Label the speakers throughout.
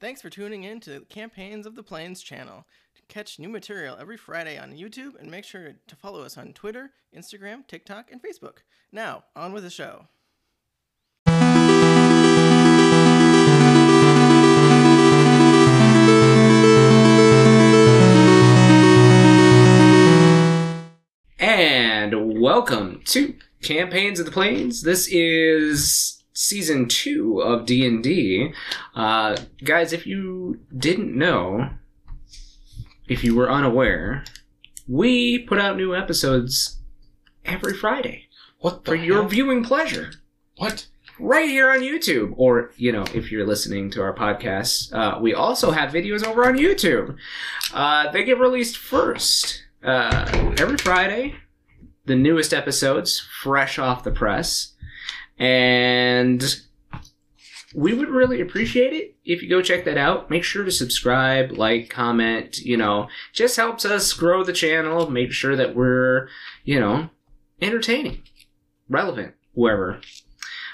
Speaker 1: Thanks for tuning in to Campaigns of the Plains channel. Catch new material every Friday on YouTube and make sure to follow us on Twitter, Instagram, TikTok, and Facebook. Now, on with the show.
Speaker 2: And welcome to Campaigns of the Plains. This is season two of D and D. Uh, Guys, if you didn't know, if you were unaware, we put out new episodes every Friday
Speaker 3: What the
Speaker 2: for your
Speaker 3: hell?
Speaker 2: viewing pleasure,
Speaker 3: what?
Speaker 2: right here on YouTube. Or you know, if you're listening to our podcast, uh, we also have videos over on YouTube. Uh, they get released first uh, every Friday. The newest episodes, fresh off the press, and we would really appreciate it if you go check that out. Make sure to subscribe, like, comment. You know, just helps us grow the channel. Make sure that we're, you know, entertaining, relevant, whoever.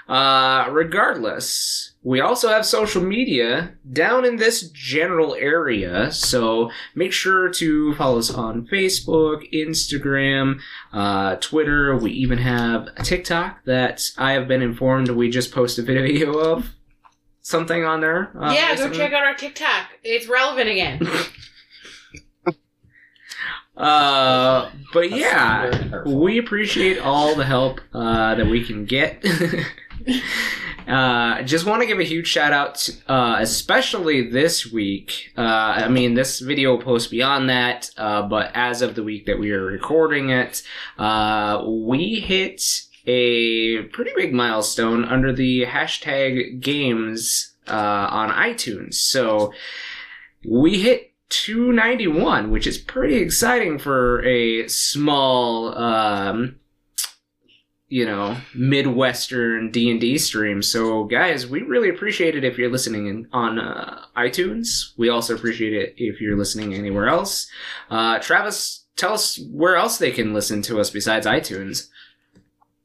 Speaker 2: Uh, regardless, we also have social media down in this general area, so make sure to follow us on Facebook, Instagram, uh, Twitter. We even have a TikTok that I have been informed we just posted a video of something on there. uh,
Speaker 4: yeah, go
Speaker 2: recently.
Speaker 4: check out our TikTok. It's relevant again.
Speaker 2: Uh, but
Speaker 3: That's
Speaker 2: yeah.
Speaker 3: very hurtful.
Speaker 2: We appreciate all the help uh, that we can get. Uh, just want to give a huge shout out, to, uh, especially this week. Uh, I mean, this video will post beyond that, uh, but as of the week that we are recording it, uh, we hit a pretty big milestone under the hashtag games uh, on iTunes. So we hit 291, which is pretty exciting for a small, um, you know, Midwestern D and D stream. So, guys, we really appreciate it if you're listening in, on uh, iTunes. We also appreciate it if you're listening anywhere else. Uh, Travis, tell us where else they can listen to us besides iTunes.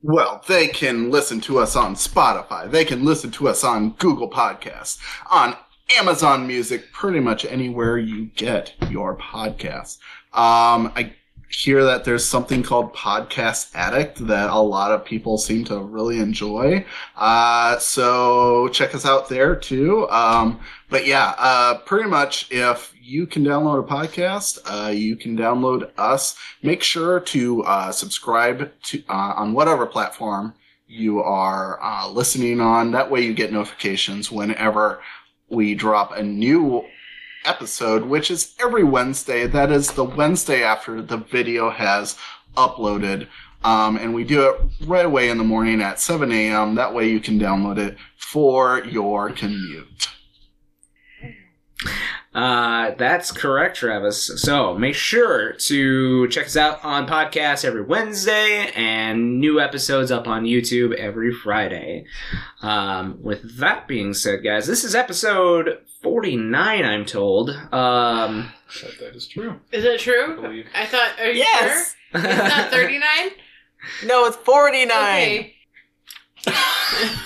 Speaker 5: Well, they can listen to us on Spotify. They can listen to us on Google Podcasts, on Amazon Music, pretty much anywhere you get your podcasts. Um, I hear that there's something called Podcast Addict that a lot of people seem to really enjoy. Uh, so check us out there too. Um, but yeah, uh, pretty much if you can download a podcast, uh, you can download us make sure to uh, subscribe to uh, on whatever platform you are uh, listening on. That way, you get notifications whenever we drop a new episode, which is every Wednesday. That is the Wednesday after the video has uploaded. Um, and we do it right away in the morning at 7 a.m. That way you can download it for your commute.
Speaker 2: Uh, that's correct, Travis. So make sure to check us out on podcasts every Wednesday and new episodes up on YouTube every Friday. Um, with that being said, guys, this is episode 49, I'm told. Um,
Speaker 3: That- that is true.
Speaker 4: Is it
Speaker 3: I
Speaker 4: true?
Speaker 3: believe.
Speaker 4: I thought. Are you
Speaker 6: Yes.
Speaker 4: sure? It's not thirty nine.
Speaker 6: No, it's 49.
Speaker 4: Okay,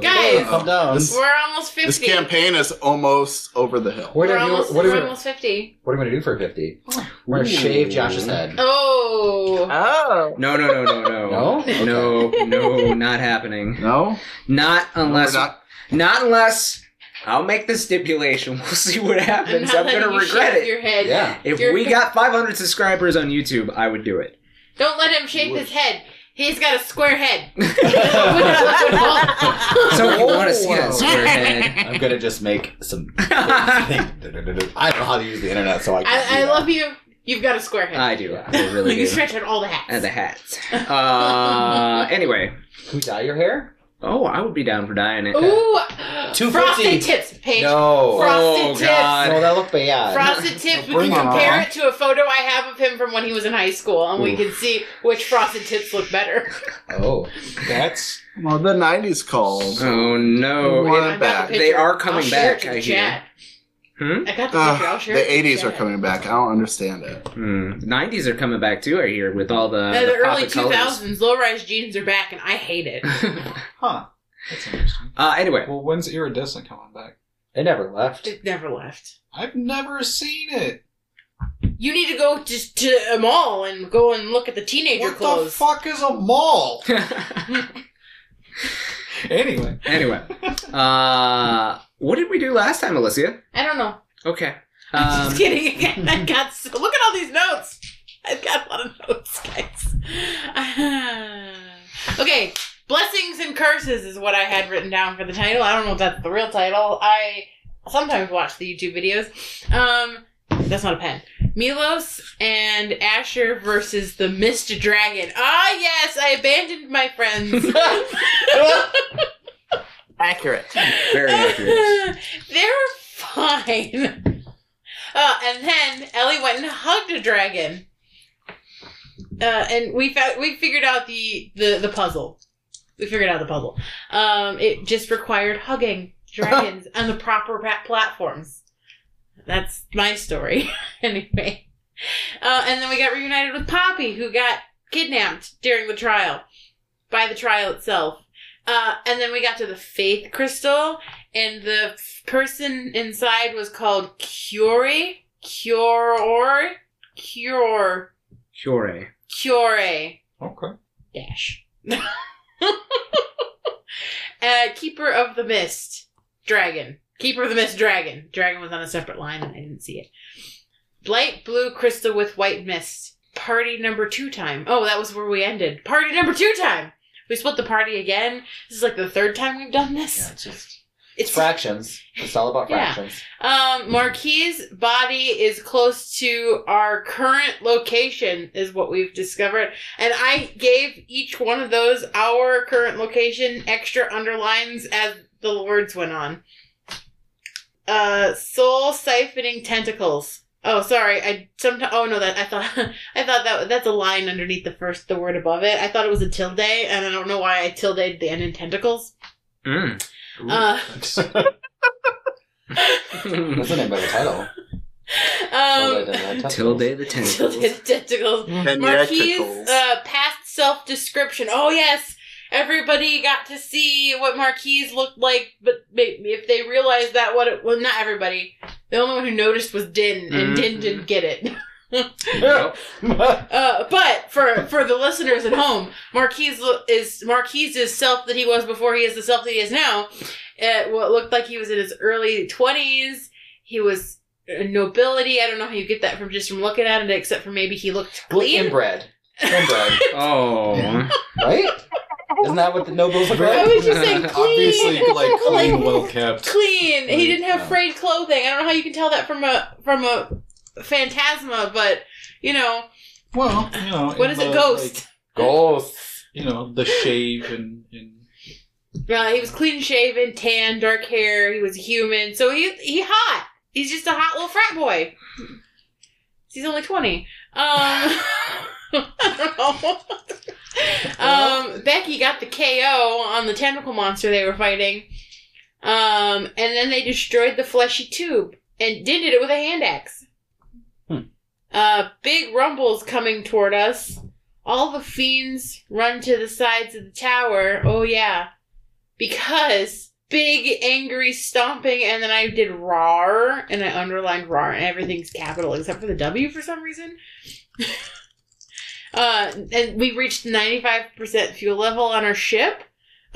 Speaker 4: Guys.
Speaker 5: Calm
Speaker 6: down.
Speaker 5: This,
Speaker 4: we're almost
Speaker 5: this
Speaker 4: fifty.
Speaker 5: campaign is almost over the hill.
Speaker 3: What,
Speaker 4: we're
Speaker 3: are you,
Speaker 4: almost,
Speaker 3: what,
Speaker 4: we're
Speaker 3: are we,
Speaker 4: almost fifty.
Speaker 3: what are we going to do for 50? We're going to shave Josh's head.
Speaker 4: Oh,
Speaker 6: Oh.
Speaker 2: No, no, no, no, no.
Speaker 3: No? Okay.
Speaker 2: No, no, not happening.
Speaker 5: No,
Speaker 2: Not unless
Speaker 5: We're not-
Speaker 2: Not unless I'll make the stipulation. We'll see what happens.
Speaker 4: now
Speaker 2: I'm
Speaker 4: that
Speaker 2: gonna
Speaker 4: you
Speaker 2: regret
Speaker 4: shake
Speaker 2: it.
Speaker 4: Your head.
Speaker 3: Yeah.
Speaker 2: If
Speaker 4: Your-
Speaker 2: we got 500 subscribers on YouTube, I would do it.
Speaker 4: Don't let him shake his head. He's got a square head.
Speaker 2: So if you want to see that
Speaker 5: Whoa.
Speaker 2: square head,
Speaker 3: I'm going to just make some. I don't know how to use the internet, so I can't.
Speaker 4: I, I
Speaker 3: do that.
Speaker 4: love you. You've got a square head.
Speaker 2: I do. I really
Speaker 4: you
Speaker 2: do.
Speaker 4: stretch out all the hats.
Speaker 2: And the hats. Uh, anyway,
Speaker 3: Can we dye your hair?
Speaker 2: oh, I would be down for dying it.
Speaker 4: Ooh,
Speaker 3: 250.
Speaker 4: frosted tips, Paige.
Speaker 3: No.
Speaker 4: Frosted
Speaker 2: Oh,
Speaker 4: tips.
Speaker 2: God.
Speaker 3: No, that looked bad.
Speaker 4: Frosted tips. We
Speaker 5: Bring
Speaker 4: can
Speaker 5: it
Speaker 4: compare
Speaker 5: on.
Speaker 4: it to a photo I have of him from when he was in high school, and we
Speaker 3: Oof.
Speaker 4: can see which frosted tips look better.
Speaker 3: oh, that's.
Speaker 5: well, the 90s called.
Speaker 2: Oh no!
Speaker 5: What?
Speaker 4: I got the
Speaker 5: back.
Speaker 4: picture.
Speaker 2: They are
Speaker 4: I'll
Speaker 2: coming
Speaker 4: share it
Speaker 2: back,
Speaker 4: to
Speaker 2: I
Speaker 4: the
Speaker 2: hear.
Speaker 4: chat.
Speaker 2: Hmm?
Speaker 4: I got the
Speaker 5: Ugh,
Speaker 4: picture. I'll share
Speaker 5: Ah, the
Speaker 4: it to
Speaker 5: 80s are
Speaker 4: chat.
Speaker 5: coming back. I don't understand it.
Speaker 2: Hmm. 90s are coming back too. I hear with all the,
Speaker 4: Uh, the,
Speaker 2: the pop
Speaker 4: early
Speaker 2: of colors.
Speaker 4: 2000s, low-rise jeans are back, and I hate it.
Speaker 3: Huh. That's interesting.
Speaker 2: uh, anyway,
Speaker 7: Well, when's iridescent coming back?
Speaker 2: It never left.
Speaker 4: It never left.
Speaker 7: I've never seen it.
Speaker 4: You need to go to, to a mall and go and look at the teenager
Speaker 7: What the
Speaker 4: clothes.
Speaker 7: fuck is a mall? anyway,
Speaker 2: anyway, uh, what did we do last time, Alicia?
Speaker 4: I don't know.
Speaker 2: Okay.
Speaker 4: I'm
Speaker 2: Um,
Speaker 4: just kidding. Again, I got so, look at all these notes. I've got a lot of notes, guys. okay, blessings and curses is what I had written down for the title. I don't know if that's the real title. I sometimes watch the YouTube videos. Um, that's not a pen. Milos and Asher versus the Mist Dragon. Ah, yes, I abandoned my friends.
Speaker 6: Accurate.
Speaker 2: Very accurate.
Speaker 4: They're fine. Uh, and then Ellie went and hugged a dragon. Uh, and we found, we figured out the, the the puzzle. We figured out the puzzle. Um, it just required hugging dragons on the proper pa- platforms. That's my story, anyway. Uh, and then we got reunited with Poppy, who got kidnapped during the trial by the trial itself. Uh, and then we got to the faith crystal, and the f- person inside was called Curie. Cure. Cure.
Speaker 2: Cure.
Speaker 4: Cure.
Speaker 7: okay.
Speaker 4: Dash. uh, Keeper of the Mist. Dragon. Keeper of the Mist Dragon. Dragon was on a separate line and I didn't see it. Light blue crystal with white mist. Party number two time. Oh, that was where we ended. Party number two time. We split the party again. This is like the third time we've done
Speaker 3: Yeah,
Speaker 4: this.
Speaker 3: it's just it's
Speaker 4: It's
Speaker 3: fractions. It's all about
Speaker 4: Yeah.
Speaker 3: fractions.
Speaker 4: Um, Marquis' body is close to our current location, is what we've discovered. And I gave each one of those our current location extra underlines as the words went on. Uh, soul siphoning tentacles. Oh, sorry. I sometimes. Oh no, that I thought I thought that that's a line underneath the first the word above it. I thought it was a tilde, and I don't know why I tilted the end in tentacles.
Speaker 2: Mm.
Speaker 4: Uh,
Speaker 3: That's the name of the title.
Speaker 4: um,
Speaker 2: Till day the
Speaker 4: tilted
Speaker 2: tentacles.
Speaker 4: tentacles. Marquis'
Speaker 5: Tentacles.
Speaker 4: Mm-hmm. uh, past self description. Oh yes, everybody got to see what Marquis looked like, but ma- if they realized that, what it well, not everybody. The only one who noticed was Din, and Din
Speaker 2: Mhm.
Speaker 4: didn't get it.
Speaker 2: Nope.
Speaker 4: Uh, but for for the listeners at home, Marquis lo- is Marquise's self that he was before he is the self that he is now. Uh what looked like he was in his early twenties. He was uh, nobility. I don't know how you get that from just from looking at it, except for maybe he looked
Speaker 3: Well,
Speaker 4: clean.
Speaker 3: inbred. Inbred,
Speaker 2: Oh.
Speaker 3: right? Isn't that what the nobles are
Speaker 4: I
Speaker 3: called?
Speaker 4: was just saying clean.
Speaker 7: Obviously, like clean,
Speaker 4: Like,
Speaker 7: well kept.
Speaker 4: clean. He didn't have
Speaker 3: Yeah.
Speaker 4: frayed clothing. I don't know how you can tell that from a from a phantasma, but you know
Speaker 7: Well, you know,
Speaker 4: what
Speaker 7: in
Speaker 4: is
Speaker 7: the,
Speaker 4: a ghost?
Speaker 3: Ghosts.
Speaker 7: like, you know, the shave and, and
Speaker 4: Uh, he was clean shaven, tan, dark hair. He was human, so he he hot. He's just a hot little frat boy. He's only twenty. Um, I don't know. um, Becky got the KO on the tentacle monster they were fighting, um, and then they destroyed the fleshy tube and did it with a hand axe.
Speaker 2: Hmm.
Speaker 4: Uh, big rumbles coming toward us. All the fiends run to the sides of the tower. Oh yeah because big angry stomping and then i did rar and i underlined rar and everything's capital except for the w for some reason uh and we reached 95% fuel level on our ship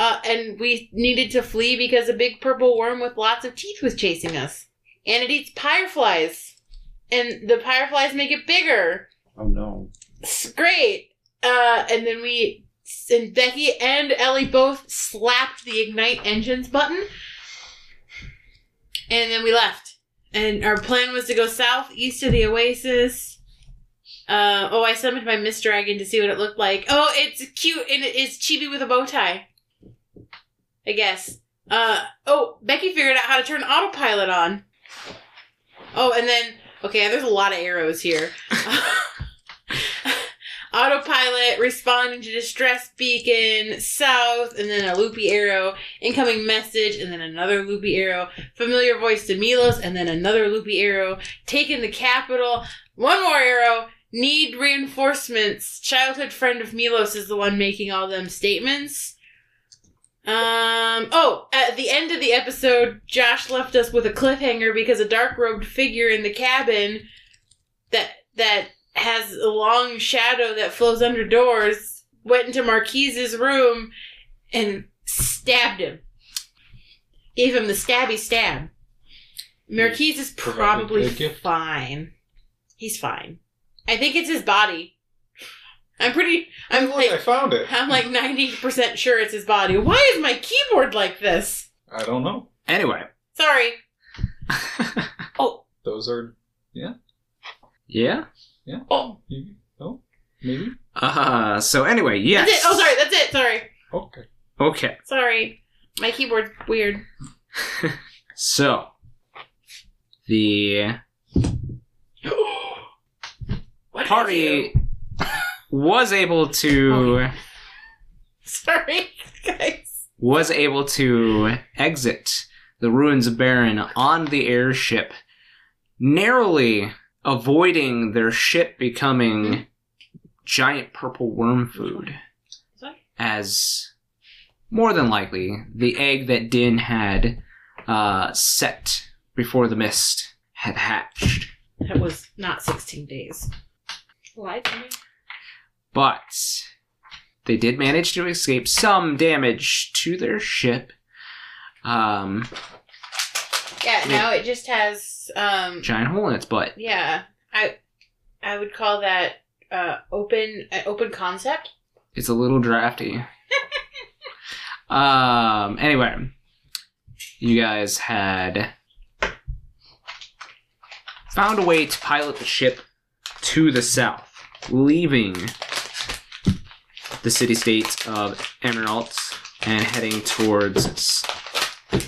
Speaker 4: uh and we needed to flee because a big purple worm with lots of teeth was chasing us and it eats fireflies and the fireflies make it bigger
Speaker 2: Oh no.
Speaker 4: it's great. Uh, and then we and Becky and Ellie both slapped the ignite engines button, and then we left. And our plan was to go south, east of the oasis. Uh, oh, I summoned my Mist Dragon to see what it looked like. Oh, it's cute and it is chibi with a bow tie. I guess. Uh, oh, Becky figured out how to turn autopilot on. Oh, and then, okay, there's a lot of arrows here. Autopilot responding to distress beacon, south, and then a loopy arrow, incoming message, and then another loopy arrow, familiar voice to Milos, and then another loopy arrow, taking the capital, one more arrow, need reinforcements. Childhood friend of Milos is the one making all them statements. Um. Oh, at the end of the episode, Josh left us with a cliffhanger because a dark-robed figure in the cabin that that has a long shadow that flows under doors went into Marquise's room and stabbed him. Gave him the stabby stab. Marquise is
Speaker 7: Provided
Speaker 4: probably
Speaker 7: a gift.
Speaker 4: fine. He's fine. I think it's his body. I'm pretty. I'm
Speaker 7: Look,
Speaker 4: like.
Speaker 7: I found it.
Speaker 4: I'm like 90% sure it's his body. Why is my keyboard like this?
Speaker 7: I don't know.
Speaker 2: Anyway,
Speaker 4: Sorry. Oh,
Speaker 7: Those are
Speaker 2: yeah.
Speaker 4: oh.
Speaker 7: you, no, maybe.
Speaker 2: Uh, so anyway, yes.
Speaker 4: That's it. Oh, sorry. That's it. Sorry.
Speaker 7: Okay.
Speaker 2: Okay.
Speaker 4: Sorry. My keyboard's weird.
Speaker 2: So, the
Speaker 4: What did
Speaker 2: party
Speaker 4: you-
Speaker 2: was able to
Speaker 4: Sorry, guys.
Speaker 2: was able to exit the ruins of Baron on the airship, narrowly avoiding their ship becoming giant purple worm food,
Speaker 4: Sorry.
Speaker 2: as more than likely the egg that Din had uh, set before the mist had hatched.
Speaker 4: That was not 16 days. Lied to me.
Speaker 2: but they did manage to escape some damage to their ship. Um,
Speaker 4: Yeah, now it just has, um,
Speaker 2: giant hole in its butt.
Speaker 4: yeah. I, I would call that, uh, open, uh, open concept.
Speaker 2: It's a little drafty. um, anyway, you guys had found a way to pilot the ship to the south, leaving the city state of Emerald and heading towards
Speaker 4: Sorry.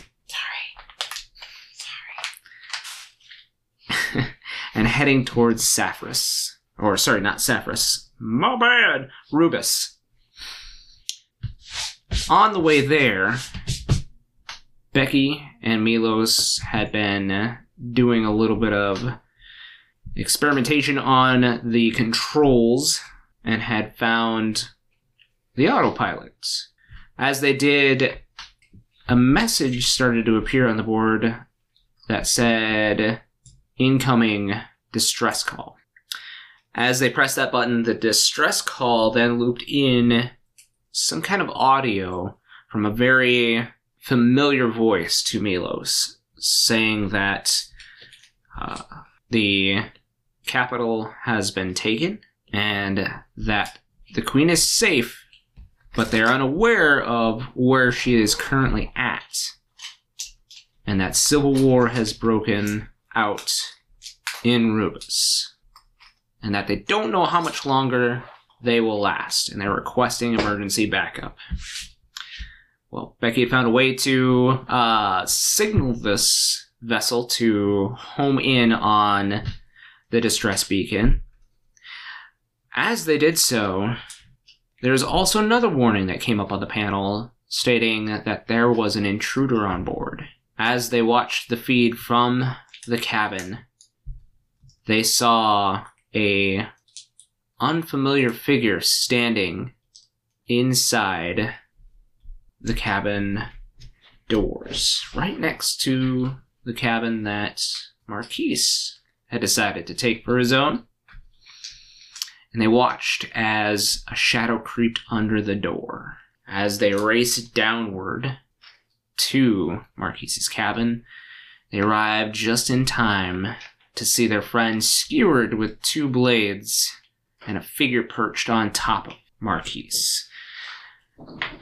Speaker 2: and heading towards Sapphrus. Or, sorry, not Sapphrus. My bad! Rubus. On the way there, Becky and Milos had been uh, doing a little bit of experimentation on the controls and had found the autopilot. As they did, a message started to appear on the board that said, incoming distress call. As they pressed that button, the distress call then looped in some kind of audio from a very familiar voice to Milos saying that uh, the capital has been taken and that the queen is safe, but they're unaware of where she is currently at. And that civil war has broken out in Rubus, and that they don't know how much longer they will last, and they're requesting emergency backup. Well, Becky had found a way to uh, signal this vessel to home in on the distress beacon. As they did so, there's also another warning that came up on the panel stating that there was an intruder on board. As they watched the feed from the cabin, they saw a unfamiliar figure standing inside the cabin doors, right next to the cabin that Marquise had decided to take for his own. And they watched as a shadow creeped under the door as they raced downward to Marquise's cabin. They arrived just in time to see their friend skewered with two blades and a figure perched on top of Marquise.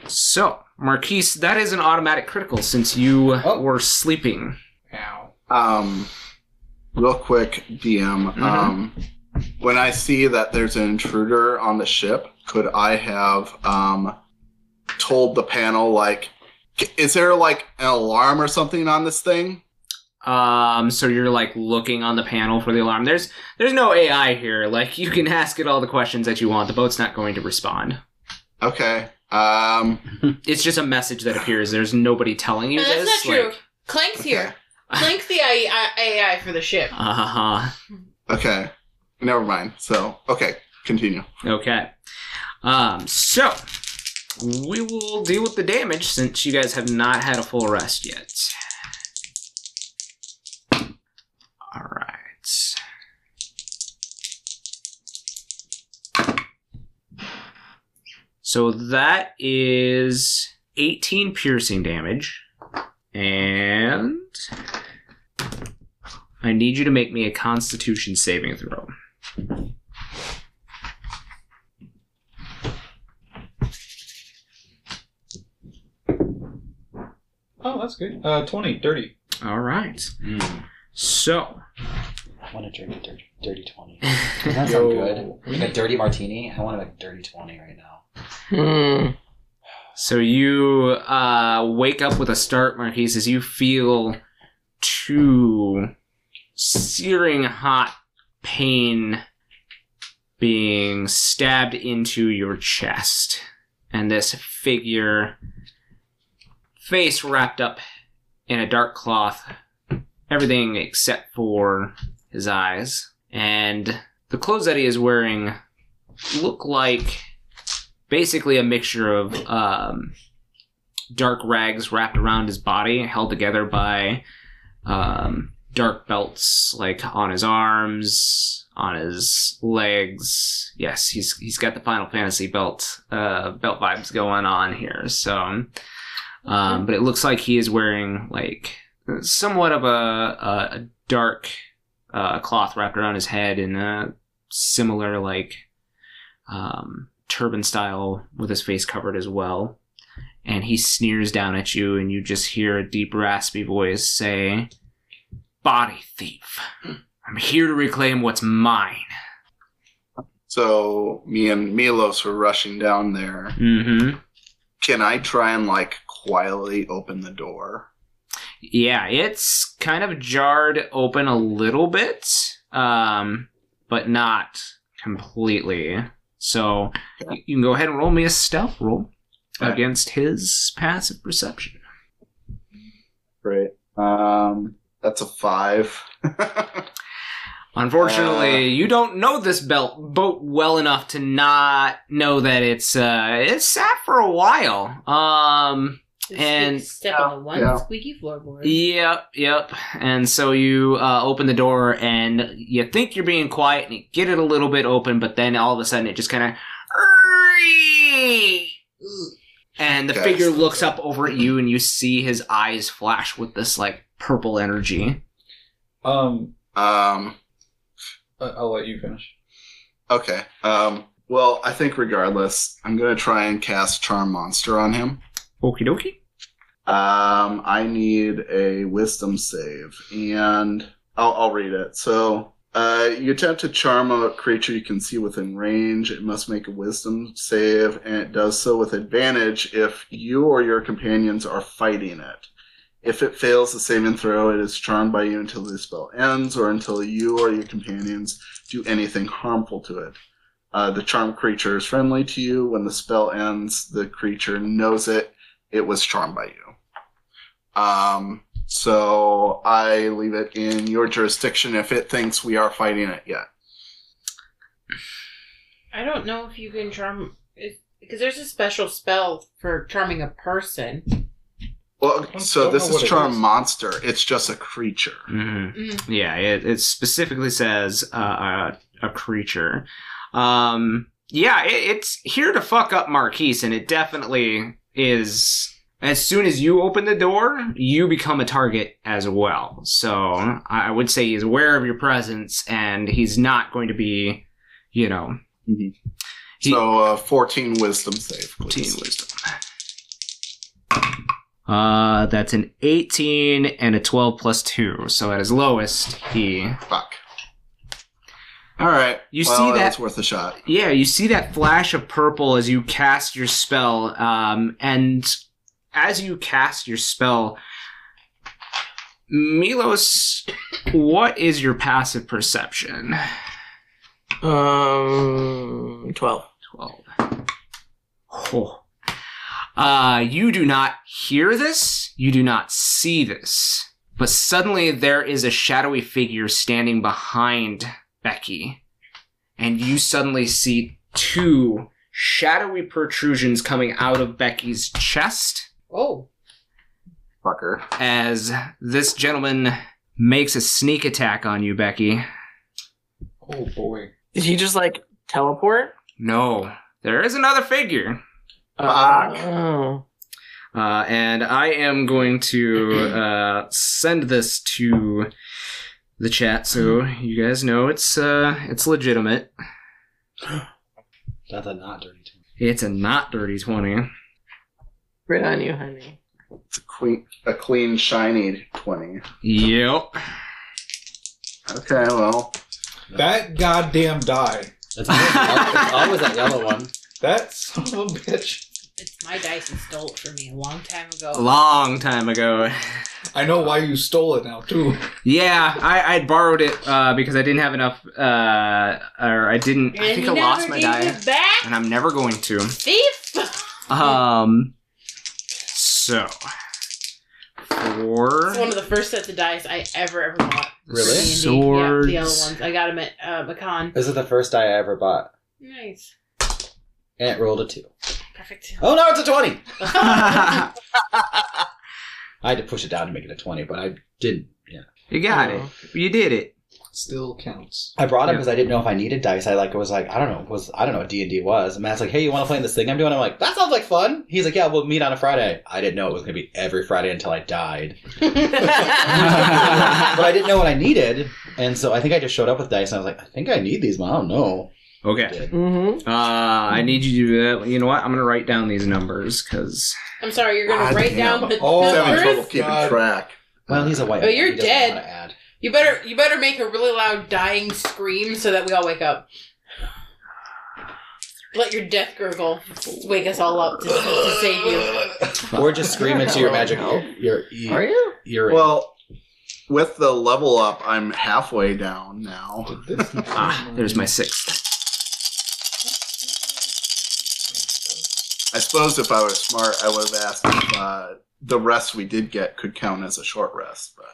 Speaker 2: So, Marquise, that is an automatic critical since you
Speaker 3: Oh.
Speaker 2: were sleeping.
Speaker 7: Ow.
Speaker 5: Um, real quick, DM.
Speaker 7: Mm-hmm.
Speaker 5: Um, when I see that there's an intruder on the ship, could I have um, told the panel like, "K- is there like an alarm or something on this thing?
Speaker 2: Um, so you're like looking on the panel for the alarm. There's there's no AI here. Like you can ask it all the questions that you want. The boat's not going to respond.
Speaker 5: Okay. Um,
Speaker 2: It's just a message that appears. There's nobody telling you
Speaker 4: No, that's
Speaker 2: this.
Speaker 4: not true.
Speaker 2: Like,
Speaker 4: Clank's
Speaker 5: okay.
Speaker 4: here. Clank's the AI, AI for the ship.
Speaker 2: uh-huh.
Speaker 5: Okay. Never mind. So okay, continue.
Speaker 2: Okay. Um, so we will deal with the damage since you guys have not had a full rest yet. All right. So that is 18 piercing damage. And I need you to make me a constitution saving throw.
Speaker 7: Oh, that's good. Uh, 20, 30.
Speaker 2: All right. So,
Speaker 8: Hmm. I want a dirty, dirty, dirty 20. Does that sound
Speaker 7: Yo.
Speaker 8: good? Like a dirty martini? I want a dirty 20 right now.
Speaker 6: Hmm.
Speaker 2: So you uh, wake up with a start, Marquise, as you feel two searing hot pain being stabbed into your chest. And this figure, face wrapped up in a dark cloth, everything except for his eyes. And the clothes that he is wearing look like basically a mixture of um, dark rags wrapped around his body, held together by um, dark belts, like on his arms, on his legs. Yes, he's he's got the Final Fantasy belt uh, belt vibes going on here. So, um, but it looks like he is wearing like somewhat of a, a, a dark uh, cloth wrapped around his head and a similar like um, turban style with his face covered as well. And he sneers down at you, and you just hear a deep, raspy voice say, Body thief, I'm here to reclaim what's mine.
Speaker 5: So me and Milos were rushing down there.
Speaker 2: Mm hmm.
Speaker 5: Can I try and like quietly open the door?
Speaker 2: Yeah, it's kind of jarred open a little bit, um, but not completely. So you- you can go ahead and roll me a stealth roll
Speaker 5: Okay.
Speaker 2: against his passive perception.
Speaker 5: Right. Um, that's a five.
Speaker 2: Unfortunately,
Speaker 5: Uh,
Speaker 2: you don't know this belt boat well enough to not know that it's uh it's sat for a while. Um And-
Speaker 4: step on the one
Speaker 5: yeah.
Speaker 4: squeaky floorboard.
Speaker 2: yep, yep. And so you uh open the door and you think you're being quiet and you get it a little bit open, but then all of a sudden it just kind of and the
Speaker 5: Guys.
Speaker 2: figure looks up over at you and you see his eyes flash with this like purple energy.
Speaker 7: Um,
Speaker 5: um.
Speaker 7: I- I'll let you finish.
Speaker 5: Okay. Um. Well, I think regardless, I'm gonna try and cast Charm Monster on him.
Speaker 2: Okie dokie.
Speaker 5: Um, I need a wisdom save, and I'll, I'll read it. So, uh, you attempt to charm a creature you can see within range. It must make a wisdom save, and it does so with advantage if you or your companions are fighting it. If it fails the saving throw, it is charmed by you until the spell ends, or until you or your companions do anything harmful to it. Uh, the charmed creature is friendly to you. When the spell ends, the creature knows it it was charmed by you. Um, so I leave it in your jurisdiction if it thinks we are fighting it yet.
Speaker 4: I don't know if you can charm because there's a special spell for charming a person.
Speaker 5: Well,
Speaker 7: don't-
Speaker 5: so
Speaker 7: don't
Speaker 5: this
Speaker 7: know
Speaker 5: is
Speaker 7: what it
Speaker 5: charm
Speaker 7: is.
Speaker 5: monster. It's just a creature.
Speaker 2: Mm-hmm.
Speaker 4: Mm.
Speaker 2: Yeah, it, it specifically says uh, a, a creature. Um, yeah, it, it's here to fuck up Marquise, and it definitely is. As soon as you open the door, you become a target as well. So I I would say he's aware of your presence, and he's not going to be, you know,
Speaker 5: Mhm.
Speaker 2: he-
Speaker 5: so uh, 14 wisdom save, please.
Speaker 2: 18 wisdom. Uh, that's an 18 and a 12 plus 2. So at his lowest, he
Speaker 5: Fuck. All right.
Speaker 2: You
Speaker 5: well,
Speaker 2: see that-
Speaker 5: It's worth a shot.
Speaker 2: Yeah, you see that flash of purple as you cast your spell, um, and as you cast your spell, Milos, what is your passive perception?
Speaker 6: Um, 12.
Speaker 2: 12. Oh. Uh, you do not hear this, you do not see this, but suddenly there is a shadowy figure standing behind Becky, and you suddenly see two shadowy protrusions coming out of Becky's chest
Speaker 4: Oh.
Speaker 5: Fucker.
Speaker 7: Uh,
Speaker 2: as this gentleman makes a sneak attack on you, Becky.
Speaker 7: Oh boy.
Speaker 6: Did he just like teleport?
Speaker 2: No, there is another figure.
Speaker 5: Fuck.
Speaker 6: Oh.
Speaker 2: Uh, and I am going to uh, send this to the chat so you guys know it's uh, it's legitimate.
Speaker 8: That's a not dirty twenty.
Speaker 2: It's a not dirty 20.
Speaker 6: Right on you, honey.
Speaker 5: It's a clean, a clean, shiny twenty.
Speaker 2: Yep.
Speaker 5: Okay, well,
Speaker 7: That goddamn die.
Speaker 8: It's always, it's always that yellow one.
Speaker 7: That son of a bitch.
Speaker 4: It's my dice and stole it from me a long time ago.
Speaker 2: A long time ago.
Speaker 7: I know why you stole it now too.
Speaker 2: Yeah, I, I borrowed it uh, because I didn't have enough, uh, or I didn't. I
Speaker 4: And
Speaker 2: think
Speaker 4: you
Speaker 2: I lost
Speaker 4: never
Speaker 2: my
Speaker 4: gave
Speaker 2: die,
Speaker 4: it back,
Speaker 2: and I'm never going to.
Speaker 4: thief.
Speaker 2: Um. So. Four.
Speaker 4: It's one of the first sets of dice I ever ever bought.
Speaker 8: Really?
Speaker 4: D&D. Yeah, the yellow
Speaker 2: Swords.
Speaker 4: ones. I got them at uh, Macon.
Speaker 8: This is the first die I ever bought,
Speaker 4: Nice.
Speaker 8: and it rolled a two.
Speaker 4: Perfect.
Speaker 8: Oh no, it's a twenty.
Speaker 2: you
Speaker 8: I had to push it down to make it a twenty, but I didn't. Yeah,
Speaker 2: got
Speaker 6: Oh.
Speaker 2: it. You did it.
Speaker 7: Still counts.
Speaker 8: I brought it
Speaker 2: Yeah.
Speaker 8: because I didn't know if I needed dice. I like was like I don't know was I don't know what D and D was. And Matt's like, hey, you want to play in this thing I'm doing? I'm like, that sounds like fun. He's like, yeah, we'll meet on a Friday. I didn't know it was gonna be every Friday until I died. but I didn't know what I needed, and so I think I just showed up with dice, and I was like, I think I need these, but I don't know. I
Speaker 2: Okay.
Speaker 8: did.
Speaker 6: Mm-hmm.
Speaker 2: Uh, I need you to do that. You know what? I'm gonna write down these numbers because
Speaker 4: I'm sorry, you're gonna
Speaker 5: God
Speaker 4: write
Speaker 5: damn.
Speaker 4: down the
Speaker 7: Oh,
Speaker 5: I'm having
Speaker 7: Chris?
Speaker 4: numbers.
Speaker 5: trouble keeping
Speaker 7: God.
Speaker 5: track.
Speaker 8: Well, he's a white.
Speaker 4: Oh,
Speaker 8: man.
Speaker 4: you're
Speaker 8: He doesn't know
Speaker 4: dead.
Speaker 8: how to add.
Speaker 4: You better you better make a really loud dying scream so that we all wake up. Let your death gurgle wake us all up to, to save you.
Speaker 8: Or just scream into your magic
Speaker 6: No.
Speaker 8: ear. ear,
Speaker 6: Are you?
Speaker 8: ear-
Speaker 5: Well, with the level up, I'm halfway down now.
Speaker 2: ah, there's my sixth.
Speaker 5: I suppose if I was smart, I would have asked if uh, the rest we did get could count as a short rest. But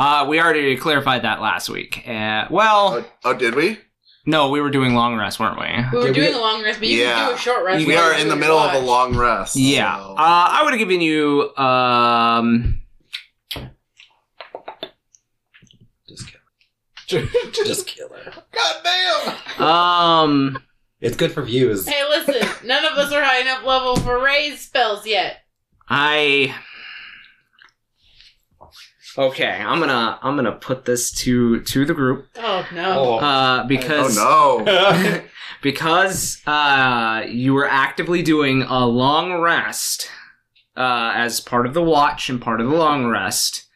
Speaker 2: Uh, we already clarified that last week. Uh, well,
Speaker 5: oh, oh did we?
Speaker 2: no, we were doing long rest, weren't we?
Speaker 4: We were
Speaker 8: Yeah, we
Speaker 4: doing
Speaker 8: did-
Speaker 4: a long rest, but you
Speaker 5: Yeah.
Speaker 4: can do a short rest.
Speaker 5: We
Speaker 4: while
Speaker 5: are
Speaker 4: you're
Speaker 5: in the
Speaker 4: doing
Speaker 5: middle of a
Speaker 4: watch.
Speaker 5: long rest.
Speaker 2: Yeah.
Speaker 5: so-
Speaker 2: Uh, I would have given you um
Speaker 8: just kill.
Speaker 7: Just-
Speaker 8: Just kill her.
Speaker 7: goddamn.
Speaker 2: um.
Speaker 8: It's good for views.
Speaker 4: Hey, listen, none of us are high enough level for raise spells yet.
Speaker 2: I Okay, I'm gonna I'm gonna put this to to the group
Speaker 4: Oh no.
Speaker 7: Oh.
Speaker 2: uh, because
Speaker 5: oh no.
Speaker 2: because uh, you were actively doing a long rest uh, as part of the watch and part of the long rest.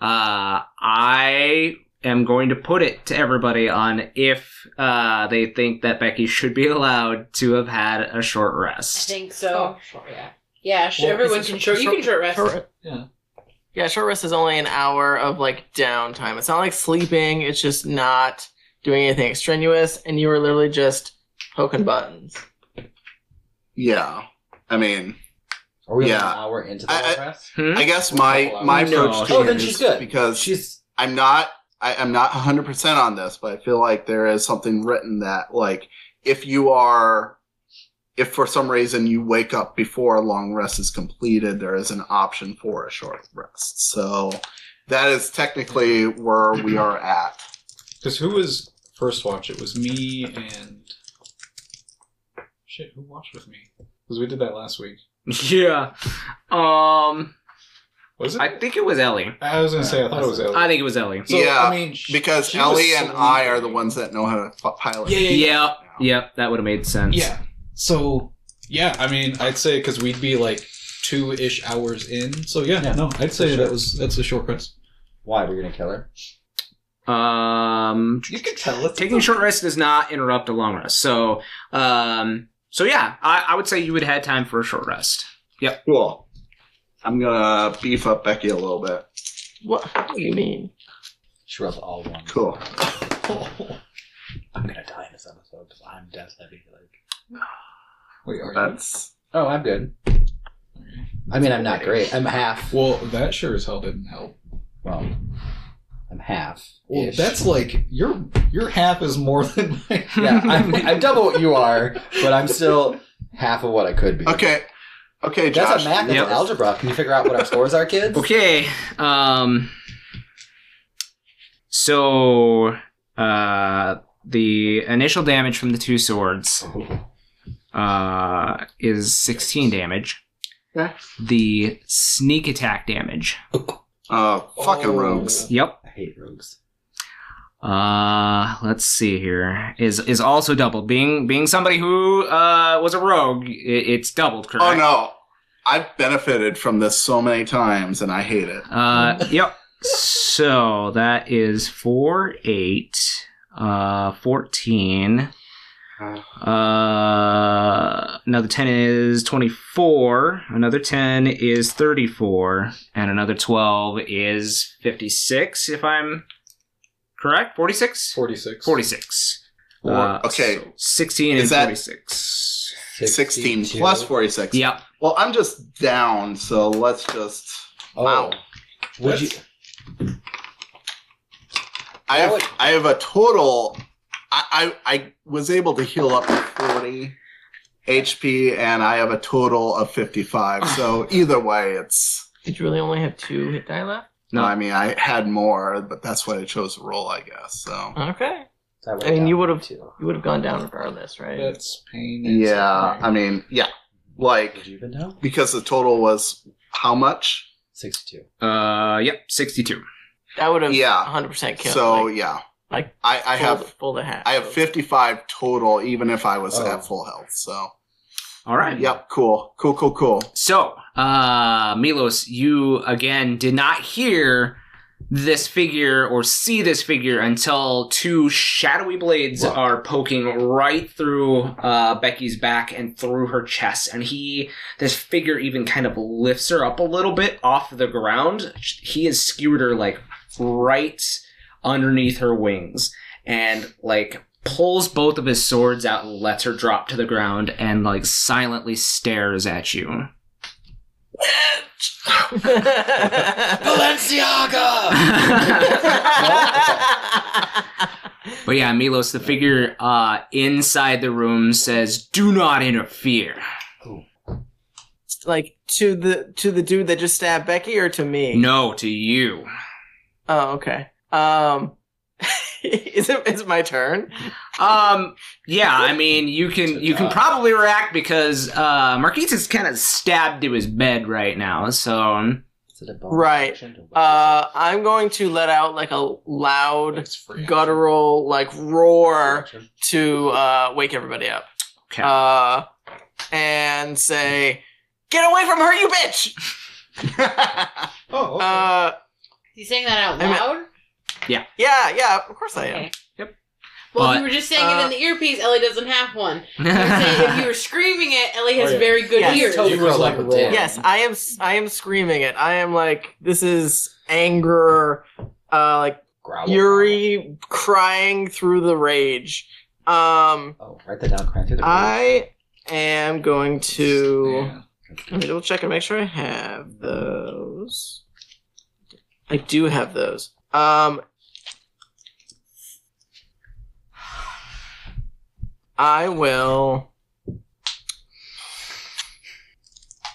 Speaker 2: Uh, I am going to put it to everybody on if uh, they think that Becky should be allowed to have had a short
Speaker 4: I
Speaker 2: rest.
Speaker 4: think so.
Speaker 7: sure, yeah.
Speaker 4: Yeah, sh
Speaker 7: Well,
Speaker 4: everyone
Speaker 7: it's a
Speaker 4: can
Speaker 7: short-
Speaker 4: short. You can short rest.
Speaker 6: Short,
Speaker 7: Yeah.
Speaker 6: yeah, short rest is only an hour of like downtime. It's not like sleeping. It's just not doing anything extraneous, and you were literally just poking buttons.
Speaker 5: Yeah. I mean,
Speaker 8: Are we
Speaker 5: Yeah.
Speaker 8: like an hour into the
Speaker 5: I-
Speaker 8: long
Speaker 5: I-
Speaker 8: rest?
Speaker 5: I guess my my
Speaker 2: No,
Speaker 5: approach to
Speaker 8: Oh,
Speaker 5: it
Speaker 8: then
Speaker 5: is
Speaker 8: she's good.
Speaker 5: because
Speaker 8: She's
Speaker 5: I'm not I, I'm not 100% on this, but I feel like there is something written that like if you are if for some reason you wake up before a long rest is completed, there is an option for a short rest. So that is technically where we are at.
Speaker 7: Because who was first watch? It was me and shit. Who watched with me? Because we did that last week.
Speaker 2: yeah. Um.
Speaker 7: Was it?
Speaker 2: I think it was Ellie.
Speaker 7: I was gonna say I thought it was Ellie.
Speaker 2: I think it was Ellie.
Speaker 7: So,
Speaker 5: Yeah,
Speaker 7: I mean, sh-
Speaker 5: Because
Speaker 7: she was
Speaker 5: Ellie and I are the
Speaker 7: sleeping.
Speaker 5: ones that know how to f- pilot.
Speaker 7: Yeah, yeah, yeah.
Speaker 2: Yep. Yep. That would have made sense.
Speaker 7: Yeah. So yeah, I mean, I'd say because we'd be like two ish hours in. So yeah,
Speaker 8: Yeah,
Speaker 7: no, I'd say
Speaker 8: sure.
Speaker 7: that was that's a short rest.
Speaker 8: why we're gonna kill her.
Speaker 2: Um.
Speaker 7: You can tell it.
Speaker 2: Taking a short rest does not interrupt a long rest. So, um. So yeah, I, I would say you would have had time for a short rest.
Speaker 5: Cool. I'm going to beef up Becky a little bit.
Speaker 6: What, what do you mean?
Speaker 8: She rolled all one.
Speaker 5: Cool.
Speaker 8: I'm gonna die in this episode because I'm death heavy. Like,
Speaker 7: Wait, are you?
Speaker 5: That's
Speaker 8: oh, I'm good. I mean, I'm not great. I'm half.
Speaker 7: Well, that sure as hell didn't help.
Speaker 8: Well, I'm half.
Speaker 7: Well, that's like your your half is more than my.
Speaker 8: yeah. I'm, I'm double what you are, but I'm still half of what I could be.
Speaker 5: Okay. Okay,
Speaker 8: That's
Speaker 5: Josh.
Speaker 8: a math. That's
Speaker 2: Yep.
Speaker 8: an algebra. Can you figure out what our scores are, kids?
Speaker 2: Okay. Um. So, uh, the initial damage from the two swords uh, is 16 damage.
Speaker 5: Okay.
Speaker 2: The sneak attack damage.
Speaker 5: Uh, fucking
Speaker 8: Oh.
Speaker 5: rogues.
Speaker 2: Yep.
Speaker 8: I hate rogues.
Speaker 2: Uh, let's see here. Is is also doubled. Being being somebody who uh was a rogue, it, it's doubled. Correct.
Speaker 5: Oh no, I've benefited from this so many times, and I hate it.
Speaker 2: Uh, yep. So that is four, eight, uh, fourteen. Uh, another ten is twenty-four. Another ten is thirty-four, and another twelve is fifty-six. If I'm correct, forty-six.
Speaker 7: 46.
Speaker 2: Forty-six.
Speaker 5: Or-
Speaker 2: Uh,
Speaker 5: okay.
Speaker 2: so sixteen
Speaker 5: Is
Speaker 2: and
Speaker 5: that-
Speaker 2: forty-six.
Speaker 5: 16
Speaker 8: 62.
Speaker 5: plus 46.
Speaker 2: Yep.
Speaker 5: Well, I'm just down, so let's just.
Speaker 8: Oh.
Speaker 5: Wow.
Speaker 8: Would you?
Speaker 5: I
Speaker 8: That
Speaker 5: have,
Speaker 8: would-
Speaker 5: I have a total. I, I, I was able to heal up to 40 HP, and I have a total of 55. So either way, it's.
Speaker 6: Did you really only have two hit die left?
Speaker 2: No.
Speaker 5: I mean, I had more, but that's why I chose to roll, I guess. So.
Speaker 6: Okay.
Speaker 8: That
Speaker 6: I mean,
Speaker 8: down
Speaker 6: you would've-
Speaker 8: too.
Speaker 6: You would have gone down regardless, right?
Speaker 7: That's pain.
Speaker 6: Mm-hmm.
Speaker 7: and
Speaker 5: Yeah, I
Speaker 7: suffering.
Speaker 5: mean, yeah. Like,
Speaker 8: Would you even know?
Speaker 5: because the total was how much?
Speaker 8: Sixty-two.
Speaker 2: Uh, yep. Sixty-two.
Speaker 6: That would have
Speaker 5: Yeah.
Speaker 6: 100% killed.
Speaker 5: So,
Speaker 6: like,
Speaker 5: yeah.
Speaker 6: like,
Speaker 5: I, I
Speaker 6: full-
Speaker 5: have
Speaker 6: full to half.
Speaker 5: I have 55 total, even if I was
Speaker 8: Oh.
Speaker 5: at full health. So,
Speaker 2: All right.
Speaker 5: yep, cool, cool, cool, cool.
Speaker 2: So, uh, Milos, you again did not hear this figure or see this figure until two shadowy blades
Speaker 8: Wow.
Speaker 2: are poking right through uh, Becky's back and through her chest. And he, this figure even kind of lifts her up a little bit off the ground. He has skewered her like right underneath her wings and like pulls both of his swords out and lets her drop to the ground and like silently stares at you.
Speaker 8: Balenciaga.
Speaker 2: But yeah, Milos, the figure uh, inside the room says, "Do not interfere."
Speaker 6: like to the to the dude that just stabbed Becky or to me?
Speaker 2: No to you.
Speaker 6: Oh, okay. Um, is it is it my turn?
Speaker 2: Um, yeah, I mean, you can you can probably react because uh, Marquise is kind of stabbed to his bed right now. So
Speaker 8: Is it a bonus
Speaker 6: Right.
Speaker 8: action to what?
Speaker 6: Uh, I'm going to let out like a loud
Speaker 7: That's free.
Speaker 6: guttural like roar
Speaker 7: Action.
Speaker 6: to uh, wake everybody up.
Speaker 2: okay,
Speaker 6: Uh, and say, "Get away from her, you bitch!"
Speaker 7: Oh, okay.
Speaker 6: Uh,
Speaker 4: You saying that out
Speaker 6: I mean-
Speaker 4: loud?
Speaker 6: yeah, yeah. Of course I am.
Speaker 4: Okay. Well, if you
Speaker 2: But-
Speaker 4: were just saying it in the earpiece, Ellie doesn't have one. You were saying Uh, if you
Speaker 2: yeah,
Speaker 4: were screaming it, Ellie has
Speaker 7: Oh, yeah.
Speaker 4: very good
Speaker 6: Yes.
Speaker 4: ears.
Speaker 7: Totally.
Speaker 8: You were like
Speaker 7: Roll.
Speaker 8: dead.
Speaker 6: Yes, I am. s- I am screaming it. I am like, this is anger, uh, like
Speaker 8: Growl.
Speaker 6: Yuri crying through the rage. Um,
Speaker 8: Oh, write that down. Crank through the
Speaker 6: I am going to
Speaker 7: Yeah.
Speaker 6: let me double check and make sure I have those. I do have those. Um, I will.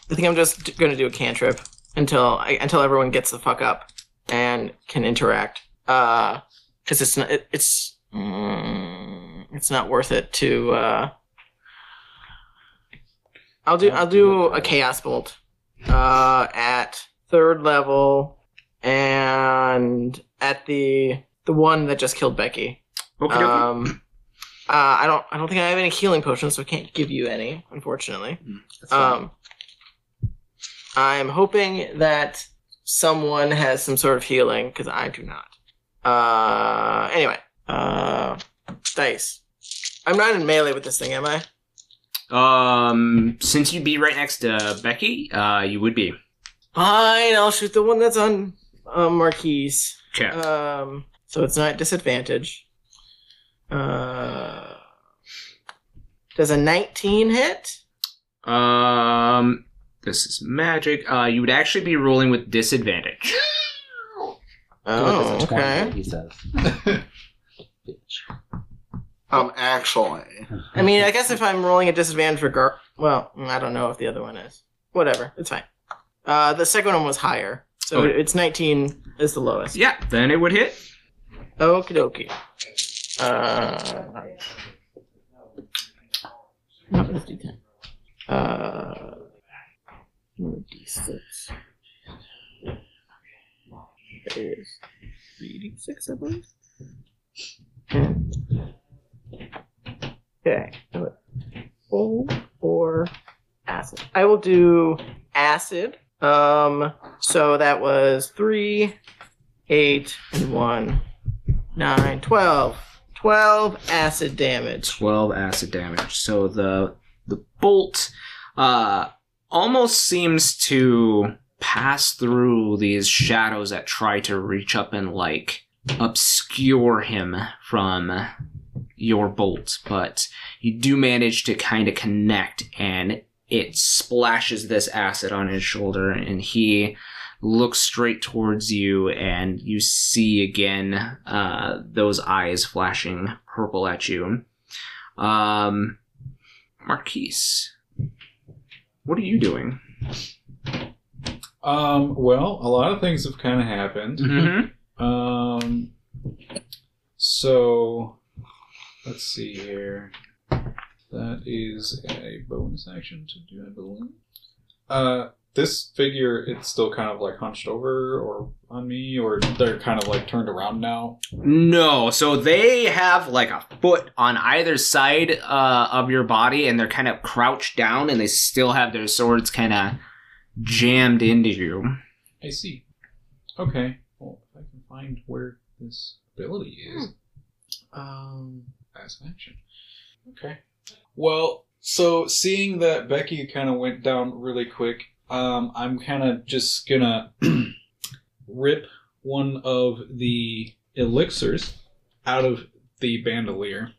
Speaker 6: I think I'm just going to do a cantrip until I, until everyone gets the fuck up and can interact. Uh, because it's not it, it's mm, it's not worth it to. Uh, I'll do I'll do a chaos bolt uh, at third level and at the the one that just killed Becky. Um, uh, I don't I don't think I have any healing potions, so I can't give you any, unfortunately. Um, I'm hoping that someone has some sort of healing because I do not. Uh, anyway, uh, dice. I'm not in melee with this thing, am I?
Speaker 2: um, since you'd be right next to Becky, uh, you would be.
Speaker 6: Fine, I'll shoot the one that's on uh, Marquise.
Speaker 2: Okay.
Speaker 6: Um, so it's not disadvantage. Uh, does a 19 hit?
Speaker 2: Um, this is magic. Uh, you would actually be rolling with disadvantage.
Speaker 6: Oh,
Speaker 8: It's a 20,
Speaker 6: okay.
Speaker 8: He says. Bitch.
Speaker 5: Um, actually, Um,
Speaker 6: I mean, I guess if I'm rolling a disadvantage regard, Well, mm, I don't know if the other one is. Whatever, it's fine. Uh, the second one was higher, so
Speaker 2: Okay.
Speaker 6: it's 19 is the lowest.
Speaker 2: Yeah, then it would hit.
Speaker 6: Okie dokie. Uh, not with D10. Uh, no, D6. There's 3D6, I believe. Okay. Full or acid. I will do acid. Um, so that was three, eight, and one. 9, 12. 12 acid damage.
Speaker 2: 12 acid damage. So the the bolt uh almost seems to pass through these shadows that try to reach up and like obscure him from your bolt, but you do manage to kind of connect and it splashes this acid on his shoulder and he looks straight towards you and you see again uh, those eyes flashing purple at you um, Marquise, what are you doing?
Speaker 7: Um, well, a lot of things have kind of happened.
Speaker 2: Mm-hmm.
Speaker 7: Um, so let's see here. That is a bonus action to do, I believe. Uh, this figure, it's still kind of like hunched over or on me, or they're kind of like turned around now.
Speaker 2: No, so they have like a foot on either side uh, of your body, and they're kind of crouched down, and they still have their swords kind of jammed into you.
Speaker 7: I see. Okay. Well, if I can find where this ability is, um, as action. Okay. Well, so seeing that Becky kind of went down really quick, um, I'm kind of just gonna rip one of the elixirs out of the bandolier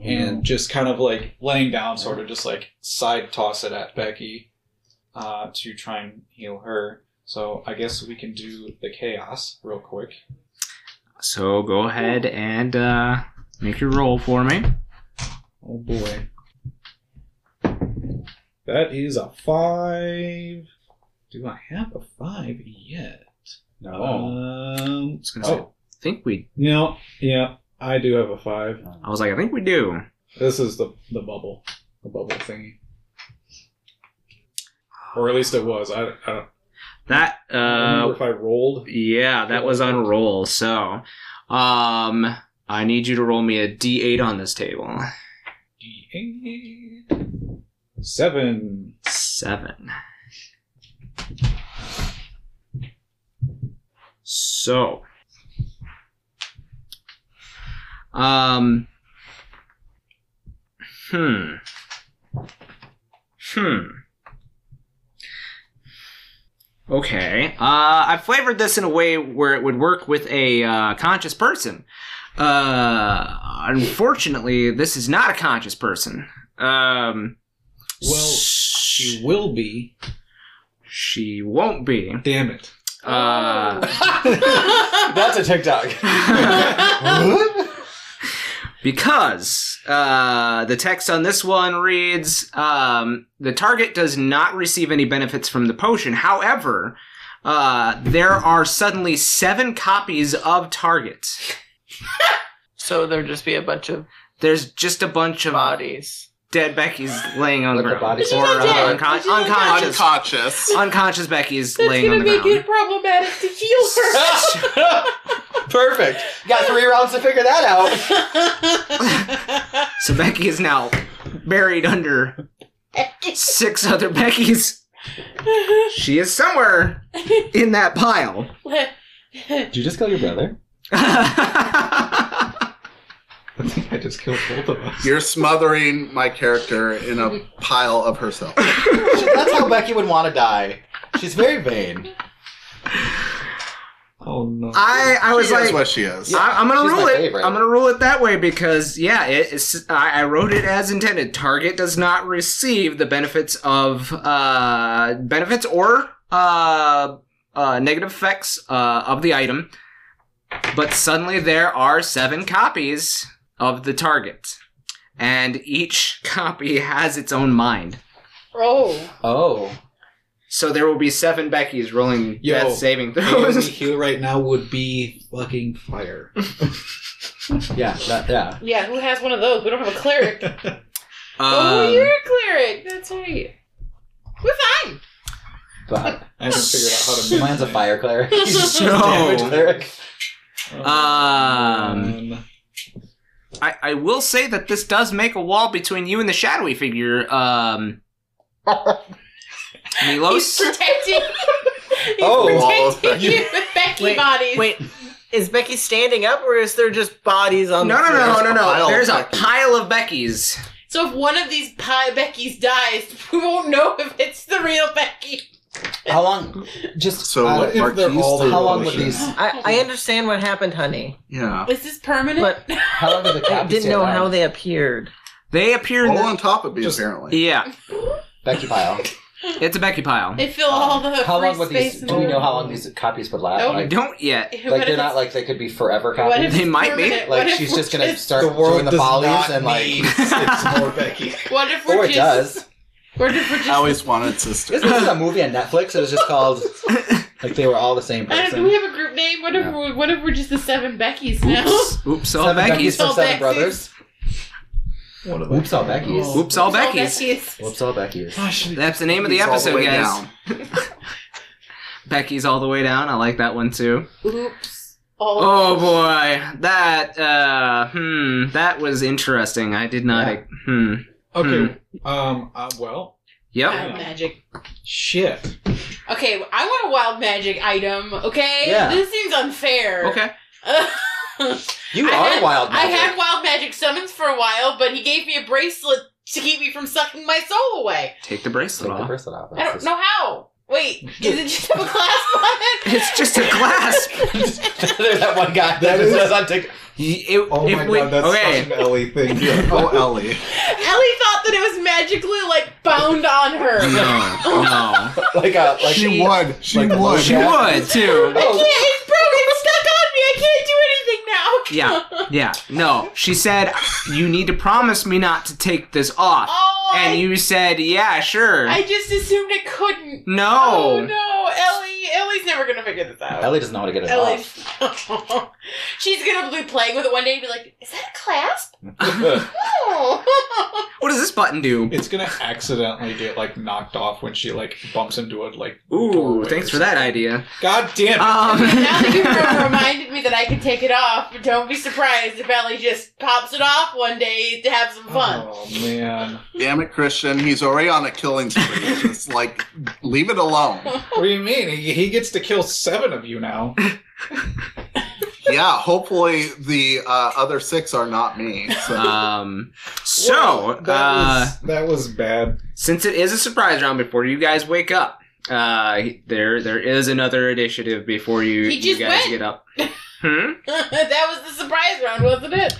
Speaker 7: and just kind of like laying down, sort of just like side toss it at Becky uh, to try and heal her. So I guess we can do the chaos real quick.
Speaker 2: So go ahead and uh, make your roll for me.
Speaker 7: Oh boy. That is a five. Do I have a five yet?
Speaker 8: No.
Speaker 7: Um,
Speaker 2: I was gonna say,
Speaker 7: oh,
Speaker 2: I think we.
Speaker 7: no. Yeah, I do have a five.
Speaker 2: I was like, I think we do.
Speaker 7: This is the, the bubble. The bubble thingy. Or at least it was. I, I don't
Speaker 2: That uh,
Speaker 7: remember if I rolled.
Speaker 2: Yeah, that was on roll. So, um, I need you to roll me a d8 on this table.
Speaker 7: D8. Seven.
Speaker 2: Seven. So, um, hmm, hmm. Okay, uh, I flavored this in a way where it would work with a uh, conscious person. Uh, unfortunately, this is not a conscious person. Um,
Speaker 7: Well, She will be.
Speaker 2: she won't be.
Speaker 7: Damn it.
Speaker 2: Uh,
Speaker 8: That's a TikTok.
Speaker 2: because uh, the text on this one reads um, The target does not receive any benefits from the potion. However, uh, there are suddenly seven copies of Target.
Speaker 6: So there'd just be a bunch of
Speaker 2: There's just a bunch of
Speaker 6: bodies.
Speaker 2: dead Becky's laying on the
Speaker 8: Like the
Speaker 2: ground.
Speaker 8: body
Speaker 2: or
Speaker 8: part.
Speaker 2: uh,
Speaker 4: She's not dead.
Speaker 2: uncon-
Speaker 4: She's not dead.
Speaker 2: unconscious.
Speaker 5: Unconscious.
Speaker 2: unconscious Becky's
Speaker 4: That's
Speaker 2: laying on
Speaker 4: gonna
Speaker 2: the
Speaker 4: make
Speaker 2: ground.
Speaker 4: it problematic to
Speaker 8: Perfect. Got three rounds to figure that out.
Speaker 4: heal her.
Speaker 2: So Becky is now buried under six other Beckys. She is somewhere in that pile.
Speaker 8: Did you just kill your brother?
Speaker 7: I think I just killed both of us.
Speaker 5: You're smothering my character in a pile of herself.
Speaker 8: That's how Becky would want to die. She's very vain.
Speaker 7: Oh no.
Speaker 2: I I was
Speaker 5: she is
Speaker 2: like,
Speaker 5: what she is.
Speaker 2: I, am gonna
Speaker 8: She's my
Speaker 2: rule it.
Speaker 8: favorite.
Speaker 2: I'm gonna rule it that way because yeah, it, it's, I, I wrote it as intended. Target does not receive the benefits of uh, benefits or uh, uh, negative effects uh, of the item, but suddenly there are seven copies of the target. and each copy has its own mind.
Speaker 4: Oh.
Speaker 8: Oh.
Speaker 2: So there will be seven Beckys rolling
Speaker 7: Yo,
Speaker 2: death saving
Speaker 7: Naomi
Speaker 2: throws.
Speaker 7: Hugh right now would be fucking fire.
Speaker 8: Yeah. That, yeah.
Speaker 4: Yeah, who has one of those? We don't have a cleric. oh, you're
Speaker 2: Um,
Speaker 4: a cleric. That's right. We're fine.
Speaker 8: But
Speaker 7: I haven't figured out how to. make
Speaker 8: mine's a
Speaker 7: that.
Speaker 8: fire cleric. Damage
Speaker 2: so,
Speaker 8: cleric.
Speaker 7: Oh,
Speaker 2: um,
Speaker 7: Um,
Speaker 2: I, I will say that this does make a wall between you and the shadowy figure. Um,
Speaker 4: He's
Speaker 2: Milos,
Speaker 4: protecting. He's
Speaker 8: Oh.
Speaker 5: Walls,
Speaker 4: protecting you with Becky
Speaker 6: Wait,
Speaker 4: bodies.
Speaker 6: Wait, is Becky standing up or is there just bodies on
Speaker 2: No,
Speaker 6: the
Speaker 2: no,
Speaker 6: floor?
Speaker 2: no, no, no, no.
Speaker 6: Pile
Speaker 2: There's a
Speaker 6: of Becky.
Speaker 2: Um, pile of Beckys.
Speaker 4: So if one of these pie Becky's dies, we won't know if it's the real Becky.
Speaker 8: How long? Just
Speaker 5: So
Speaker 7: Uh,
Speaker 5: what
Speaker 7: if they're
Speaker 5: Marquise
Speaker 7: all
Speaker 5: threw
Speaker 8: how long
Speaker 5: was
Speaker 8: would these?
Speaker 6: I, I understand what happened, honey,
Speaker 5: Yeah.
Speaker 4: Is this permanent?
Speaker 6: but
Speaker 8: How long did the
Speaker 6: I
Speaker 8: copy
Speaker 6: didn't
Speaker 8: stay
Speaker 6: know
Speaker 8: around?
Speaker 6: how they appeared.
Speaker 2: They appear in
Speaker 5: All on
Speaker 2: the,
Speaker 5: top of me,
Speaker 7: Just-
Speaker 5: apparently.
Speaker 2: yeah.
Speaker 8: Becky pile.
Speaker 2: It's a Becky pile.
Speaker 4: they fill all the
Speaker 8: Um, how
Speaker 4: free
Speaker 8: long would
Speaker 4: space
Speaker 8: these?
Speaker 4: in
Speaker 8: Do
Speaker 4: the
Speaker 8: we know
Speaker 4: world.
Speaker 8: how long these copies would last?
Speaker 4: Nope.
Speaker 2: I
Speaker 8: Like,
Speaker 2: don't yet.
Speaker 4: What
Speaker 8: like
Speaker 4: if
Speaker 8: they're
Speaker 4: it's-
Speaker 8: not like they could be forever
Speaker 4: what if
Speaker 8: copies.
Speaker 4: it's
Speaker 2: They might be.
Speaker 4: permanent?
Speaker 8: Like
Speaker 4: What if
Speaker 8: she's
Speaker 4: we're
Speaker 8: just gonna
Speaker 4: just-
Speaker 8: start
Speaker 7: the
Speaker 8: doing
Speaker 7: world
Speaker 8: the
Speaker 7: does
Speaker 8: volleys
Speaker 7: not
Speaker 8: and like.
Speaker 7: need six more Becky.
Speaker 4: What if we're
Speaker 8: Or Oh, it
Speaker 4: just?
Speaker 8: does.
Speaker 4: What if we're just?
Speaker 5: I always wanted sisters.
Speaker 8: Isn't this a movie on Netflix? It was just called like they were all the same
Speaker 4: I don't, do we
Speaker 8: person.
Speaker 4: have a group name? What if
Speaker 8: No.
Speaker 4: we're, what if we're just the seven Beckys now?
Speaker 2: Oops, oops, all
Speaker 8: Seven Beckys
Speaker 2: Beckys.
Speaker 8: from
Speaker 4: All
Speaker 8: Seven
Speaker 4: Beckys.
Speaker 8: Brothers.
Speaker 7: What are they
Speaker 8: Whoops, all
Speaker 7: called?
Speaker 8: Beckys.
Speaker 2: Oops, Hmm. all
Speaker 4: It's all
Speaker 2: Beckys.
Speaker 8: Whoops, all Beckys.
Speaker 7: Oh, Gosh,
Speaker 2: That's the name of the
Speaker 5: It's all
Speaker 2: episode,
Speaker 5: way
Speaker 2: guys.
Speaker 5: down.
Speaker 2: Becky's all the way down. I like that one too.
Speaker 4: Oops. All
Speaker 2: Oh boy, that uh, hmm, that was interesting. I did not.
Speaker 8: Yeah.
Speaker 2: Hmm.
Speaker 7: Okay. Um. uh, well.
Speaker 2: Yep.
Speaker 4: wild magic.
Speaker 7: Shit.
Speaker 4: Okay, I want a wild magic item. Okay,
Speaker 8: Yeah.
Speaker 4: this seems unfair.
Speaker 2: Okay.
Speaker 8: You
Speaker 4: I
Speaker 8: are
Speaker 4: had-
Speaker 8: wild.
Speaker 4: I
Speaker 8: Magic.
Speaker 4: had wild magic summons for a while, but he gave me a bracelet to keep me from sucking my soul away.
Speaker 2: Take the bracelet
Speaker 8: Take the
Speaker 2: off.
Speaker 8: person off.
Speaker 4: I don't know how. Wait, is it just have a glass button?
Speaker 2: It's just a glass.
Speaker 8: There's that one guy that just says on TikTok.
Speaker 2: Y- it-
Speaker 7: Oh
Speaker 2: if
Speaker 7: my
Speaker 2: we-
Speaker 7: god, that's
Speaker 2: okay.
Speaker 7: such an Ellie thing.
Speaker 5: Oh, Ellie.
Speaker 4: Ellie thought that it was magically like bound on her.
Speaker 2: No, no.
Speaker 8: Like a like
Speaker 5: she would. She
Speaker 8: like the
Speaker 5: would.
Speaker 2: She would too.
Speaker 4: I can't. It's broken. It's stuck on me. I can't do anything now.
Speaker 2: Yeah, yeah. No, she said you need to promise me not to take this off,
Speaker 4: Oh, I,
Speaker 2: and you said yeah, sure.
Speaker 4: I just assumed it couldn't.
Speaker 2: no.
Speaker 4: no, Ellie. Ellie's never gonna figure this out.
Speaker 8: Ellie doesn't know how to get it
Speaker 4: Ellie.
Speaker 8: off.
Speaker 4: She's gonna be playing with it one day and be like, "Is that a clasp?" Oh.
Speaker 2: What does this button do?
Speaker 7: It's gonna accidentally get like knocked off when she like bumps into it. Like,
Speaker 2: Ooh,
Speaker 7: doorway
Speaker 2: thanks
Speaker 7: or
Speaker 2: for that idea.
Speaker 7: god damn it!
Speaker 4: now
Speaker 2: Um,
Speaker 4: that you've reminded me that I can take it off, don't be surprised if Ellie just pops it off one day to have
Speaker 2: Uh,
Speaker 4: some fun.
Speaker 7: Oh man.
Speaker 5: Damn it, Christian. He's already on a killing spree. Just like, leave it alone.
Speaker 7: What do you mean? He, he gets to kill seven of you now.
Speaker 5: Yeah, hopefully the uh, other six are not me. So.
Speaker 2: um, so,
Speaker 7: Well, that
Speaker 2: uh,
Speaker 7: was, that was bad.
Speaker 2: since it is a surprise round before you guys wake up, uh, there there is another initiative before you,
Speaker 4: He
Speaker 2: you
Speaker 4: just
Speaker 2: guys
Speaker 4: went.
Speaker 2: get up. Hmm?
Speaker 4: that was the surprise round, wasn't it?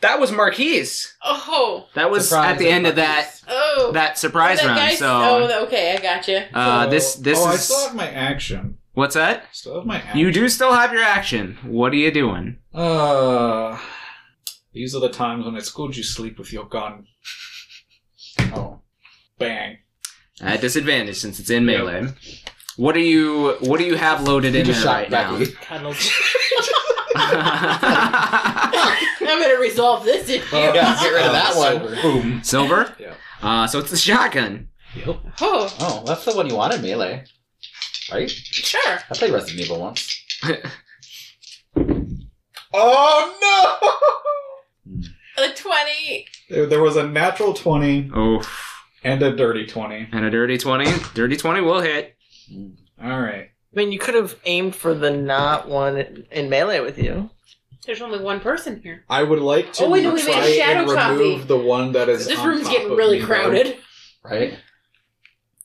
Speaker 2: That was Marquise.
Speaker 4: Oh,
Speaker 2: That was
Speaker 8: Surprise
Speaker 2: at the end of that
Speaker 4: oh.
Speaker 2: that surprise
Speaker 4: Oh, that
Speaker 2: round.
Speaker 4: guy's-
Speaker 2: so,
Speaker 4: oh, that- okay, I gotcha.
Speaker 2: uh,
Speaker 7: So-
Speaker 2: this this
Speaker 7: oh, I
Speaker 2: is
Speaker 7: still have my action.
Speaker 2: what's that?
Speaker 7: Still have my action.
Speaker 2: You do still have your action. What are you doing?
Speaker 7: Uh, these are the times when it's good you sleep with your gun. Oh, bang!
Speaker 2: At disadvantage since it's in melee. What do you What do you have loaded
Speaker 8: He
Speaker 2: in
Speaker 8: just
Speaker 2: there
Speaker 8: shot
Speaker 2: right
Speaker 8: Becky.
Speaker 2: now?
Speaker 4: I'm gonna resolve this issue.
Speaker 7: Oh,
Speaker 8: Yeah, get rid of
Speaker 7: Uh,
Speaker 8: that
Speaker 7: silver.
Speaker 8: one. Boom.
Speaker 2: Silver.
Speaker 7: Yeah.
Speaker 2: Uh, so it's the shotgun.
Speaker 7: Yep.
Speaker 4: Oh,
Speaker 8: Oh, that's the one you wanted, melee. Right?
Speaker 4: sure.
Speaker 8: I played Resident Evil once.
Speaker 7: Oh
Speaker 4: A twenty.
Speaker 7: no! There, there was a natural twenty
Speaker 2: Oh,
Speaker 7: and a dirty twenty.
Speaker 2: and a dirty twenty. Dirty twenty will hit.
Speaker 7: All right.
Speaker 6: I mean, you could have aimed for the not one in melee with you.
Speaker 4: There's only one person here.
Speaker 7: I would like to
Speaker 4: Oh, wait, no, we made a
Speaker 7: try and
Speaker 4: shadow copy.
Speaker 7: remove the one that is.
Speaker 4: This
Speaker 7: on
Speaker 4: room's
Speaker 7: top
Speaker 4: getting
Speaker 7: of
Speaker 4: really
Speaker 7: me, though.
Speaker 4: crowded.
Speaker 8: Right?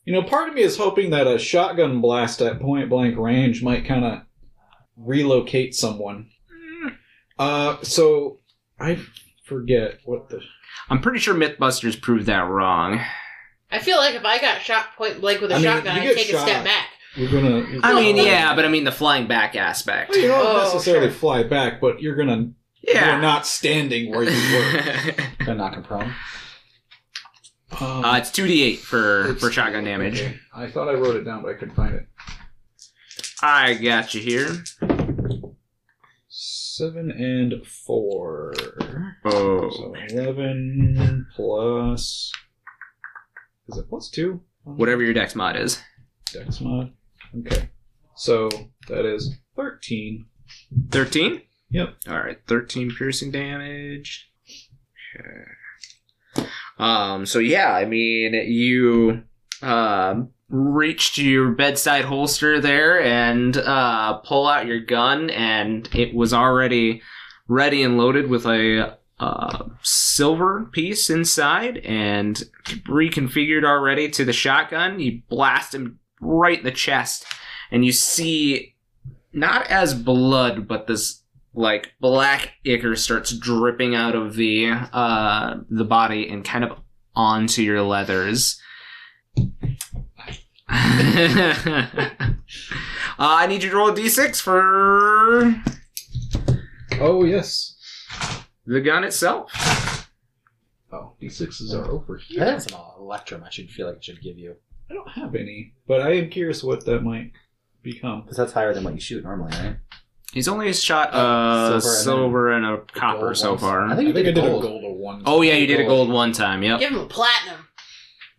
Speaker 7: You know, part of me is hoping that a shotgun blast at point blank range might kind of relocate someone. Uh, so I forget what the
Speaker 2: I'm pretty sure MythBusters proved that wrong.
Speaker 4: I feel like if I got shot point blank with a
Speaker 7: I mean,
Speaker 4: shotgun,
Speaker 7: you
Speaker 4: I'd
Speaker 7: get
Speaker 4: take a
Speaker 7: shot.
Speaker 4: step back.
Speaker 7: We're gonna.
Speaker 2: I mean, yeah, but I mean the flying back aspect.
Speaker 7: Well, you don't
Speaker 4: Oh,
Speaker 7: necessarily
Speaker 4: sure.
Speaker 7: fly back, but you're gonna. You're
Speaker 2: Yeah.
Speaker 7: not standing where you were.
Speaker 8: Gonna knock him prone.
Speaker 7: Um,
Speaker 2: Uh, it's two d eight for
Speaker 7: it's-
Speaker 2: for shotgun damage.
Speaker 7: okay. I thought I wrote it down, but I couldn't find it.
Speaker 2: I got you here.
Speaker 7: Seven and four.
Speaker 2: Oh,
Speaker 7: So eleven plus. Is it plus two?
Speaker 2: whatever your dex mod is.
Speaker 7: Dex mod. Okay. So that is thirteen.
Speaker 2: Thirteen.
Speaker 7: Yep.
Speaker 2: All right, thirteen piercing damage. Okay. Um. So yeah, I mean, you um reach to your bedside holster there and uh, pull out your gun, and it was already ready and loaded with a uh, silver piece inside, and reconfigured already to the shotgun. You blast him right in the chest, and you see not as blood, but this like black ichor starts dripping out of the uh the body and kind of onto your leathers. uh, I need you to roll a d6 for
Speaker 7: Oh yes.
Speaker 2: the gun itself.
Speaker 7: Oh, d sixes are over
Speaker 8: I
Speaker 7: here.
Speaker 8: have some uh, electrum. I should feel like I should give you
Speaker 7: I don't have any, but I am curious what that might become.
Speaker 8: because that's higher than what you shout normally, right?
Speaker 2: He's only shot uh,
Speaker 8: Silver and then-
Speaker 2: silver and a copper
Speaker 8: Gold
Speaker 2: so
Speaker 8: ones.
Speaker 2: far.
Speaker 8: I think, you
Speaker 7: I think I
Speaker 8: did
Speaker 7: did
Speaker 8: gold.
Speaker 7: a gold or one.
Speaker 2: oh yeah, you did a gold one time. Yep.
Speaker 4: Give him a platinum.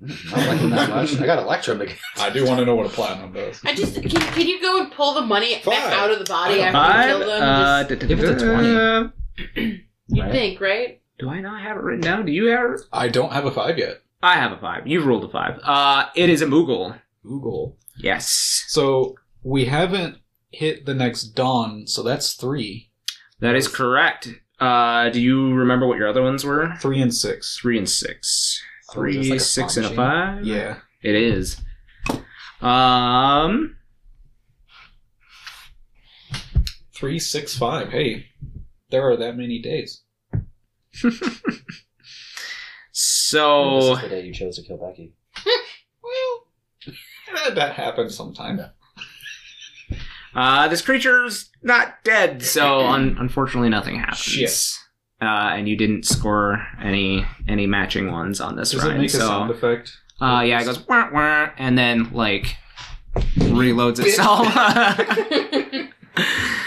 Speaker 8: I don't like him that much. I got electrum again.
Speaker 7: I do want to know what a platinum does.
Speaker 4: I just can, can you go and pull the money
Speaker 3: Five.
Speaker 4: back out of the body after you
Speaker 2: Five.
Speaker 4: kill them?
Speaker 2: Uh,
Speaker 4: Just-
Speaker 2: da- da-
Speaker 8: If it's a
Speaker 2: da-
Speaker 8: 20.
Speaker 4: you
Speaker 8: Right.
Speaker 4: think, right?
Speaker 2: Do I not have it written down? Do you have it?
Speaker 7: I don't have a five yet.
Speaker 2: I have a five. You've rolled a five. Uh, it is a Moogle.
Speaker 7: Google.
Speaker 2: Yes,
Speaker 7: So we haven't hit the next dawn, so that's three,
Speaker 2: that is correct. Uh, do you remember what your other ones were?
Speaker 7: three and six.
Speaker 2: Three and six.
Speaker 8: Oh, is this
Speaker 2: Three,
Speaker 8: like a
Speaker 2: six,
Speaker 8: slot
Speaker 2: and a
Speaker 8: machine?
Speaker 2: five.
Speaker 7: Yeah.
Speaker 2: it is. Um,
Speaker 7: Three, six, five. Hey, there are that many days.
Speaker 2: so Oh.
Speaker 8: This is the day you chose to kill Becky.
Speaker 7: Well, that- that happens sometime.
Speaker 2: uh, this creature's not dead. So un- unfortunately, nothing happens.
Speaker 7: Shit.
Speaker 2: Uh, and you didn't score any any matching ones on this
Speaker 7: Does it
Speaker 2: round.
Speaker 7: make a
Speaker 2: so
Speaker 7: sound effect?
Speaker 2: Uh, yeah, it goes wah, wah, and then like reloads itself.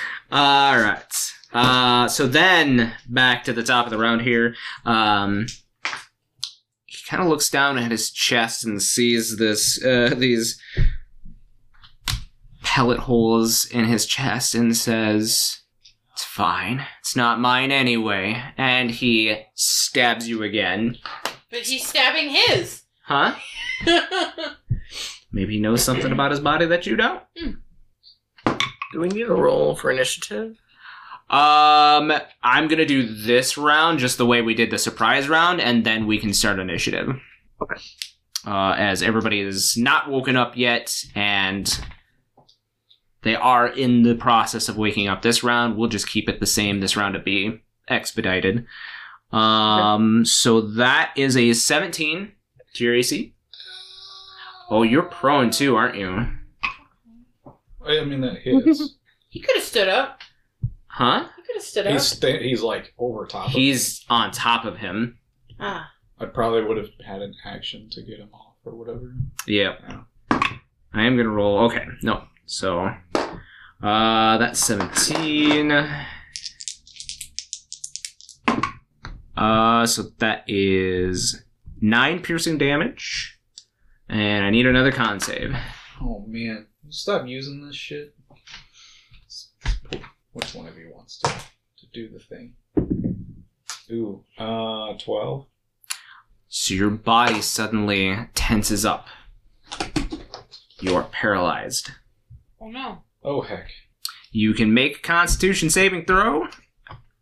Speaker 2: All right. Uh, so then back to the top of the round here. Um, he kind of looks down at his chest and sees this uh, these pellet holes in his chest and says, "It's fine. It's not mine anyway." And he stabs you again.
Speaker 4: But he's stabbing his.
Speaker 2: Huh? Maybe he knows something about his body that you don't.
Speaker 6: Do we need a roll for initiative?
Speaker 2: Um, I'm gonna do this round just the way we did the surprise round, and then we can start initiative.
Speaker 6: Okay.
Speaker 2: Uh, as everybody is not woken up yet, and they are in the process of waking up this round, we'll just keep it the same this round to be expedited. Um, so that is a 17 to your AC. Oh, you're prone too, aren't you?
Speaker 7: I I mean, that hits.
Speaker 4: he could have stood up.
Speaker 2: Huh?
Speaker 4: He could have stood
Speaker 7: he's,
Speaker 4: up.
Speaker 7: sta- he's like over top of
Speaker 2: He's on top of him.
Speaker 4: Ah,
Speaker 7: I probably would have had an action to get him off or whatever.
Speaker 2: Yeah. I am gonna roll. Okay, no. So, uh, that's seventeen. Uh, so that is nine piercing damage, and I need another con save.
Speaker 7: Oh man, you stop using this shit. Which one of you wants to, to do the thing? Ooh, uh, twelve.
Speaker 2: So your body suddenly tenses up. You are paralyzed.
Speaker 4: oh no.
Speaker 7: Oh heck.
Speaker 2: You can make a Constitution saving throw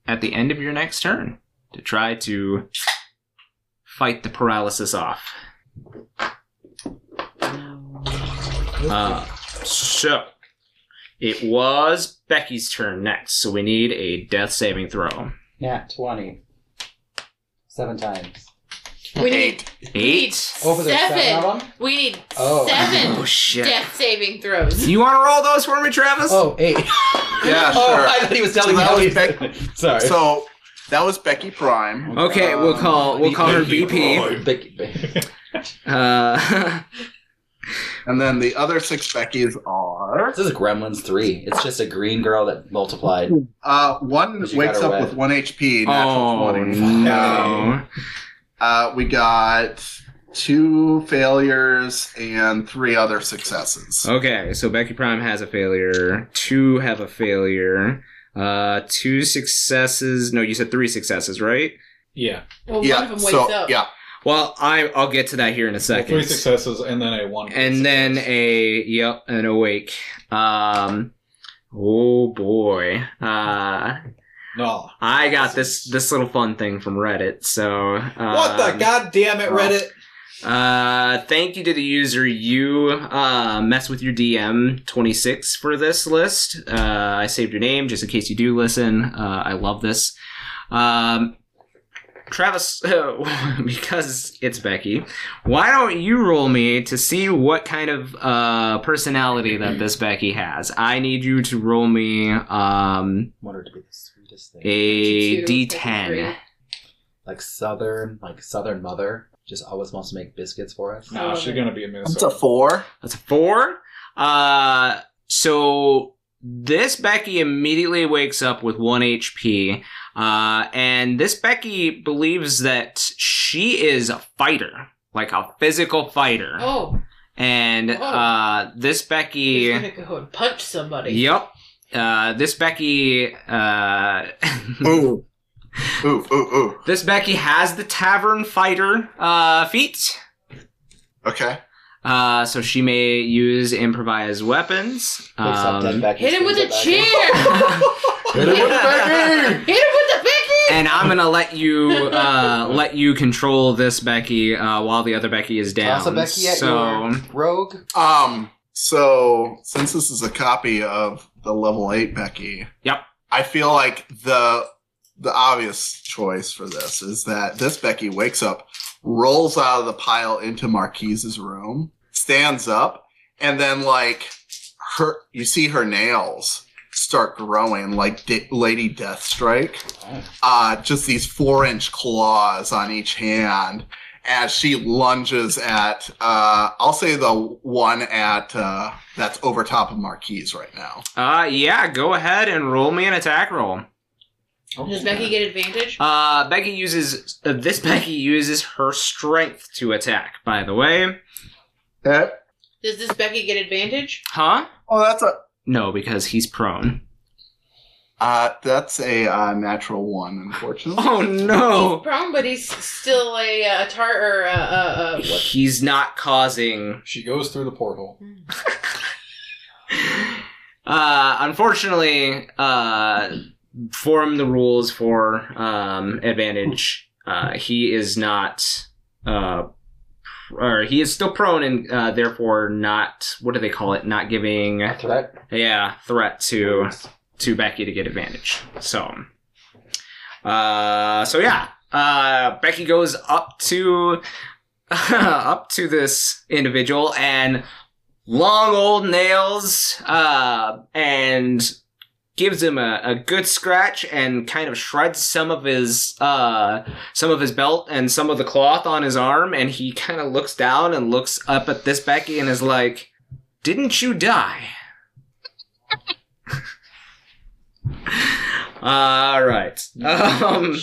Speaker 2: at the end of your next turn to try to fight the paralysis off. Uh, so it was Becky's turn next, so we need a death saving throw.
Speaker 8: Yeah, twenty. Seven times.
Speaker 4: We need
Speaker 2: Eight.
Speaker 8: Oh, but there's
Speaker 4: Seven.
Speaker 8: seven of them?
Speaker 4: we need
Speaker 2: Oh
Speaker 8: Oh.
Speaker 4: seven
Speaker 2: shit!
Speaker 4: death saving throws.
Speaker 2: You want to roll those for me, Travis?
Speaker 8: Oh, eight.
Speaker 5: Yeah,
Speaker 8: Oh,
Speaker 5: sure.
Speaker 8: I thought he was telling
Speaker 5: So
Speaker 8: me
Speaker 5: that
Speaker 8: how
Speaker 5: was
Speaker 8: he
Speaker 5: Beck-
Speaker 8: Sorry.
Speaker 5: So That was Becky Prime.
Speaker 2: Okay,
Speaker 5: Um,
Speaker 2: we'll call we'll call her
Speaker 7: Becky
Speaker 2: BP.
Speaker 8: Big- big-
Speaker 2: Uh,
Speaker 5: And then the other six Beckys are
Speaker 8: This is Gremlins 3. It's just a green girl that multiplied.
Speaker 4: Hmm.
Speaker 5: uh, one
Speaker 8: But you
Speaker 5: wakes
Speaker 8: got
Speaker 5: up
Speaker 8: her wet.
Speaker 5: with one HP. Natural
Speaker 2: oh
Speaker 5: 20.
Speaker 2: no!
Speaker 5: Uh, we got two failures and three other successes.
Speaker 2: Okay, so Becky Prime has a failure. Two have a failure. Uh, two successes. No, you said three successes, right?
Speaker 7: Yeah.
Speaker 4: Well,
Speaker 5: yeah.
Speaker 4: one of them wakes
Speaker 5: so
Speaker 4: up.
Speaker 5: yeah,
Speaker 2: Well, I I'll get to that here in a second.
Speaker 7: Three successes and then a one.
Speaker 2: and then a yep an awake um oh boy uh
Speaker 7: no.
Speaker 2: i got this this little fun thing from reddit so um,
Speaker 8: what the goddamn
Speaker 7: oh,
Speaker 8: it, Reddit?
Speaker 2: uh thank you to the user you uh mess with your dm 26 for this list uh i saved your name just in case you do listen uh i love this um Travis, because it's Becky, why don't you roll me to see what kind of uh, personality that this Becky has? I need you to roll me um,
Speaker 8: Wanted to be the sweetest thing.
Speaker 2: a
Speaker 4: 52,
Speaker 2: D10.
Speaker 8: Like Southern, like Southern mother, just always wants to make biscuits for us.
Speaker 7: No, she's gonna be in
Speaker 5: that's a
Speaker 7: Minnesota.
Speaker 5: four.
Speaker 2: That's a four. Uh, so this Becky immediately wakes up with one HP, uh, and this Becky believes that she is a fighter, like a physical fighter,
Speaker 4: Oh,
Speaker 2: and
Speaker 4: Oh.
Speaker 2: uh, this Becky.
Speaker 4: he's gonna go and punch somebody.
Speaker 2: Yep. Uh, this Becky, uh,
Speaker 5: Ooh, ooh, ooh, ooh.
Speaker 2: this Becky has the tavern fighter uh, feat,
Speaker 5: Okay.
Speaker 2: uh, so she may use improvised weapons.
Speaker 8: Wakes up dead
Speaker 2: Um,
Speaker 8: back and
Speaker 4: Hit him with a
Speaker 8: screams at back.
Speaker 4: chair.
Speaker 5: Hit it with the Becky!
Speaker 4: Hit him with the big
Speaker 2: and I'm gonna let you uh, let you control this Becky uh, while the other Becky is down.
Speaker 8: Toss a Becky at
Speaker 2: so
Speaker 8: your rogue.
Speaker 5: Um. So since this is a copy of the level eight Becky,
Speaker 2: Yep.
Speaker 5: I feel like the the obvious choice for this is that this Becky wakes up, rolls out of the pile into Marquise's room, stands up, and then like her, you see her nails start growing like D- Lady Deathstrike. Uh, just these four inch claws on each hand as she lunges at uh I'll say the one at uh that's over top of Marquise right now.
Speaker 2: uh, yeah, go ahead and roll me an attack roll.
Speaker 7: Oh,
Speaker 4: Does Becky get advantage?
Speaker 2: Uh, Becky uses uh, this Becky uses her strength to attack. By the way,
Speaker 4: Does this Becky get advantage?
Speaker 2: huh?
Speaker 5: Oh that's a
Speaker 2: No, because he's prone.
Speaker 5: uh that's a uh, natural one, unfortunately.
Speaker 2: Oh
Speaker 4: He's
Speaker 2: no!
Speaker 4: prone, but he's still a uh, a tar or a, a, a
Speaker 2: He's not causing.
Speaker 7: She goes through the porthole.
Speaker 2: Uh, unfortunately, uh, form the rules for um, advantage. Uh, he is not, uh, pr- or he is still prone and uh, therefore not. What do they call it? Not giving.
Speaker 8: A threat.
Speaker 2: Yeah, threat to to Becky to get advantage. So, uh, so yeah, uh, Becky goes up to up to this individual and long old nails, uh, and gives him a, a good scratch and kind of shreds some of his uh, some of his belt and some of the cloth on his arm, and he kind of looks down and looks up at this Becky and is like, "Didn't you die?" All right. Um,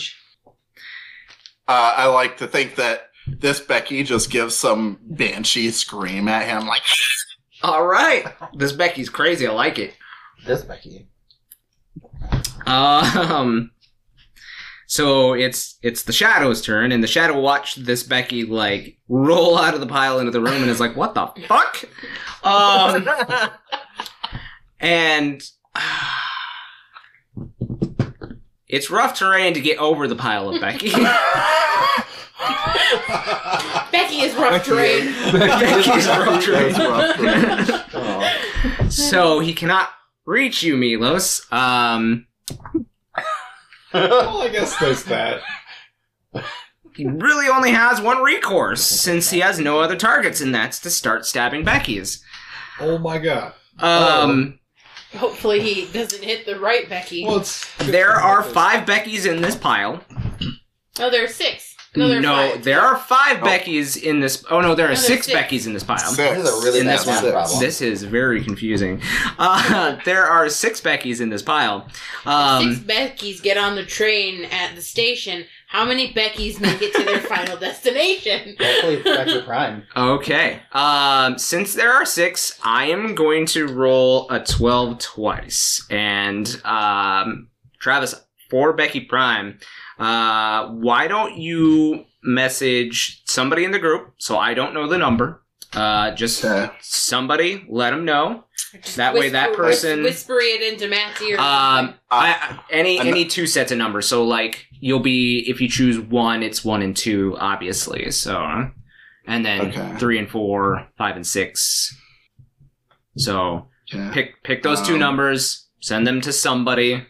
Speaker 5: Uh I like to think that this Becky just gives some banshee scream at him like
Speaker 2: all right. This Becky's crazy. I like it.
Speaker 8: This Becky.
Speaker 2: Um. So it's it's the shadow's turn, and the shadow watched this Becky like roll out of the pile into the room, and is like, "What the fuck?" Um, and it's rough terrain to get over the pile of Becky.
Speaker 4: Becky is rough terrain.
Speaker 2: Becky's rough terrain.
Speaker 5: That's rough for me.
Speaker 2: So he cannot reach you, Milos. Um,
Speaker 7: Well, I guess there's that.
Speaker 2: he really only has one recourse since he has no other targets, and that's to start stabbing Becky's.
Speaker 7: Oh my god.
Speaker 2: Um,
Speaker 4: Hopefully he doesn't hit the right Becky.
Speaker 7: Well, it's
Speaker 5: Oh.
Speaker 2: There are five Beckys in this pile.
Speaker 4: oh, there are six. No, there are five.
Speaker 2: there are five Beckys in this. Oh no, there are
Speaker 4: No, there's
Speaker 2: six,
Speaker 4: six.
Speaker 2: Beckys in this pile.
Speaker 5: Oh. Six.
Speaker 8: This is a really
Speaker 2: In this
Speaker 8: bad math
Speaker 5: one.
Speaker 8: problem.
Speaker 2: This is very confusing. Uh, there are six Beckys in this pile. Um,
Speaker 4: six Beckys get on the train at the station. How many Beckys make it to their final destination?
Speaker 8: Hopefully, Becky Prime.
Speaker 2: Okay. Um, since there are six, I am going to roll a 12 twice. And um, Travis, for Becky Prime, uh, why don't you message somebody in the group so I don't know the number? Uh, just
Speaker 5: Okay.
Speaker 2: somebody, let them know. That way, that
Speaker 4: Whisper- whis-
Speaker 2: person.
Speaker 4: whisper it into Matthew. Or
Speaker 2: Um, I, I- any
Speaker 5: Uh, I'm-
Speaker 2: any two sets of numbers. So like you'll be if you choose one, it's one and two, obviously. So, and then
Speaker 5: Okay.
Speaker 2: three and four, five and six. So
Speaker 5: Okay.
Speaker 2: pick pick those two
Speaker 5: Um,
Speaker 2: numbers, send them to somebody.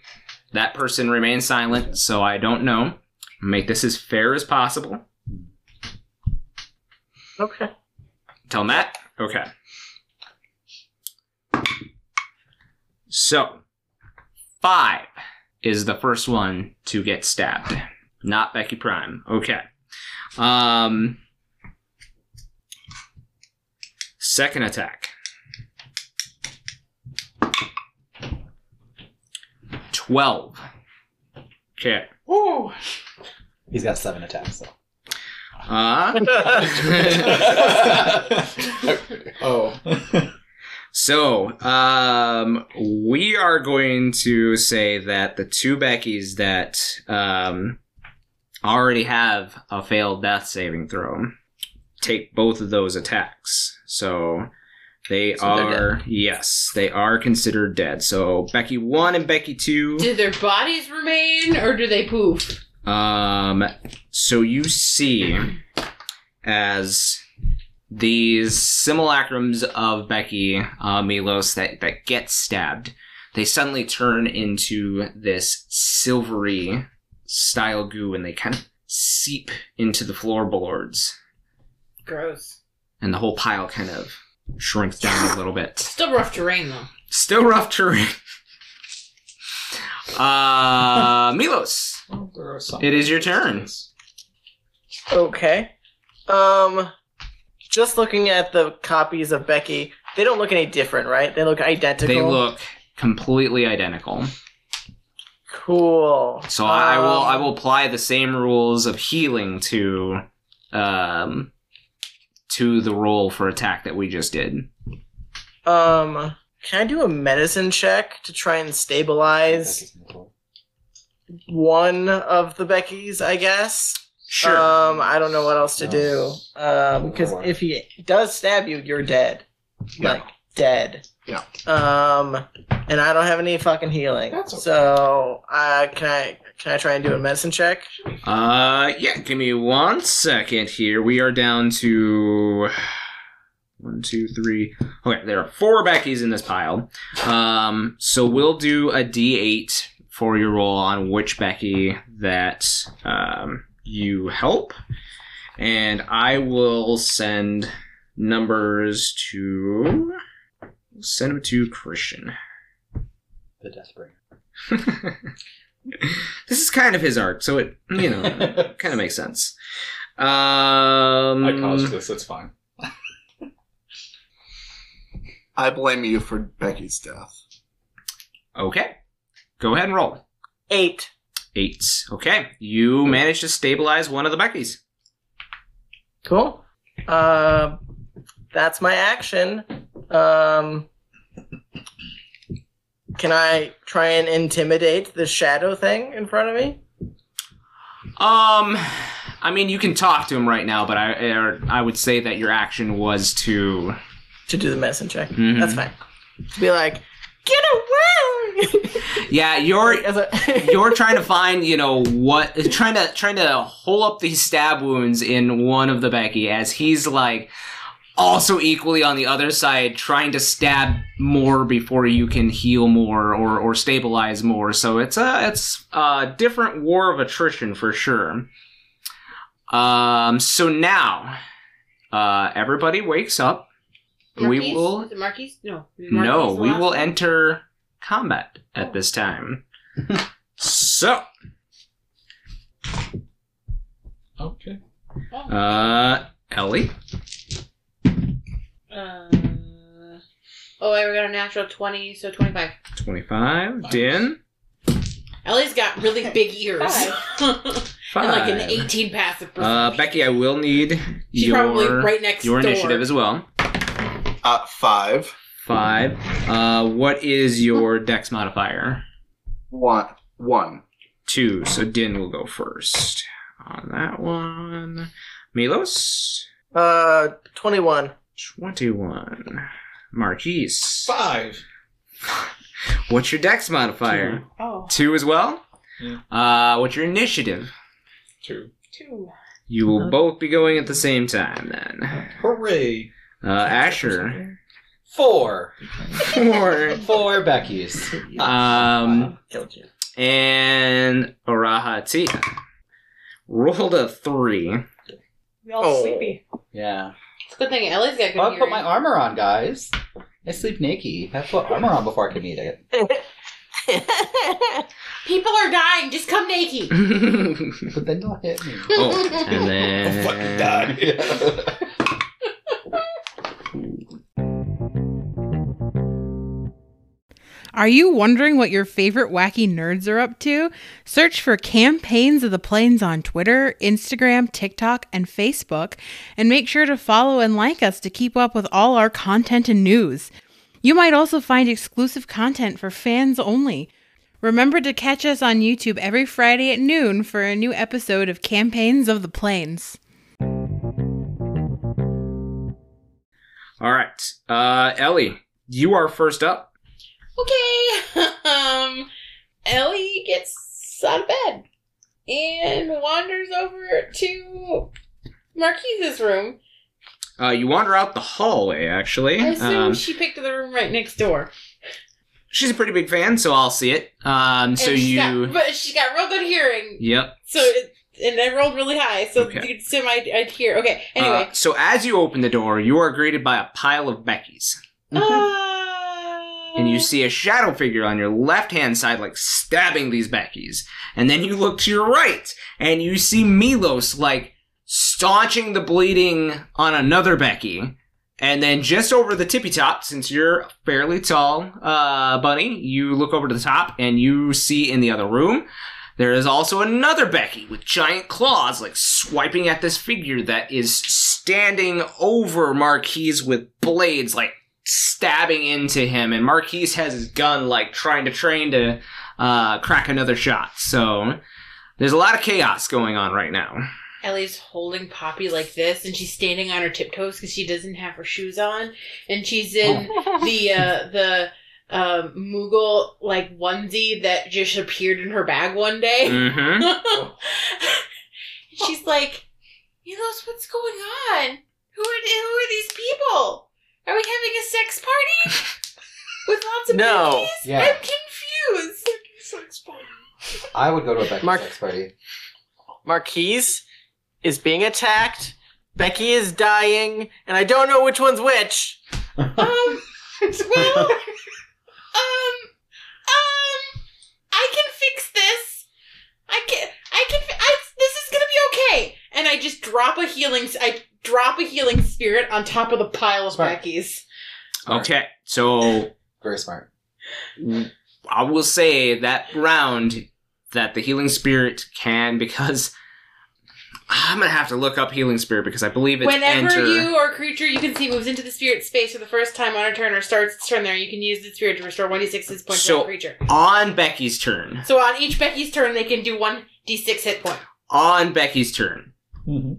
Speaker 2: That person remains silent, so I don't know. Make this as fair as possible.
Speaker 6: Okay.
Speaker 2: Tell Matt. Okay. So, five is the first one to get stabbed. Not Becky Prime. Okay. Um, second attack. 12. Okay.
Speaker 8: He's got seven attacks, though.
Speaker 2: Uh,
Speaker 7: oh,
Speaker 2: So, um, we are going to say that the two Beckys that um, already have a failed death saving throw take both of those attacks. So they
Speaker 6: So they're
Speaker 2: are yes, they are considered dead. So Becky one and Becky two.
Speaker 4: do their bodies remain or do they poof?
Speaker 2: Um, so you see as these simulacrums of Becky uh, Milos that, that get stabbed, they suddenly turn into this silvery style goo and they kind of seep into the floorboards
Speaker 4: Gross.
Speaker 2: and the whole pile kind of shrinks down a little bit.
Speaker 4: Still rough terrain though.
Speaker 2: Still rough terrain. Uh, Milos.
Speaker 7: well, there are some.
Speaker 2: It is your turn.
Speaker 6: Okay. Um, just looking at the copies of Becky, they don't look any different, right? They look identical.
Speaker 2: They look completely identical.
Speaker 6: cool.
Speaker 2: So I, I will
Speaker 6: Um,
Speaker 2: I will apply the same rules of healing to um to the roll for attack that we just did.
Speaker 6: Um, can I do a medicine check to try and stabilize one of the Beckys? I guess.
Speaker 2: Sure.
Speaker 6: Um, I don't know what else to do. Um,
Speaker 8: Go
Speaker 6: because
Speaker 8: for it.
Speaker 6: if he does stab you, you're dead.
Speaker 5: Yeah.
Speaker 6: Like dead.
Speaker 5: Yeah.
Speaker 6: Um, and I don't have any fucking healing.
Speaker 7: That's okay.
Speaker 6: So, uh, can I can I try and do a medicine check?
Speaker 2: uh yeah, give me one second here. We are down to one, two, three. Okay, there are four Beckys in this pile. Um so we'll do a D eight for your roll on which Becky that um you help. And I will send numbers to send them to Christian.
Speaker 8: The Deathbringer.
Speaker 2: this is kind of his arc, so it you know kind of makes sense. Um,
Speaker 7: I caused this. It's fine.
Speaker 5: I blame you for Becky's death.
Speaker 2: okay, go ahead and roll
Speaker 6: Eight.
Speaker 2: eight. Okay, you managed to stabilize one of the Beckys.
Speaker 6: Cool. Uh, that's my action. Um, can I try and intimidate the shadow thing in front of me?
Speaker 2: Um, I mean, you can talk to him right now, but I er, I would say that your action was to
Speaker 6: to do the medicine check.
Speaker 2: Mhm.
Speaker 6: That's fine. To be like, get away!
Speaker 2: yeah your
Speaker 6: As a-
Speaker 2: you're trying to find you know what trying to trying to hole up these stab wounds in one of the becky as he's like also equally on the other side trying to stab more before you can heal more or or stabilize more so it's a it's a different war of attrition for sure um so now uh everybody wakes up we
Speaker 4: Marquise?
Speaker 2: will
Speaker 4: Is it Marquise? No. Marquise
Speaker 2: no we
Speaker 4: the last
Speaker 2: will
Speaker 4: one?
Speaker 2: enter combat at this time. so,
Speaker 7: Okay.
Speaker 2: uh, Ellie,
Speaker 4: Uh, oh, I got a natural 20, so 25.
Speaker 2: 25. Din,
Speaker 4: Ellie's got really big ears. and
Speaker 2: 5.
Speaker 4: like an 18 passive
Speaker 2: Uh, Becky, I will need
Speaker 4: She's
Speaker 2: your,
Speaker 4: probably right next
Speaker 2: your
Speaker 4: door.
Speaker 2: initiative as well.
Speaker 5: Uh, five.
Speaker 2: Five. Uh, what is your dex modifier?
Speaker 5: One. One.
Speaker 2: Two. So Din will go first on that one. Milos,
Speaker 6: Uh, 21.
Speaker 2: 21. Marquise,
Speaker 7: Five.
Speaker 2: what's your dex modifier?
Speaker 4: Oh,
Speaker 2: Two, as well?
Speaker 7: Yeah.
Speaker 2: Uh, what's your initiative?
Speaker 7: Two.
Speaker 4: two.
Speaker 2: You
Speaker 4: Uh,
Speaker 2: will both be going at the same time then.
Speaker 8: Hooray!
Speaker 2: Uh, Asher.
Speaker 8: Four.
Speaker 2: Four.
Speaker 8: Four Becky's.
Speaker 2: Um, and Arahatia rolled a three.
Speaker 9: We all
Speaker 6: Oh.
Speaker 9: sleepy.
Speaker 8: Yeah.
Speaker 4: It's a good thing Ellie's got good
Speaker 8: Well, I put
Speaker 4: hearing.
Speaker 8: my armor on, guys. I sleep naked. I put armor on before I can eat it.
Speaker 4: People are dying. Just come naked.
Speaker 2: oh,
Speaker 8: But then they'll hit me.
Speaker 2: and then
Speaker 10: Are you wondering what your favorite wacky nerds are up to? Search for Campaigns of the Plains on Twitter, Instagram, TikTok, and Facebook, and make sure to follow and like us to keep up with all our content and news. You might also find exclusive content for fans only. Remember to catch us on YouTube every Friday at noon for a new episode of Campaigns of the Plains.
Speaker 2: All right, uh, Ellie, you are first up.
Speaker 4: okay. um, Ellie gets out of bed and wanders over to Marquise's room.
Speaker 2: Uh, you wander out the hallway. Actually,
Speaker 4: I assume
Speaker 2: um,
Speaker 4: she picked the room right next door.
Speaker 2: she's a pretty big fan, so I'll see it. Um, so
Speaker 4: And she's
Speaker 2: you,
Speaker 4: got, but she got real good hearing.
Speaker 2: yep.
Speaker 4: So it, and I rolled really high, so
Speaker 2: Okay.
Speaker 4: you could assume I'd, I'd hear. Okay, anyway.
Speaker 2: Uh, so as you open the door, you are greeted by a pile of Becky's.
Speaker 4: Uh,
Speaker 2: and you see a shadow figure on your left hand side, like stabbing these Beckies. And then you look to your right, and you see Milos, like, staunching the bleeding on another Becky. And then just over the tippy top, since you're fairly tall, uh, bunny, you look over to the top and you see in the other room, there is also another Becky with giant claws, like swiping at this figure that is standing over Marquise with blades, like stabbing into him, and Marquise has his gun like trying to train to uh, crack another shot. So there's a lot of chaos going on right now.
Speaker 4: Ellie's holding Poppy like this, and she's standing on her tiptoes because she doesn't have her shoes on, and she's in
Speaker 2: Oh.
Speaker 4: the uh, the um, Moogle like onesie that just appeared in her bag one day.
Speaker 2: hmm
Speaker 4: she's like, Milos, what's going on? Who are who are these people? Are we having a sex party with lots of
Speaker 6: No.
Speaker 4: monkeys?
Speaker 8: Yeah.
Speaker 4: I'm confused. Sex party.
Speaker 8: I would go to a Becky's
Speaker 6: Mark-
Speaker 8: sex party.
Speaker 6: Marquise is being attacked. Becky is dying, and I don't know which one's which.
Speaker 4: Um, well, um, um, I can fix this. I can, I can, fi- I, this is gonna be okay. And I just drop a healing, s- I drop a healing spirit on top of the pile of
Speaker 8: Smart.
Speaker 4: Becky's.
Speaker 2: Okay, so
Speaker 8: Very smart.
Speaker 2: I will say that round that the healing spirit can because I'm gonna have to look up healing spirit because I believe it's
Speaker 4: Whenever
Speaker 2: enter.
Speaker 4: you or creature you can see moves into the spirit space for the first time on a turn or starts its turn there, you can use the spirit to restore 1d6 hit points
Speaker 2: So-
Speaker 4: to the creature.
Speaker 2: on Becky's turn.
Speaker 4: So on each Becky's turn, they can do 1d6 hit point.
Speaker 2: On Becky's turn,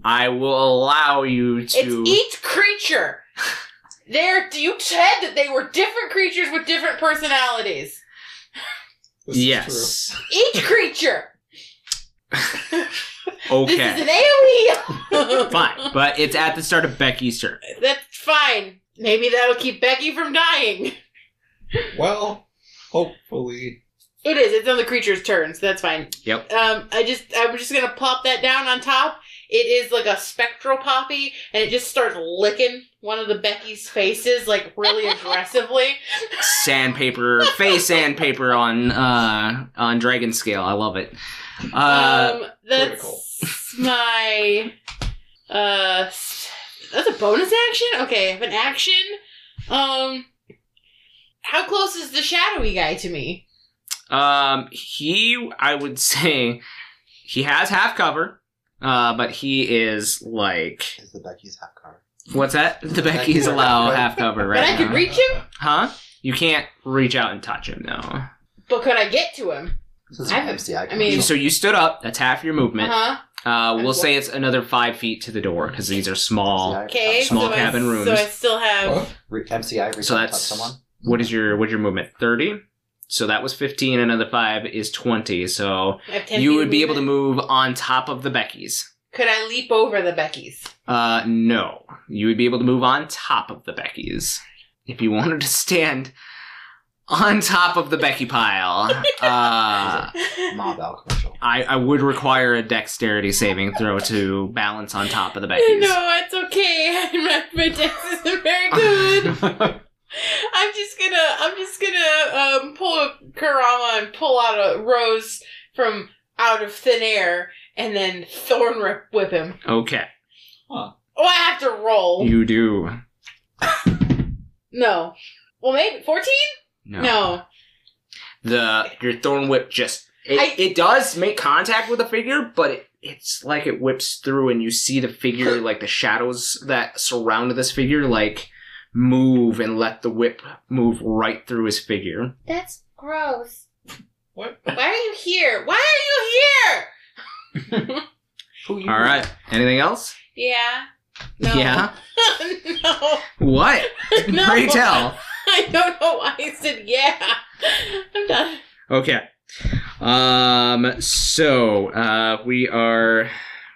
Speaker 2: I will allow you to.
Speaker 4: It's each creature. There, you said that they were different creatures with different personalities.
Speaker 7: This is
Speaker 2: yes.
Speaker 4: Each creature.
Speaker 2: Okay.
Speaker 4: This is an AOE.
Speaker 2: Fine, but it's at the start of Becky's turn.
Speaker 4: That's fine. Maybe that'll keep Becky from dying.
Speaker 7: true. Well, hopefully.
Speaker 4: It is. It's on the creature's turn, so that's fine.
Speaker 2: Yep.
Speaker 4: Um, I just, I'm just gonna plop that down on top. It is like a spectral poppy, and it just starts licking one of the Becky's faces like really aggressively.
Speaker 2: Sandpaper, face sandpaper on uh on dragon scale. I love it. Uh,
Speaker 4: um, that's
Speaker 7: critical.
Speaker 4: my. Uh, s- that's a bonus action. Okay, I have an action. Um, how close is the shadowy guy to me?
Speaker 2: um, he, I would say, he has half cover, uh, but he is like,
Speaker 8: Is the Becky's half car?
Speaker 2: what's that? The Becky's allow half cover right
Speaker 4: but I
Speaker 2: now.
Speaker 4: could reach him.
Speaker 2: Huh? You can't reach out and touch him though.
Speaker 4: But could I get to him?
Speaker 8: This is
Speaker 4: I
Speaker 8: an
Speaker 4: have-
Speaker 8: MC. I, can-
Speaker 4: I mean-
Speaker 2: So you stood up. That's half your
Speaker 4: Uh
Speaker 2: movement.
Speaker 4: huh.
Speaker 2: Uh, we'll say it's another five feet to the door because these are small.
Speaker 8: MCI
Speaker 4: Okay.
Speaker 2: Small
Speaker 4: so
Speaker 2: cabin
Speaker 4: I,
Speaker 2: rooms.
Speaker 4: So I still have.
Speaker 7: What?
Speaker 8: Re- MCI.
Speaker 2: So
Speaker 8: So
Speaker 2: that's-
Speaker 8: that's someone.
Speaker 2: What is your what's your movement? Thirty. So that was fifteen. Another five is twenty. So
Speaker 4: I have 10
Speaker 2: you
Speaker 4: feet
Speaker 2: would
Speaker 4: of
Speaker 2: be able to
Speaker 4: movement.
Speaker 2: move on top of the Beckys.
Speaker 4: Could I leap over the Becky's?
Speaker 2: Uh, no, you would be able to move on top of the Beckys if you wanted to stand on top of the Becky pile. Uh,
Speaker 8: Mob Al commercial.
Speaker 2: I, I would require a dexterity saving throw to balance on top of the Beckys.
Speaker 4: No, it's okay. My my dex isn't very
Speaker 7: uh,
Speaker 4: good. I'm just gonna, I'm just gonna um, pull a Kurama and pull out a rose from out of thin air, and then thorn rip whip him.
Speaker 2: okay,
Speaker 4: Oh, I have to roll.
Speaker 2: you do.
Speaker 4: no. Well, maybe fourteen.
Speaker 2: No.
Speaker 4: No.
Speaker 2: the your thorn whip just it,
Speaker 4: I-
Speaker 2: it does make contact with the figure, but it, it's like it whips through and you see the figure like the shadows that surround this figure like move and let the whip move right through his figure.
Speaker 4: That's gross.
Speaker 7: What?
Speaker 4: Why are you here? Why are you here? Oh,
Speaker 7: Who you?
Speaker 2: All right. Anything else?
Speaker 4: Yeah. No.
Speaker 2: Yeah.
Speaker 4: no.
Speaker 2: What?
Speaker 4: No.
Speaker 2: Pray tell.
Speaker 4: I don't know why I said yeah. I'm done.
Speaker 2: Okay. Um. So uh, we are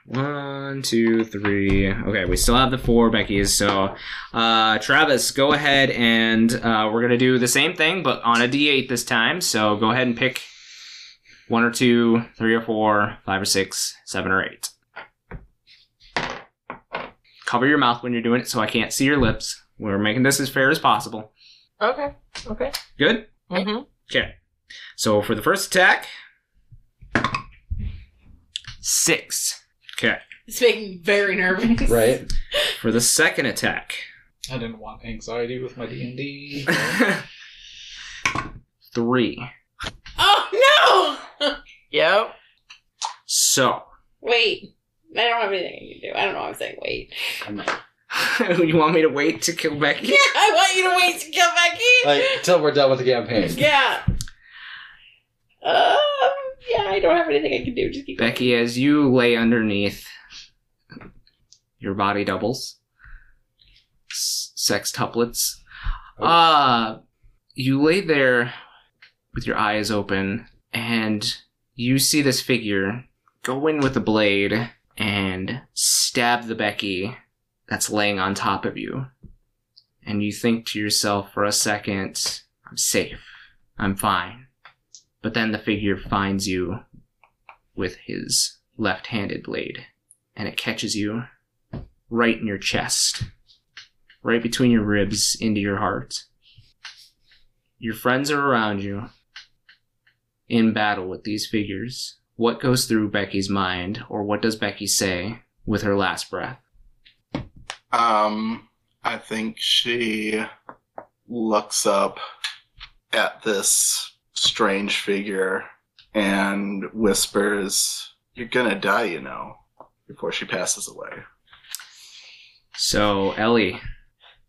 Speaker 2: one, two, three. Okay, we still have the four Becky's. So, uh, Travis, go ahead and uh, we're gonna do the same thing, but on a D8 this time. So go ahead and pick one or two, three or four, five or six, seven or eight. Cover your mouth when you're doing it, so I can't see your lips. We're making this as fair as possible.
Speaker 6: Okay. Okay.
Speaker 2: Good.
Speaker 6: Mm-hmm.
Speaker 2: Okay. So for the first attack, six. Okay.
Speaker 4: It's making me very nervous.
Speaker 8: Right.
Speaker 2: For the second attack,
Speaker 7: I didn't want anxiety with my D and D.
Speaker 2: three.
Speaker 4: Oh no!
Speaker 6: Yep.
Speaker 2: So
Speaker 4: Wait. I don't have anything I can do. I don't know why I'm saying wait.
Speaker 8: I'm not-
Speaker 2: you want me to wait to kill Becky?
Speaker 4: Yeah, I want you to wait to kill
Speaker 8: Like
Speaker 4: Becky.
Speaker 8: until we're done with the campaign.
Speaker 4: yeah. Um. Yeah, I don't have anything I can do. Just keep
Speaker 2: Becky, as you lay underneath, your body doubles. S- sextuplets. Uh, you lay there with your eyes open, and you see this figure go in with a blade and stab the Becky that's laying on top of you. And you think to yourself for a second, I'm safe. I'm fine. But then the figure finds you with his left handed blade, and it catches you right in your chest, right between your ribs into your heart. Your friends are around you in battle with these figures. What goes through Becky's mind, or what does Becky say with her last breath?
Speaker 5: Um, I think she looks up at this strange figure and whispers, You're gonna die, you know, before she passes away.
Speaker 2: So, Ellie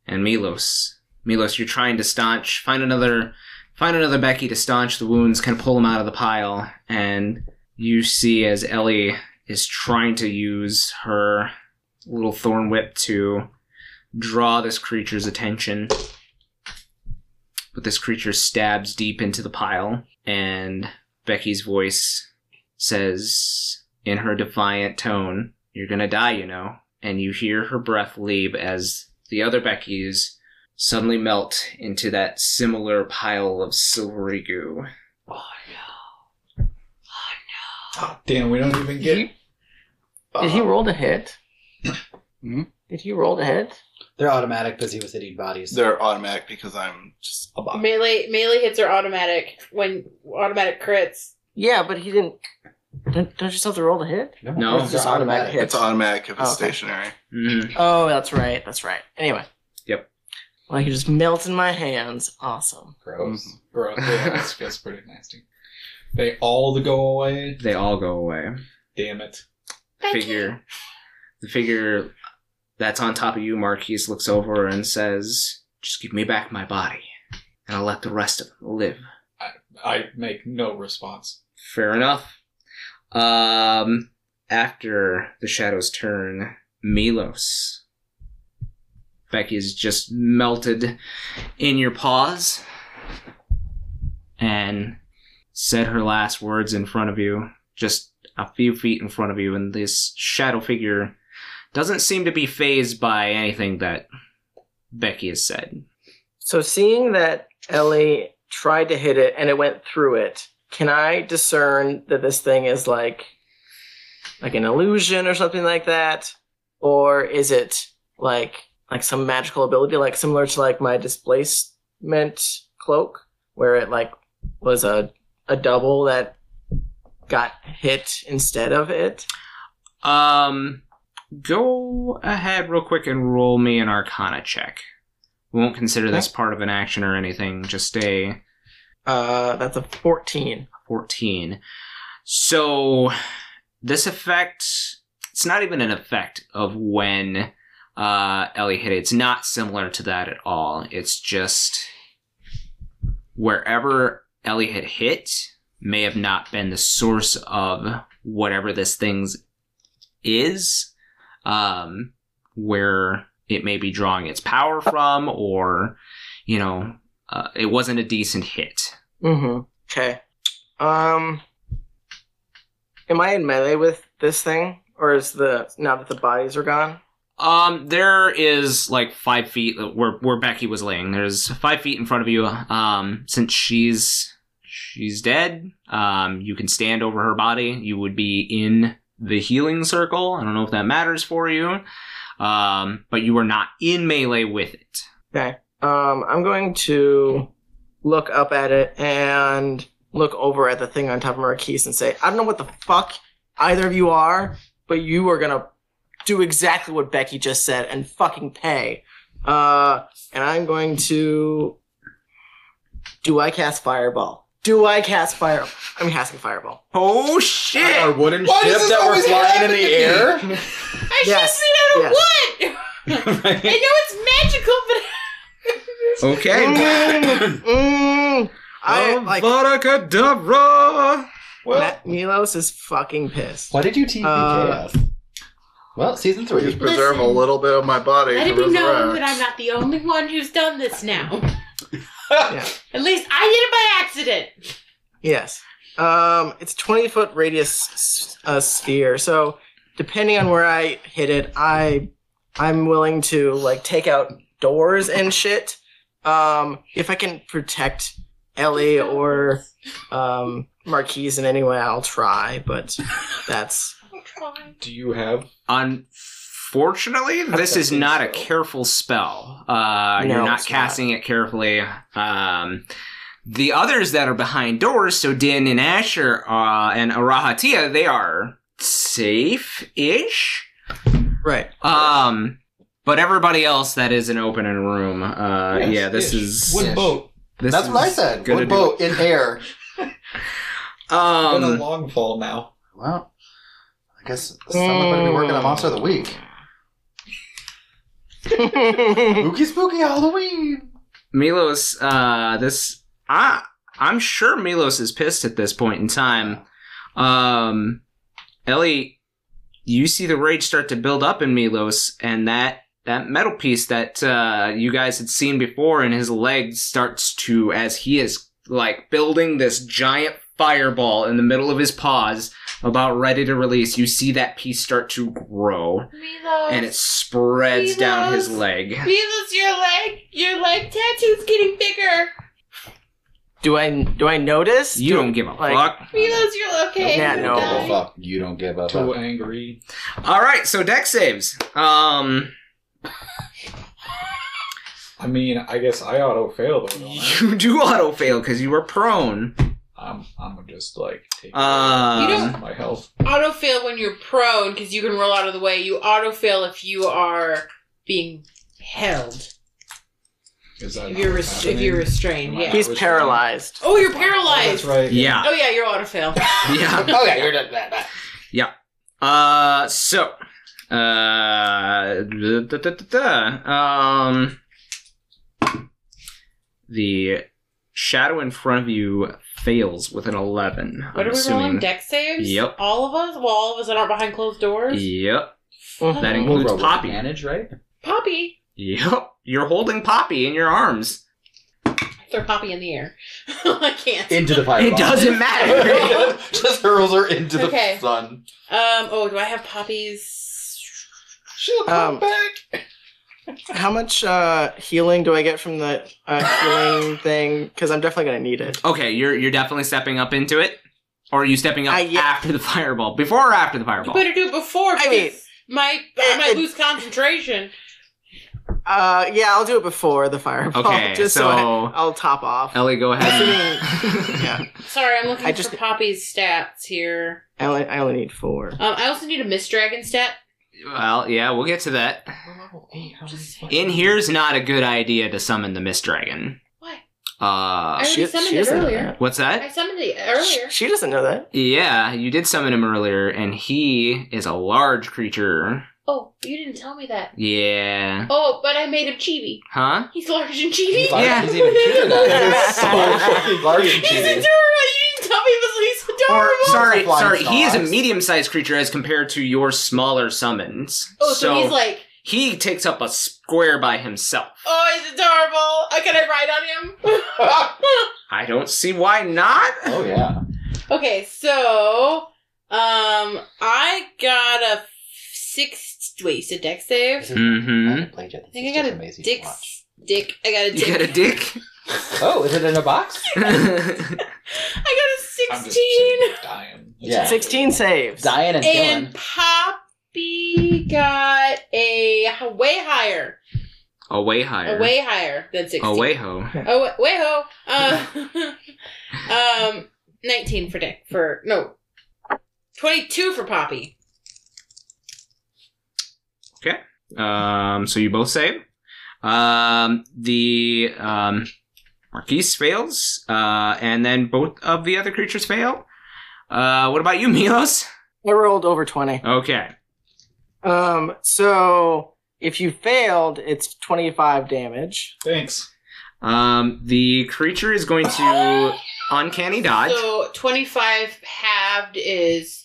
Speaker 2: and Milos. Milos, you're trying to staunch, find another find another Becky to staunch the wounds, kind of pull them out of the pile, and you see as Ellie is trying to use her little thorn whip to draw this creature's attention. But this creature stabs deep into the pile, and Becky's voice says in her defiant tone, You're gonna die, you know. And you hear her breath leave as the other Becky's suddenly melt into that similar pile of silvery goo.
Speaker 7: Oh, damn, we don't even get
Speaker 6: Did he roll to hit?
Speaker 5: Mhm.
Speaker 6: Did he roll to hit?
Speaker 8: They're automatic because he was hitting bodies.
Speaker 5: They're automatic because I'm just
Speaker 6: Oh,
Speaker 5: a bot.
Speaker 4: Melee melee hits are automatic when automatic crits.
Speaker 6: Yeah, but he didn't. Don't, don't you still have to roll to hit?
Speaker 2: No,
Speaker 8: they're
Speaker 6: it's just automatic hit.
Speaker 5: It's automatic if it's
Speaker 6: Oh, okay.
Speaker 5: stationary.
Speaker 2: Mm.
Speaker 6: Oh, that's right. That's right. Anyway.
Speaker 2: Yep.
Speaker 6: Well, he just melts in my hands. Awesome.
Speaker 8: Gross.
Speaker 7: Bro, yeah, that's, that's pretty nasty. They all go away.
Speaker 2: They all go away.
Speaker 7: Damn it.
Speaker 2: The figure, the figure that's on top of you, Marquise, looks over and says, "Just give me back my body, and I'll let the rest of them live."
Speaker 7: I make no response.
Speaker 2: Fair enough. Um, after the shadow's turn, Milos. Becky's just melted in your paws and said her last words in front of you, just a few feet in front of you, and this shadow figure doesn't seem to be phased by anything that Becky has said.
Speaker 6: So seeing that Ellie tried to hit it and it went through it, can I discern that this thing is like like an illusion or something like that? Or is it like like some magical ability, like similar to like my displacement cloak, where it like was a a double that got hit instead of it?
Speaker 2: Um, go ahead real quick and roll me an Arcana check. We won't consider this part of an action or anything. Just a
Speaker 6: Uh that's a fourteen.
Speaker 2: fourteen. So this effect—it's not even an effect of when uh, Ellie hit it. It's not similar to that at all. It's just wherever Ellie had hit may have not been the source of whatever this thing's is, um, where it may be drawing its power from, or, you know, uh, it wasn't a decent hit.
Speaker 6: Mm-hmm. Okay. Um Am I in melee with this thing? Or is the now that the bodies are gone?
Speaker 2: Um, there is like five feet where where Becky was laying. There's five feet in front of you. Um, since she's she's dead, um, you can stand over her body. You would be in the healing circle. I don't know if that matters for you, um, but you are not in melee with it.
Speaker 6: Um I'm going to look up at it and look over at the thing on top of Marquise and say, I don't know what the fuck either of you are, but you are gonna do exactly what Becky just said and fucking pay. Uh and I'm going to Do I cast fireball? Do I cast fire I'm casting fireball.
Speaker 2: Oh shit!
Speaker 8: Our wooden
Speaker 7: Why does
Speaker 8: ship
Speaker 7: this
Speaker 8: that we're
Speaker 7: always
Speaker 8: flying in
Speaker 7: happen
Speaker 8: the
Speaker 7: to
Speaker 8: air.
Speaker 4: I
Speaker 6: Yes,
Speaker 4: shoot it out of wood. I
Speaker 8: Right?
Speaker 4: know it's magical, but
Speaker 2: Okay.
Speaker 6: Mm, mm.
Speaker 7: Oh,
Speaker 6: I like
Speaker 2: Avada
Speaker 6: Ma- Milos is fucking pissed.
Speaker 8: Why did you TPK
Speaker 6: Uh,
Speaker 8: us? Well, season three.
Speaker 5: Just preserve a
Speaker 4: Listen.
Speaker 5: little bit of my body.
Speaker 4: let
Speaker 5: to
Speaker 4: it be known
Speaker 5: resurrect.
Speaker 4: that I'm not the only one who's done this now.
Speaker 6: Yeah.
Speaker 4: At least I did it by accident.
Speaker 6: Yes. Um, it's twenty foot radius s- uh, sphere. So depending on where I hit it, I I'm willing to like take out doors and shit. Um, if I can protect Ellie or um, Marquise in any way, I'll try. But that's
Speaker 7: Do you have
Speaker 2: Unfortunately, this is
Speaker 7: think
Speaker 2: not a
Speaker 7: so.
Speaker 2: careful spell. Uh,
Speaker 6: No,
Speaker 2: you're not
Speaker 6: it's not.
Speaker 2: casting it carefully. Um, the others that are behind doors, so Din and Asher uh, and Arahatia, they are safe-ish.
Speaker 6: right.
Speaker 2: Um, but everybody else that is an open in a room, uh,
Speaker 7: Yes,
Speaker 2: yeah, this
Speaker 7: ish.
Speaker 2: is
Speaker 7: wood boat?
Speaker 2: This
Speaker 3: That's what I
Speaker 2: is
Speaker 3: said.
Speaker 2: gonna
Speaker 3: Wood boat in air.
Speaker 2: do-
Speaker 7: Been a
Speaker 2: Um,
Speaker 7: long fall now.
Speaker 3: Well, I guess someone better be working on Monster of the Week. Spooky, spooky Halloween.
Speaker 2: Milos, uh, this I I'm sure Milos is pissed at this point in time. Um, Ellie, you see the rage start to build up in Milos, and that that metal piece that uh, you guys had seen before in his leg starts to, as he is like building this giant fireball in the middle of his paws, about ready to release. You see that piece start to grow,
Speaker 4: Milos,
Speaker 2: and it spreads down his
Speaker 4: Milos.
Speaker 2: leg.
Speaker 4: Milos, your leg, your leg tattoo's getting bigger.
Speaker 6: Do I do I notice?
Speaker 2: You
Speaker 6: Do-
Speaker 2: don't give a
Speaker 6: like-
Speaker 2: fuck.
Speaker 4: Milos, you're okay.
Speaker 6: Yeah,
Speaker 4: You
Speaker 6: no.
Speaker 4: die.
Speaker 8: Oh, fuck. You don't give up.
Speaker 7: Too angry.
Speaker 2: All right, so deck saves. Um,
Speaker 7: I mean, I guess I auto fail though. don't I?
Speaker 2: you do auto fail because you were prone.
Speaker 7: I'm I'm just like taking
Speaker 2: Um,
Speaker 4: don't-
Speaker 7: my health.
Speaker 4: Auto fail when you're prone because you can roll out of the way. You auto fail if you are being held.
Speaker 7: Is that
Speaker 4: If you're
Speaker 7: what's
Speaker 4: rest- if you're
Speaker 7: happening?
Speaker 4: restrained,
Speaker 7: Am I-
Speaker 4: yeah.
Speaker 6: He's
Speaker 7: Which one?
Speaker 6: paralyzed.
Speaker 4: Oh, you're
Speaker 7: Oh, that's
Speaker 4: paralyzed.
Speaker 7: right.
Speaker 2: yeah,
Speaker 4: Oh yeah, you're auto fail.
Speaker 2: yeah.
Speaker 8: oh, yeah, you're done. That,
Speaker 2: Uh, so, uh, da, da, da, da, da. um, the shadow in front of you fails with an eleven.
Speaker 4: What
Speaker 2: I'm
Speaker 4: are we
Speaker 2: assuming.
Speaker 4: rolling? Deck saves.
Speaker 2: Yep.
Speaker 4: All of us. Well, all of us that aren't behind closed doors.
Speaker 2: Yep.
Speaker 4: Fuck.
Speaker 2: That includes Poppy.
Speaker 8: Manage, right?
Speaker 4: Poppy.
Speaker 2: Yep. You're holding Poppy in your arms.
Speaker 4: Throw Poppy in the air. I can't.
Speaker 8: Into the fire.
Speaker 2: It doesn't matter.
Speaker 8: just hurls her into the
Speaker 4: Okay.
Speaker 8: sun.
Speaker 4: um. Oh, do I have Poppy's?
Speaker 8: She'll come
Speaker 6: Um,
Speaker 8: back.
Speaker 6: How much uh, healing do I get from the uh, healing thing? Because I'm definitely gonna need it.
Speaker 2: okay, you're you're definitely stepping up into it. Or are you stepping up
Speaker 6: I- yeah.
Speaker 2: after the fireball? Before or after the
Speaker 4: You
Speaker 2: fireball?
Speaker 4: better do it before.
Speaker 6: I mean-
Speaker 4: because my I might
Speaker 6: it-
Speaker 4: lose concentration.
Speaker 6: Uh, yeah, I'll do it before the fireball.
Speaker 2: Okay,
Speaker 6: just so,
Speaker 2: so-
Speaker 6: I, I'll top off.
Speaker 2: Ellie, go ahead.
Speaker 6: Assuming- yeah,
Speaker 4: Sorry, I'm looking
Speaker 6: I just-
Speaker 4: for Poppy's stats here.
Speaker 6: I only, I only need four.
Speaker 4: Um, I also need a Miss Dragon stat.
Speaker 2: well, yeah, we'll get to that.
Speaker 4: Just saying.
Speaker 2: In here's not a good idea to summon the Mist Dragon.
Speaker 4: Why? I
Speaker 2: Uh,
Speaker 4: already summoned it
Speaker 6: doesn't know
Speaker 4: earlier.
Speaker 6: that.
Speaker 2: what's
Speaker 4: I
Speaker 2: that?
Speaker 4: summoned it
Speaker 6: She,
Speaker 4: earlier.
Speaker 6: she doesn't know that.
Speaker 2: Yeah, you did summon him earlier, and he is a large creature.
Speaker 4: Oh, you didn't tell me that.
Speaker 2: Yeah.
Speaker 4: Oh, but I made him chibi.
Speaker 2: Huh?
Speaker 4: He's large and chibi.
Speaker 8: He's large-
Speaker 2: Yeah.
Speaker 8: He's even cuter now. He's so fucking large. and
Speaker 4: He's
Speaker 8: cheesy.
Speaker 4: adorable. You didn't tell me this. He's adorable.
Speaker 2: Or sorry,
Speaker 8: Flying
Speaker 2: sorry, he is a
Speaker 8: stars.
Speaker 2: medium-sized creature as compared to your smaller summons.
Speaker 4: oh, so, he's like,
Speaker 2: he takes up a square by himself.
Speaker 4: oh, he's adorable. Uh, can I ride
Speaker 2: I don't see why not.
Speaker 8: Oh, yeah.
Speaker 4: on him? okay, so um, I got a six. Wait, you said deck save.
Speaker 2: Mm-hmm.
Speaker 8: haven't played yet.
Speaker 4: I
Speaker 8: This
Speaker 4: think
Speaker 8: is
Speaker 4: I
Speaker 8: just
Speaker 4: got a
Speaker 8: amazing to
Speaker 4: dick.
Speaker 8: watch.
Speaker 4: Dick. I got a dick.
Speaker 2: You got a dick.
Speaker 8: Oh, is it in a box?
Speaker 4: I got
Speaker 7: I'm
Speaker 4: a
Speaker 7: just
Speaker 4: sixteen.
Speaker 7: sitting here dying.
Speaker 8: Yeah.
Speaker 6: Sixteen saves.
Speaker 8: Diane and,
Speaker 4: And
Speaker 8: Dylan.
Speaker 4: Poppy got a h- way higher,
Speaker 2: a way higher.
Speaker 4: a way higher than sixteen.
Speaker 2: A way ho.
Speaker 4: Oh, wa- way ho. Uh, um, nineteen for Dick. For no, twenty-two for Poppy.
Speaker 2: Um, so you both save. Um, the um, Marquise fails, uh, and then both of the other creatures fail. Uh, what about you, Milos?
Speaker 6: I rolled over twenty.
Speaker 2: Okay.
Speaker 6: Um, so if you failed, it's twenty-five damage.
Speaker 7: Thanks.
Speaker 2: Um, the creature is going to uncanny dodge.
Speaker 4: So twenty-five halved is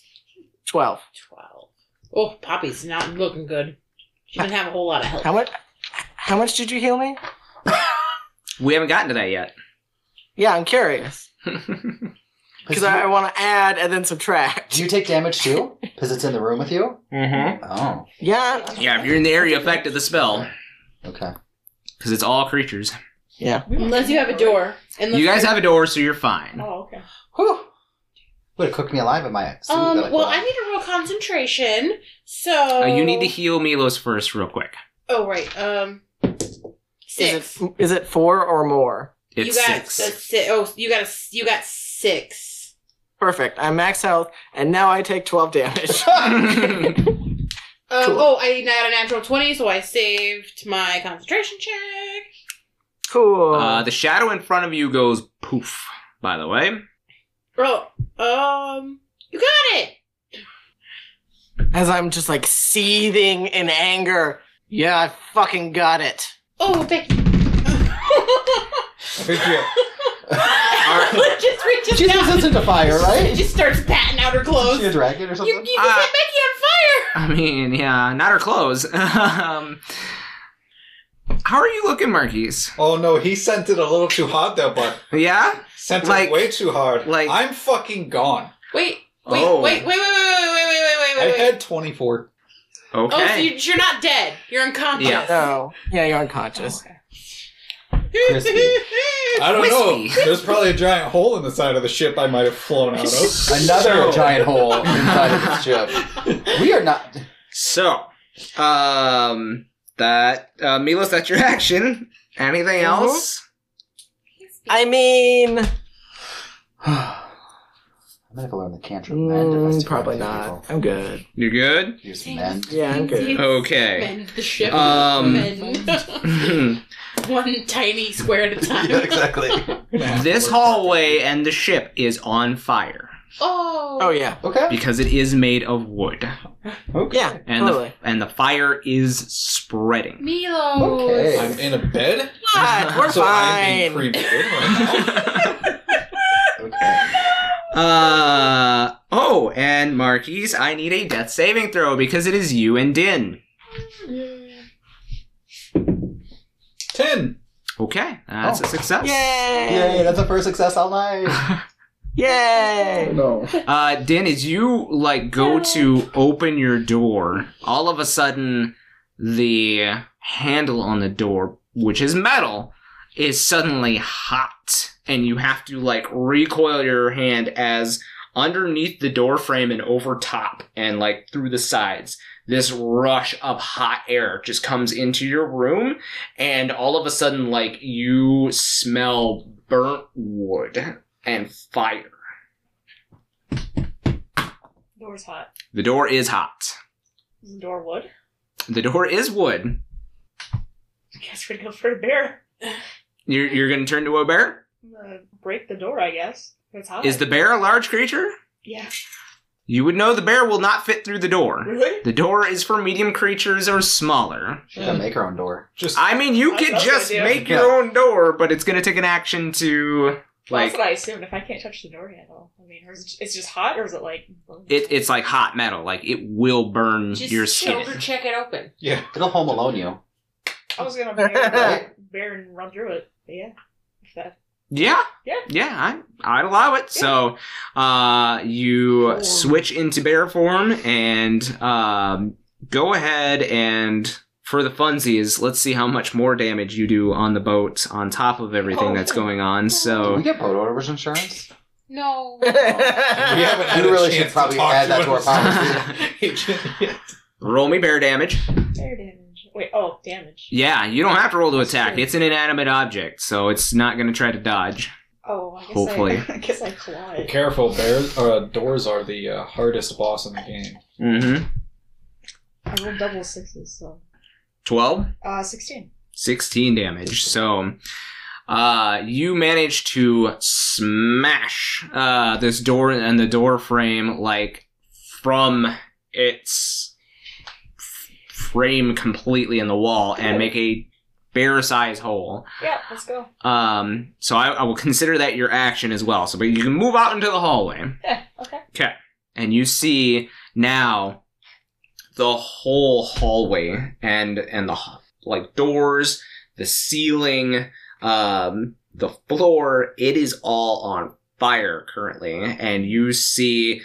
Speaker 6: Twelve.
Speaker 4: twelve. Oh, Poppy's not looking good. She doesn't have a whole lot of
Speaker 6: How
Speaker 4: help.
Speaker 6: much? How much did you heal me?
Speaker 2: we haven't gotten to that yet.
Speaker 6: Yeah, I'm curious because I,
Speaker 8: you-
Speaker 6: want to add and then subtract.
Speaker 8: Do you take damage too? Because it's in the room with you?
Speaker 2: mm-hmm.
Speaker 8: Oh,
Speaker 6: Yeah,
Speaker 2: Yeah, if you're in the area affected the spell,
Speaker 8: okay.
Speaker 2: because it's all creatures.
Speaker 4: Unless you have a door. Unless
Speaker 2: You guys have a door, so you're fine.
Speaker 4: Oh, okay.
Speaker 8: Whew. Would have cooked me alive in my suit.
Speaker 4: Um.
Speaker 8: that I
Speaker 4: Well,
Speaker 8: put
Speaker 4: I
Speaker 8: on.
Speaker 4: need to roll concentration. So
Speaker 2: Uh, you need to heal Milos first, real quick.
Speaker 4: Oh right. Um. Six.
Speaker 6: is it is it four or more?
Speaker 2: It's
Speaker 4: you got
Speaker 2: six.
Speaker 4: A si- oh, you got a, s- you got six.
Speaker 6: Perfect. I'm max health, and now I take twelve damage.
Speaker 4: Um,
Speaker 6: Cool.
Speaker 4: Oh, I got a natural twenty, so I saved my concentration check.
Speaker 6: cool.
Speaker 2: Uh, the shadow in front of you goes poof. By the way,
Speaker 4: Roll. Oh, Um. You got it.
Speaker 6: As I'm just like seething in anger. Yeah, I fucking got it.
Speaker 4: Oh, Becky.
Speaker 7: Thank you.
Speaker 4: just reaches
Speaker 8: She
Speaker 4: down.
Speaker 8: sends into fire,
Speaker 4: She
Speaker 8: right?
Speaker 4: just starts batting out her clothes.
Speaker 8: Is she a
Speaker 4: You,
Speaker 8: dragon or
Speaker 4: you
Speaker 8: something?
Speaker 4: just
Speaker 2: Ah.
Speaker 4: set Becky on fire.
Speaker 2: I mean, yeah, not her clothes. um, how are you looking, Marquise?
Speaker 7: Oh no, he sent it a little too hard there, but
Speaker 2: Yeah.
Speaker 7: sent
Speaker 2: Like-
Speaker 7: it way too hard.
Speaker 2: like-
Speaker 7: I'm fucking gone.
Speaker 4: Wait. Wait,
Speaker 2: Oh.
Speaker 4: wait, wait, wait, wait, wait, wait, wait, wait,
Speaker 7: I
Speaker 4: wait, wait.
Speaker 7: had 24.
Speaker 4: Oh, so
Speaker 2: Okay.
Speaker 4: you, you're not dead. You're unconscious.
Speaker 2: Yeah.
Speaker 6: No. Yeah, you're unconscious.
Speaker 8: Crispy.
Speaker 7: I don't
Speaker 2: Wispy.
Speaker 7: know. There's probably a giant hole in the side of the ship I might have flown out of.
Speaker 8: Another giant hole inside of the ship. We are not.
Speaker 2: So, um, that uh, Milos, that's your action. Anything
Speaker 4: Uh-huh.
Speaker 2: else?
Speaker 6: I mean,
Speaker 8: I'm gonna have to learn the cantrip.
Speaker 6: mm, probably not.
Speaker 8: Oh.
Speaker 6: I'm good.
Speaker 2: You're good.
Speaker 8: Use mend.
Speaker 6: Yeah, I'm good.
Speaker 2: Okay.
Speaker 4: Mend the ship.
Speaker 2: Um,
Speaker 4: Mend. One tiny square at a time.
Speaker 3: Yeah, exactly.
Speaker 2: this hallway and the ship is on fire
Speaker 4: Oh.
Speaker 6: Oh yeah,
Speaker 8: Okay.
Speaker 2: because it is made of wood,
Speaker 8: Okay.
Speaker 6: yeah,
Speaker 2: and
Speaker 6: totally.
Speaker 2: the and the fire is spreading.
Speaker 4: Milos.
Speaker 8: Okay.
Speaker 7: I'm in a bed,
Speaker 6: What? We're
Speaker 7: so I'm
Speaker 6: fine.
Speaker 7: being cremated right
Speaker 8: Okay.
Speaker 2: Uh oh, and Marquise, I need a death saving throw because it is you and Din.
Speaker 7: now. Ten.
Speaker 2: Okay, that's a
Speaker 8: Oh.
Speaker 2: success.
Speaker 6: Yay!
Speaker 8: Yay! That's the first success all night.
Speaker 6: Yay!
Speaker 5: No.
Speaker 2: Uh, Din, as you like go to open your door, all of a sudden the handle on the door, which is metal, is suddenly hot, and you have to like recoil your hand as underneath the door frame and over top and like through the sides. This rush of hot air just comes into your room, and all of a sudden, like you smell burnt wood and fire.
Speaker 4: Door's hot.
Speaker 2: The door is hot.
Speaker 4: Is the door wood?
Speaker 2: The door is wood.
Speaker 4: I guess we're gonna go for a bear.
Speaker 2: You're, you're going to turn to a bear?
Speaker 4: I'm gonna break the door, I guess. It's hot.
Speaker 2: Is the bear a large creature?
Speaker 4: Yeah.
Speaker 2: You would know the bear will not fit through the door.
Speaker 4: Really?
Speaker 2: The door is for medium creatures or smaller.
Speaker 8: She gotta make her own door.
Speaker 7: Just
Speaker 2: I mean, you
Speaker 4: I
Speaker 2: could
Speaker 4: love the
Speaker 2: just
Speaker 4: idea.
Speaker 2: make your own door, but it's going to take an action to
Speaker 4: That's
Speaker 2: like
Speaker 4: what I assumed. If I can't touch the door handle, I mean, or is it, it's just hot, or is it like?
Speaker 2: it, it's like hot metal. Like it will burn your skin.
Speaker 4: check it open.
Speaker 7: yeah.
Speaker 8: It'll home alone you.
Speaker 4: I was gonna bear, bear and run through it. But yeah. If that-
Speaker 2: Yeah.
Speaker 4: Yeah.
Speaker 2: Yeah, I, I'd allow it. So, uh, you
Speaker 4: Cool.
Speaker 2: switch into bear form and um, go ahead and for the funsies, let's see how much more damage you do on the boat on top of everything
Speaker 4: Oh,
Speaker 2: that's going on.
Speaker 8: Did we
Speaker 2: So,
Speaker 8: get boat orders insurance?
Speaker 4: No.
Speaker 7: We haven't had
Speaker 8: We
Speaker 7: a
Speaker 8: really
Speaker 7: chance
Speaker 8: should probably
Speaker 7: to talk
Speaker 8: add that
Speaker 7: to
Speaker 8: to our
Speaker 7: an
Speaker 2: policy.
Speaker 7: agent yet.
Speaker 2: roll me bear damage.
Speaker 4: Bear damage. Wait. Oh, damage.
Speaker 2: Yeah, you don't have to roll to attack. It's an inanimate object, so it's not going to try to dodge.
Speaker 4: Oh, I guess
Speaker 2: Hopefully.
Speaker 4: I, I guess I claw it.
Speaker 7: Careful, bears. Uh, doors are the uh, hardest boss in the game.
Speaker 2: Mm hmm.
Speaker 4: I rolled double sixes, so
Speaker 2: 12?
Speaker 4: uh, sixteen.
Speaker 2: 16 damage. So uh, you manage to smash uh, this door and the door frame like from its f- frame completely in the wall and make a bear size hole.
Speaker 4: Yeah, let's go.
Speaker 2: Um, so I, I will consider that your action as well. So, but you can move out into the hallway
Speaker 4: Yeah. Okay.
Speaker 2: and you see now the whole hallway and and the like doors the ceiling um the floor it is all on fire currently and you see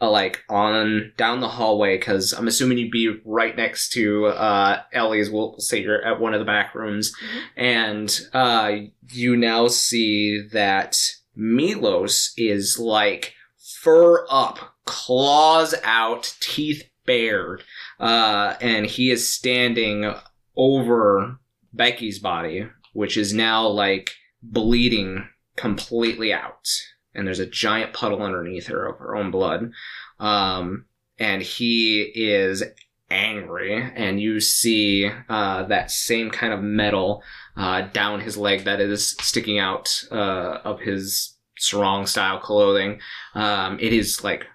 Speaker 2: uh, like on down the hallway because i'm assuming you'd be right next to uh ellie's we'll say you're at one of the back rooms and uh you now see that milos is like fur up, claws out, teeth bared, uh, and he is standing over Becky's body, which is now like bleeding completely out. And there's a giant puddle underneath her of her own blood. Um, and he is angry, and you see uh, that same kind of metal uh, down his leg that is sticking out uh, of his sarong style clothing. Um, it is like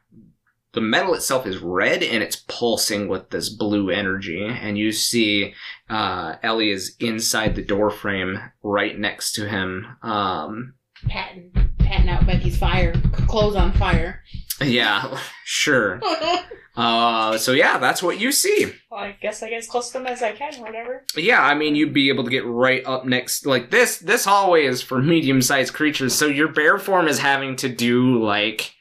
Speaker 2: the metal itself is red and it's pulsing with this blue energy. And you see uh, Ellie is inside the door frame right next to him. Um,
Speaker 4: Patting, patting out Becky's fire. Clothes on fire.
Speaker 2: yeah, sure.
Speaker 4: well,
Speaker 2: Uh, so, yeah, that's what you see.
Speaker 4: I guess I get as close to them as I can, or whatever.
Speaker 2: Yeah, I mean, you'd be able to get right up next. Like, this, this hallway is for medium sized creatures. So, your bear form is having to do like.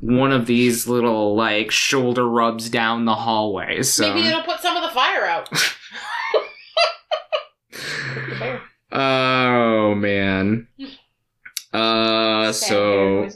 Speaker 2: One of these little like shoulder rubs down the hallway. So
Speaker 4: Maybe it'll put some of the fire out.
Speaker 2: Uh, man. Uh, so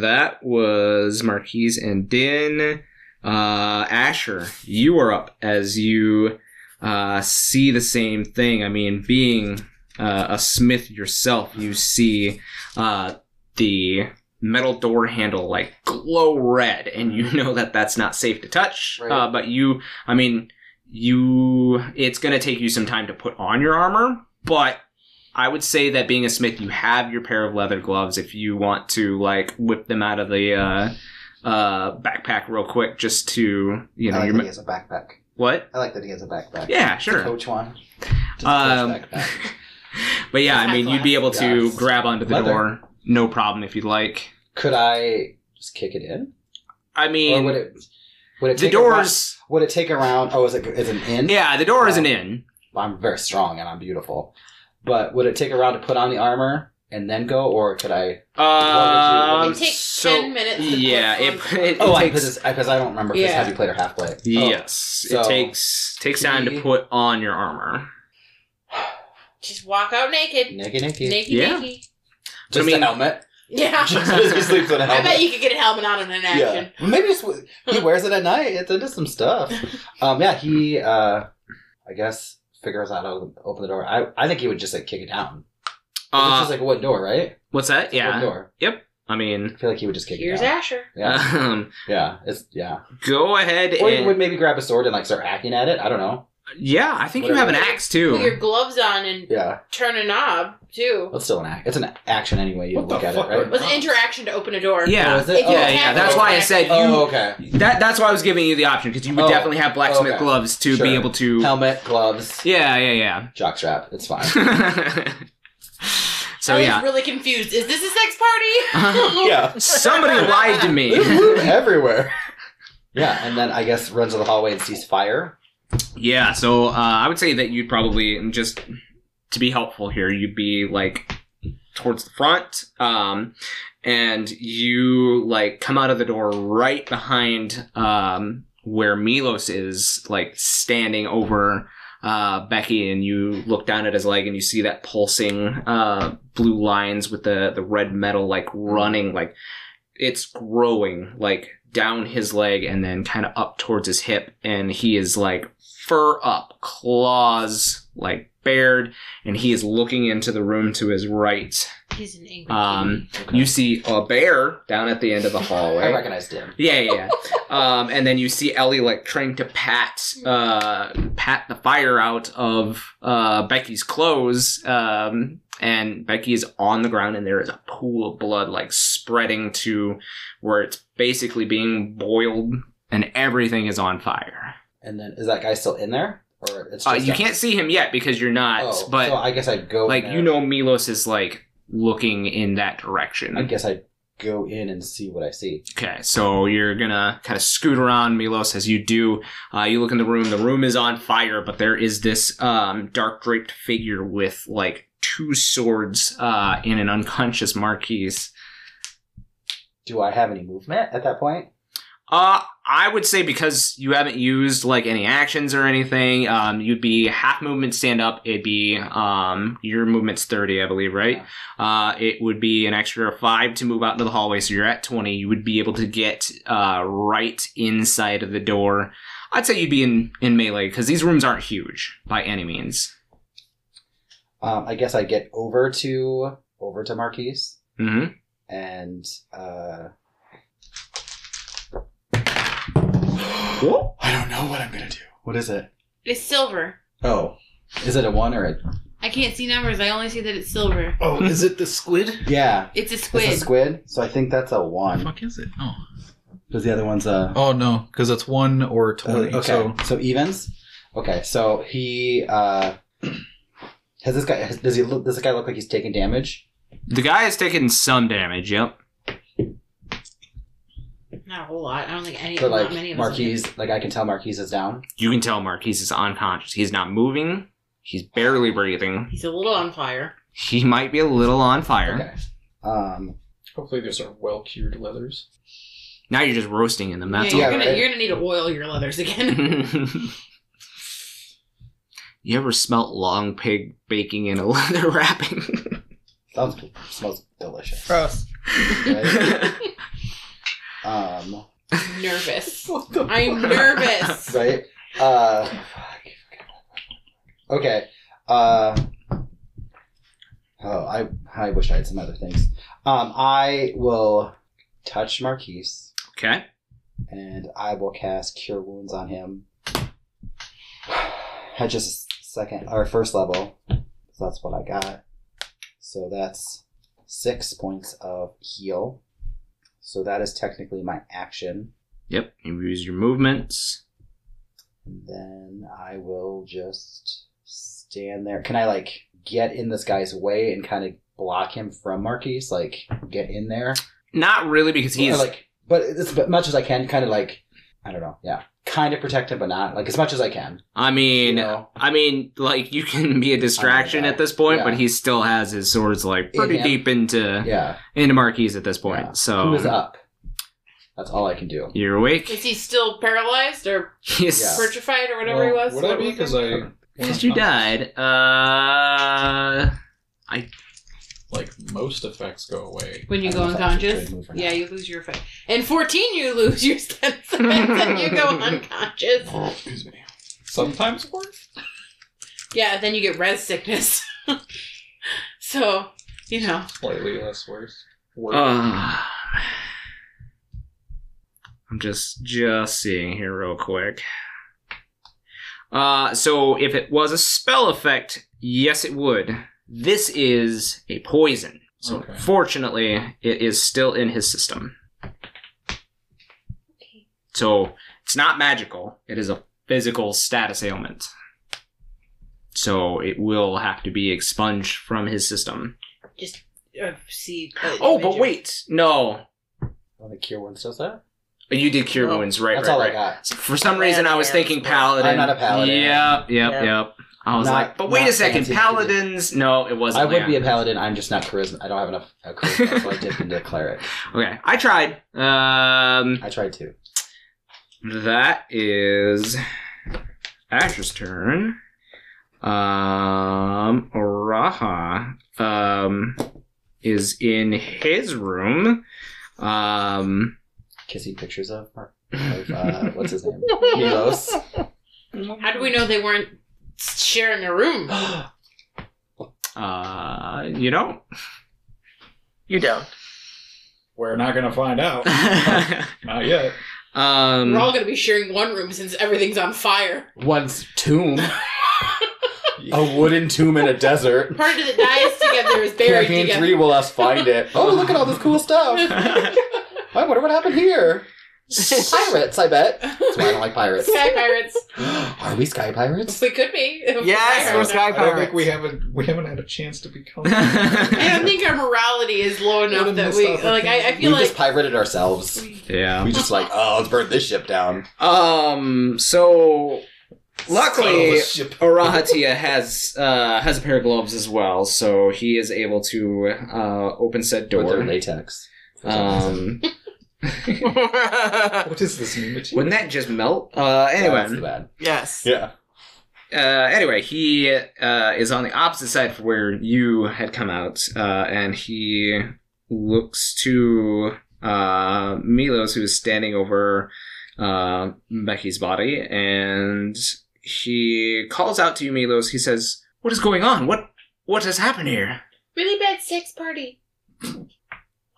Speaker 2: that was Marquise and Din. Uh, Asher, you are up as you uh, see the same thing. I mean, being uh, a smith yourself, you see uh, the metal door handle like glow red, and you know that that's not safe to touch.
Speaker 8: Right.
Speaker 2: Uh, but you, I mean, you, it's going to take you some time to put on your armor, but I would say that being a smith, you have your pair of leather gloves if you want to like whip them out of the uh, uh, backpack real quick, just to you know
Speaker 8: I like
Speaker 2: your
Speaker 8: that
Speaker 2: ma-
Speaker 8: he has a backpack.
Speaker 2: what?
Speaker 8: I like that he has a backpack.
Speaker 2: Yeah,
Speaker 8: It's a
Speaker 2: sure.
Speaker 8: Coach one. Just a
Speaker 2: Um,
Speaker 8: coach backpack.
Speaker 2: but yeah, I mean, you'd be able to
Speaker 8: Yes.
Speaker 2: grab onto the
Speaker 8: Leather.
Speaker 2: door, no problem if you'd like.
Speaker 8: Could I just kick it in?
Speaker 2: I
Speaker 8: Or
Speaker 2: mean,
Speaker 8: would it? Would it
Speaker 2: the
Speaker 8: take
Speaker 2: doors.
Speaker 8: Around, would it take around? Oh, is it? Is an in?
Speaker 2: Yeah, the door
Speaker 8: Oh.
Speaker 2: isn't in.
Speaker 8: I'm very strong and I'm beautiful, but would it take around to put on the armor and then go, or could I?
Speaker 2: Um,
Speaker 4: It takes
Speaker 2: so-
Speaker 4: 10 minutes to put
Speaker 2: yeah, it,
Speaker 4: on-
Speaker 2: it, it
Speaker 8: Oh, I-
Speaker 2: takes.
Speaker 8: because it's- because I don't remember if it's
Speaker 4: Yeah.
Speaker 8: heavy plate or half plate.
Speaker 2: Yes,
Speaker 8: Oh, So-
Speaker 2: it takes takes time to
Speaker 8: Three.
Speaker 2: put on your armor.
Speaker 4: Just walk out naked.
Speaker 8: Nicky, Nicky.
Speaker 4: Naked,
Speaker 2: Yeah.
Speaker 4: naked.
Speaker 8: Oh. Just
Speaker 2: I mean-
Speaker 8: a helmet.
Speaker 4: Yeah.
Speaker 8: just he sleeps in a
Speaker 4: I
Speaker 8: helmet.
Speaker 4: bet you could get a helmet on in an action.
Speaker 8: Yeah. Maybe just, he wears it at night. It's into some stuff. Um, yeah, he, uh, I guess, figures out how to open the door. I, I think he would just like kick it down. it's
Speaker 2: Uh,
Speaker 8: just like a wooden door, right?
Speaker 2: what's that?
Speaker 8: It's a wooden
Speaker 2: Yeah,
Speaker 8: door.
Speaker 2: I mean,
Speaker 8: I feel like he would just kick
Speaker 4: Here's
Speaker 8: it down.
Speaker 4: Asher.
Speaker 8: Yeah.
Speaker 2: um,
Speaker 8: yeah. It's yeah.
Speaker 2: go ahead
Speaker 8: Or he would
Speaker 2: and
Speaker 8: maybe grab a sword and like start hacking at it. I don't know.
Speaker 2: yeah, I think you have an axe
Speaker 4: Put your
Speaker 2: too.
Speaker 4: gloves on and
Speaker 8: Yeah.
Speaker 4: turn a knob, too.
Speaker 8: It's still an act. It's an action anyway. You
Speaker 7: What
Speaker 8: look
Speaker 7: the
Speaker 8: at
Speaker 7: fuck
Speaker 8: it,
Speaker 7: are-
Speaker 8: right?
Speaker 4: It was an interaction to open a door.
Speaker 8: Oh,
Speaker 2: Yeah,
Speaker 8: is it?
Speaker 4: If you
Speaker 2: yeah,
Speaker 8: oh,
Speaker 2: yeah.
Speaker 4: attack
Speaker 2: That's
Speaker 4: with
Speaker 2: why I
Speaker 4: black-
Speaker 2: said you.
Speaker 8: Oh, okay.
Speaker 2: That that's why I was giving you the option because you would
Speaker 8: Oh,
Speaker 2: definitely have blacksmith
Speaker 8: okay.
Speaker 2: gloves to be
Speaker 8: Sure.
Speaker 2: able to.
Speaker 8: Helmet, gloves,
Speaker 2: Yeah, yeah,
Speaker 8: jockstrap. It's fine.
Speaker 2: yeah. so
Speaker 4: I was
Speaker 2: yeah,
Speaker 4: really confused. Is this a sex party?
Speaker 8: yeah.
Speaker 2: somebody lied to
Speaker 8: There's
Speaker 2: me.
Speaker 8: room everywhere. Yeah, and then I guess runs to the hallway and sees fire.
Speaker 2: yeah, so uh, I would say that you'd probably and just to be helpful here, you'd be like towards the front, um, and you like come out of the door right behind um, where Milos is, like standing over uh, Becky, and you look down at his leg and you see that pulsing uh, blue lines with the the red metal like running, like it's growing like down his leg and then kind of up towards his hip, and he is like fur up, claws like bared and he is looking into the room to his right.
Speaker 4: He's an angry
Speaker 2: Um,
Speaker 8: Okay.
Speaker 2: you see a bear down at the end of the
Speaker 8: I
Speaker 2: hallway.
Speaker 8: recognized him.
Speaker 2: Yeah, yeah, yeah. um, and then you see Ellie like trying to pat, uh, pat the fire out of uh, Becky's clothes. Um, and Becky is on the ground, and there is a pool of blood like spreading to where it's basically being boiled, and everything is on fire.
Speaker 8: And then is that guy still in there, or it's just
Speaker 2: Uh, you
Speaker 8: a-
Speaker 2: can't see him yet because you're not,
Speaker 8: Oh,
Speaker 2: but
Speaker 8: so I guess I'd go in
Speaker 2: like
Speaker 8: there.
Speaker 2: you know milos is like looking in that direction
Speaker 8: I guess I'd go in and see what I see.
Speaker 2: okay so you're gonna kind of scoot around milos as you do uh, you look in the room the room is on fire but there is this um, dark draped figure with like two swords uh, in an unconscious marquise
Speaker 8: Do I have any movement at that point?
Speaker 2: uh, i would say because you haven't used like any actions or anything um, you'd be half movement stand up it'd be um, your movement's 30 i believe right Uh, it would be an extra five to move out into the hallway, so you're at 20. You would be able to get uh, right inside of the door. I'd say you'd be in, in melee, because these rooms aren't huge by any means.
Speaker 8: Um, I guess I get over to over to Marquise
Speaker 2: hmm
Speaker 8: and uh,
Speaker 2: Cool.
Speaker 8: I don't know what I'm gonna do. What is it?
Speaker 4: It's silver.
Speaker 8: Oh, is it a one or a
Speaker 4: I can't see numbers. I only see that it's silver.
Speaker 7: Oh, is it the squid?
Speaker 8: yeah?
Speaker 4: It's a squid.
Speaker 8: It's a squid, so I think that's a
Speaker 7: What
Speaker 8: one.
Speaker 7: the fuck is it? Oh,
Speaker 8: Because the other one's a
Speaker 7: oh no, because it's one or
Speaker 8: Uh,
Speaker 7: twenty.
Speaker 8: okay,
Speaker 7: So
Speaker 8: so. evens. Okay, so he uh, has this guy. Has, does he look? Does this guy look like he's taking damage?
Speaker 2: The guy has taken some damage, yep.
Speaker 4: Not a whole lot. I don't think any.
Speaker 8: So
Speaker 4: not many
Speaker 8: like
Speaker 4: of us did.
Speaker 8: Marquise, like I can tell Marquise is down.
Speaker 2: You can tell Marquise is unconscious. He's not moving, he's barely breathing.
Speaker 4: He's a little on fire.
Speaker 2: He might be a little on fire.
Speaker 8: Okay. Um,
Speaker 7: hopefully these are well cured leathers.
Speaker 2: Now you're just roasting in them, that's
Speaker 4: yeah,
Speaker 8: yeah,
Speaker 4: you're gonna
Speaker 8: right.
Speaker 4: you're gonna need to oil your leathers again.
Speaker 2: all. You ever smelt long pig baking in a leather wrapping?
Speaker 8: Sounds smells delicious.
Speaker 6: Gross.
Speaker 8: Right? um,
Speaker 4: Nervous. I'm nervous.
Speaker 8: right. Uh, fuck. okay. Uh, oh, I I wish I had some other things. Um, I will touch Marquise
Speaker 2: okay.
Speaker 8: and I will cast Cure Wounds on him at just second or first level. So that's what I got. So that's six points of heal. So that is technically my action.
Speaker 2: Yep. You use your movements.
Speaker 8: And then I will just stand there. Can I like get in this guy's way and kind of block him from Marquise? Like get in there?
Speaker 2: Not really because he's
Speaker 8: Or, like, but as much as I can, kind of like, I don't know, yeah, kind of protect him, but not like as much as I can.
Speaker 2: I mean,
Speaker 8: You know.
Speaker 2: I mean, like you can be a distraction
Speaker 8: yeah.
Speaker 2: at this point, but
Speaker 8: Yeah.
Speaker 2: he still has his swords like
Speaker 8: In
Speaker 2: pretty
Speaker 8: him.
Speaker 2: deep into
Speaker 8: Yeah,
Speaker 2: into Marquis at this point.
Speaker 8: Yeah. who is
Speaker 2: So
Speaker 8: up? That's all I can do.
Speaker 2: you're awake.
Speaker 4: Is he still paralyzed or
Speaker 2: Yes,
Speaker 8: Yeah.
Speaker 4: petrified or whatever he
Speaker 7: Well,
Speaker 4: was?
Speaker 7: Would I be because I
Speaker 2: because you died. Uh,
Speaker 7: like most effects go away?
Speaker 4: When you
Speaker 8: I
Speaker 4: go
Speaker 8: don't know if that's a
Speaker 4: unconscious?
Speaker 8: good move or not.
Speaker 4: Yeah, you lose your effect. In 14, you lose your senses and you go unconscious.
Speaker 7: Excuse me. Sometimes worth.
Speaker 4: Yeah, then you get res sickness. so, you know.
Speaker 7: Slightly less worse. Worth.
Speaker 2: uh, I'm just just seeing here real quick. Uh, so if it was a spell effect, yes, it would. This is a poison. So
Speaker 7: Okay.
Speaker 2: fortunately, it is still in his system. So it's not magical. It is a physical status ailment. So it will have to be expunged from his system.
Speaker 4: Uh, see.
Speaker 2: Oh, but wait, no,
Speaker 8: Well, the cure one does that.
Speaker 2: you did cure
Speaker 6: Oh,
Speaker 2: wounds, right?
Speaker 8: That's
Speaker 2: right,
Speaker 8: all
Speaker 2: right.
Speaker 8: I got.
Speaker 2: For some reason, I was thinking paladin.
Speaker 8: I'm not a paladin.
Speaker 2: Yep, yep,
Speaker 6: Yeah.
Speaker 2: yep. I was
Speaker 8: Not-
Speaker 2: like, but wait a
Speaker 8: not
Speaker 2: second,
Speaker 8: fancy.
Speaker 2: paladins? No, it wasn't.
Speaker 8: I would be a
Speaker 2: Leon.
Speaker 8: paladin. I'm just not charisma. I don't have enough uh, charisma, so I dipped into cleric.
Speaker 2: Okay, I tried. Um,
Speaker 8: I tried to.
Speaker 2: that is Asher's turn. Um, Raha um is in his room. Um,
Speaker 8: Kissy pictures of, Mark- of uh, what's his name? Milos.
Speaker 4: How do we know they weren't sharing a room?
Speaker 2: uh, you don't.
Speaker 6: You don't.
Speaker 7: We're not gonna find out. not yet.
Speaker 2: um,
Speaker 4: We're all going to be sharing one room since everything's on fire.
Speaker 8: One's tomb.
Speaker 7: Oh,
Speaker 8: a wooden tomb in a desert.
Speaker 4: Part of the dies together is buried
Speaker 8: Campaign
Speaker 4: together.
Speaker 8: three will us find it. Oh, look at all this cool stuff. I wonder what happened here. Pirates, I bet. That's why I don't like pirates.
Speaker 4: Sky pirates.
Speaker 8: Are we sky pirates?
Speaker 4: We could be.
Speaker 6: Yes, we're
Speaker 4: I
Speaker 6: sky
Speaker 7: I don't think
Speaker 6: pirates.
Speaker 7: we haven't we haven't had a chance to become.
Speaker 4: don't think our morality is low
Speaker 7: What a
Speaker 4: enough that
Speaker 7: missed
Speaker 4: we like.
Speaker 7: opportunity.
Speaker 4: I, I
Speaker 8: We
Speaker 4: feel like
Speaker 8: just pirated ourselves.
Speaker 2: yeah.
Speaker 8: We just like, oh, let's burn this ship down.
Speaker 2: Um. So, luckily,
Speaker 7: Son of a ship.
Speaker 2: Orahatia has uh has a pair of gloves as well, so he is able to uh open said
Speaker 8: With their
Speaker 2: door.
Speaker 8: latex.
Speaker 2: Um.
Speaker 7: What is this new material?
Speaker 2: Wouldn't that just melt? Uh.
Speaker 8: That's too
Speaker 2: Anyway.
Speaker 8: bad.
Speaker 6: yes.
Speaker 8: Yeah.
Speaker 2: Uh. Anyway, he uh is on the opposite side from where you had come out. Uh. And he looks to uh Milos, who is standing over uh Becky's body, and he calls out to you, Milos. He says, "What is going on? What what has happened here?
Speaker 4: really bad sex party.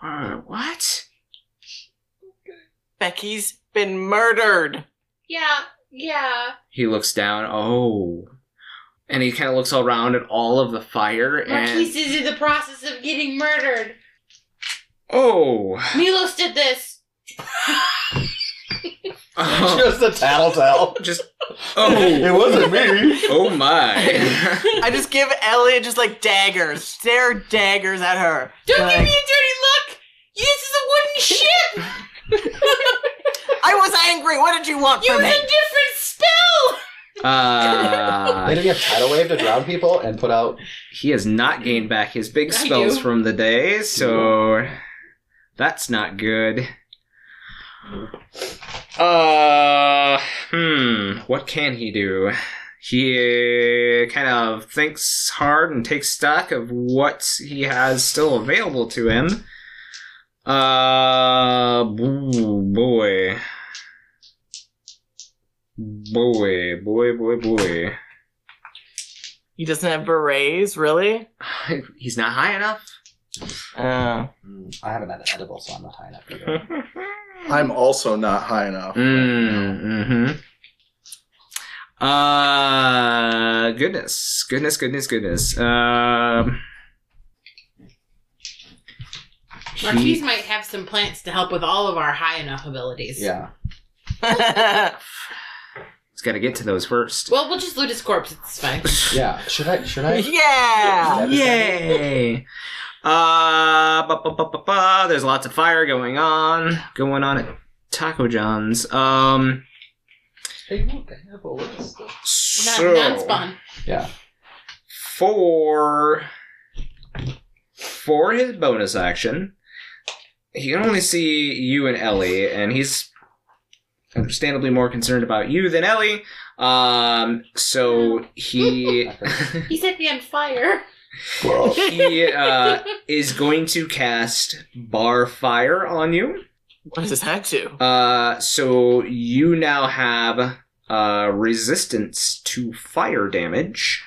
Speaker 2: Uh, what?
Speaker 6: Becky's been murdered.
Speaker 4: Yeah, yeah.
Speaker 2: He looks down. Oh, and he kind of looks all around at all of the fire and
Speaker 4: Marquise is in the process of getting murdered.
Speaker 2: oh,
Speaker 4: Milos did this.
Speaker 8: just a tattletale.
Speaker 2: just
Speaker 8: It
Speaker 2: oh,
Speaker 8: wasn't me.
Speaker 2: oh my.
Speaker 6: I just give Elliot just like daggers, stare daggers at her.
Speaker 4: Don't
Speaker 6: Like,
Speaker 4: give me a dirty look. This is a wooden ship.
Speaker 6: I was angry. What did you want
Speaker 4: Use
Speaker 6: from
Speaker 4: a
Speaker 6: me?
Speaker 4: different spell.
Speaker 8: They
Speaker 2: Uh,
Speaker 8: didn't have tidal wave to drown people and put out.
Speaker 2: he has not gained back his big
Speaker 4: I
Speaker 2: spells
Speaker 4: do.
Speaker 2: from the day, so that's not good. Uh, hmm, what can he do? he kind of thinks hard and takes stock of what he has still available to him. Uh, ooh, boy. Boy, boy, boy, boy.
Speaker 6: He doesn't have berets, really?
Speaker 2: He's not high enough.
Speaker 6: Uh,
Speaker 8: Mm, I haven't had an edible, so I'm not high enough either.
Speaker 5: I'm also not high enough.
Speaker 2: Mm, hmm Uh, goodness, goodness, goodness, goodness. Um, he-
Speaker 4: Marquise might have some plants to help with all of our high enough abilities.
Speaker 8: yeah.
Speaker 2: he's got to get to those first.
Speaker 4: Well, we'll just loot his corpse. It's fine.
Speaker 8: Yeah. Should I? Should I?
Speaker 6: yeah.
Speaker 8: Seven,
Speaker 2: Yay! Uh, ba, ba, ba, ba, ba. there's lots of fire going on, going on at Taco John's. Um,
Speaker 7: Hey, look, I have all of this stuff.
Speaker 4: Not,
Speaker 2: so
Speaker 4: Non-spawn.
Speaker 8: Yeah.
Speaker 2: for for his bonus action, he can only see you and Ellie, and he's understandably more concerned about you than Ellie. Um, so he
Speaker 4: He set me on fire.
Speaker 2: he uh, is going to cast Bar Fire on you.
Speaker 6: What does that do?
Speaker 2: Uh, so you now have uh, resistance to fire damage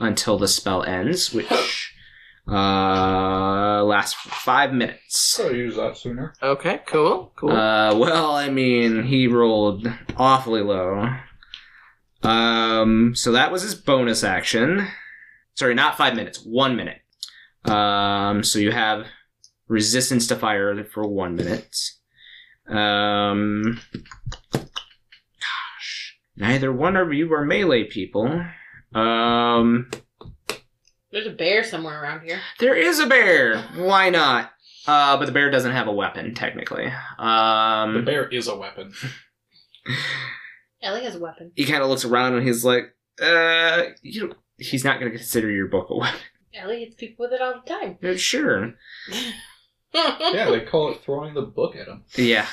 Speaker 2: until the spell ends, which uh, lasts for five minutes.
Speaker 7: So use that sooner.
Speaker 6: Okay, cool, cool.
Speaker 2: Uh, well, I mean, he rolled awfully low. Um, so that was his bonus action. Sorry, not five minutes, one minute. Um, so you have resistance to fire for one minute. Um, gosh, neither one of you are melee people. Um,
Speaker 4: There's a bear somewhere around here.
Speaker 2: there is a bear. Why not? Uh, but the bear doesn't have a weapon technically. Um,
Speaker 7: The bear is a weapon.
Speaker 4: Ellie has a weapon.
Speaker 2: he kind of looks around and he's like, uh, you know, he's not going to consider your book a weapon.
Speaker 4: Ellie hits people with it all the time.
Speaker 2: Sure.
Speaker 7: yeah, they call it throwing the book at him.
Speaker 2: Yeah.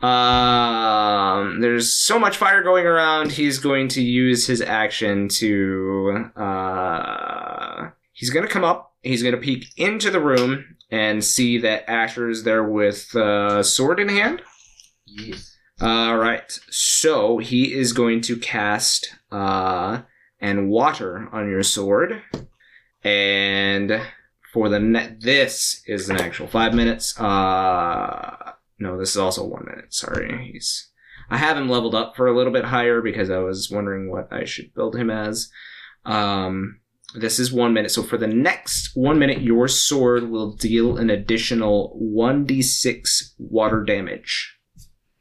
Speaker 2: Um, there's so much fire going around. He's going to use his action to, uh, he's going to come up. He's going to peek into the room and see that Asher's there with, uh, sword in hand.
Speaker 8: Yes.
Speaker 2: All right. So he is going to cast uh, and water on your sword, and for the net, this is an actual five minutes. Uh, no, this is also one minute. Sorry, he's. I have him leveled up for a little bit higher because I was wondering what I should build him as. Um, this is one minute. So for the next one minute, your sword will deal an additional 1d6 water damage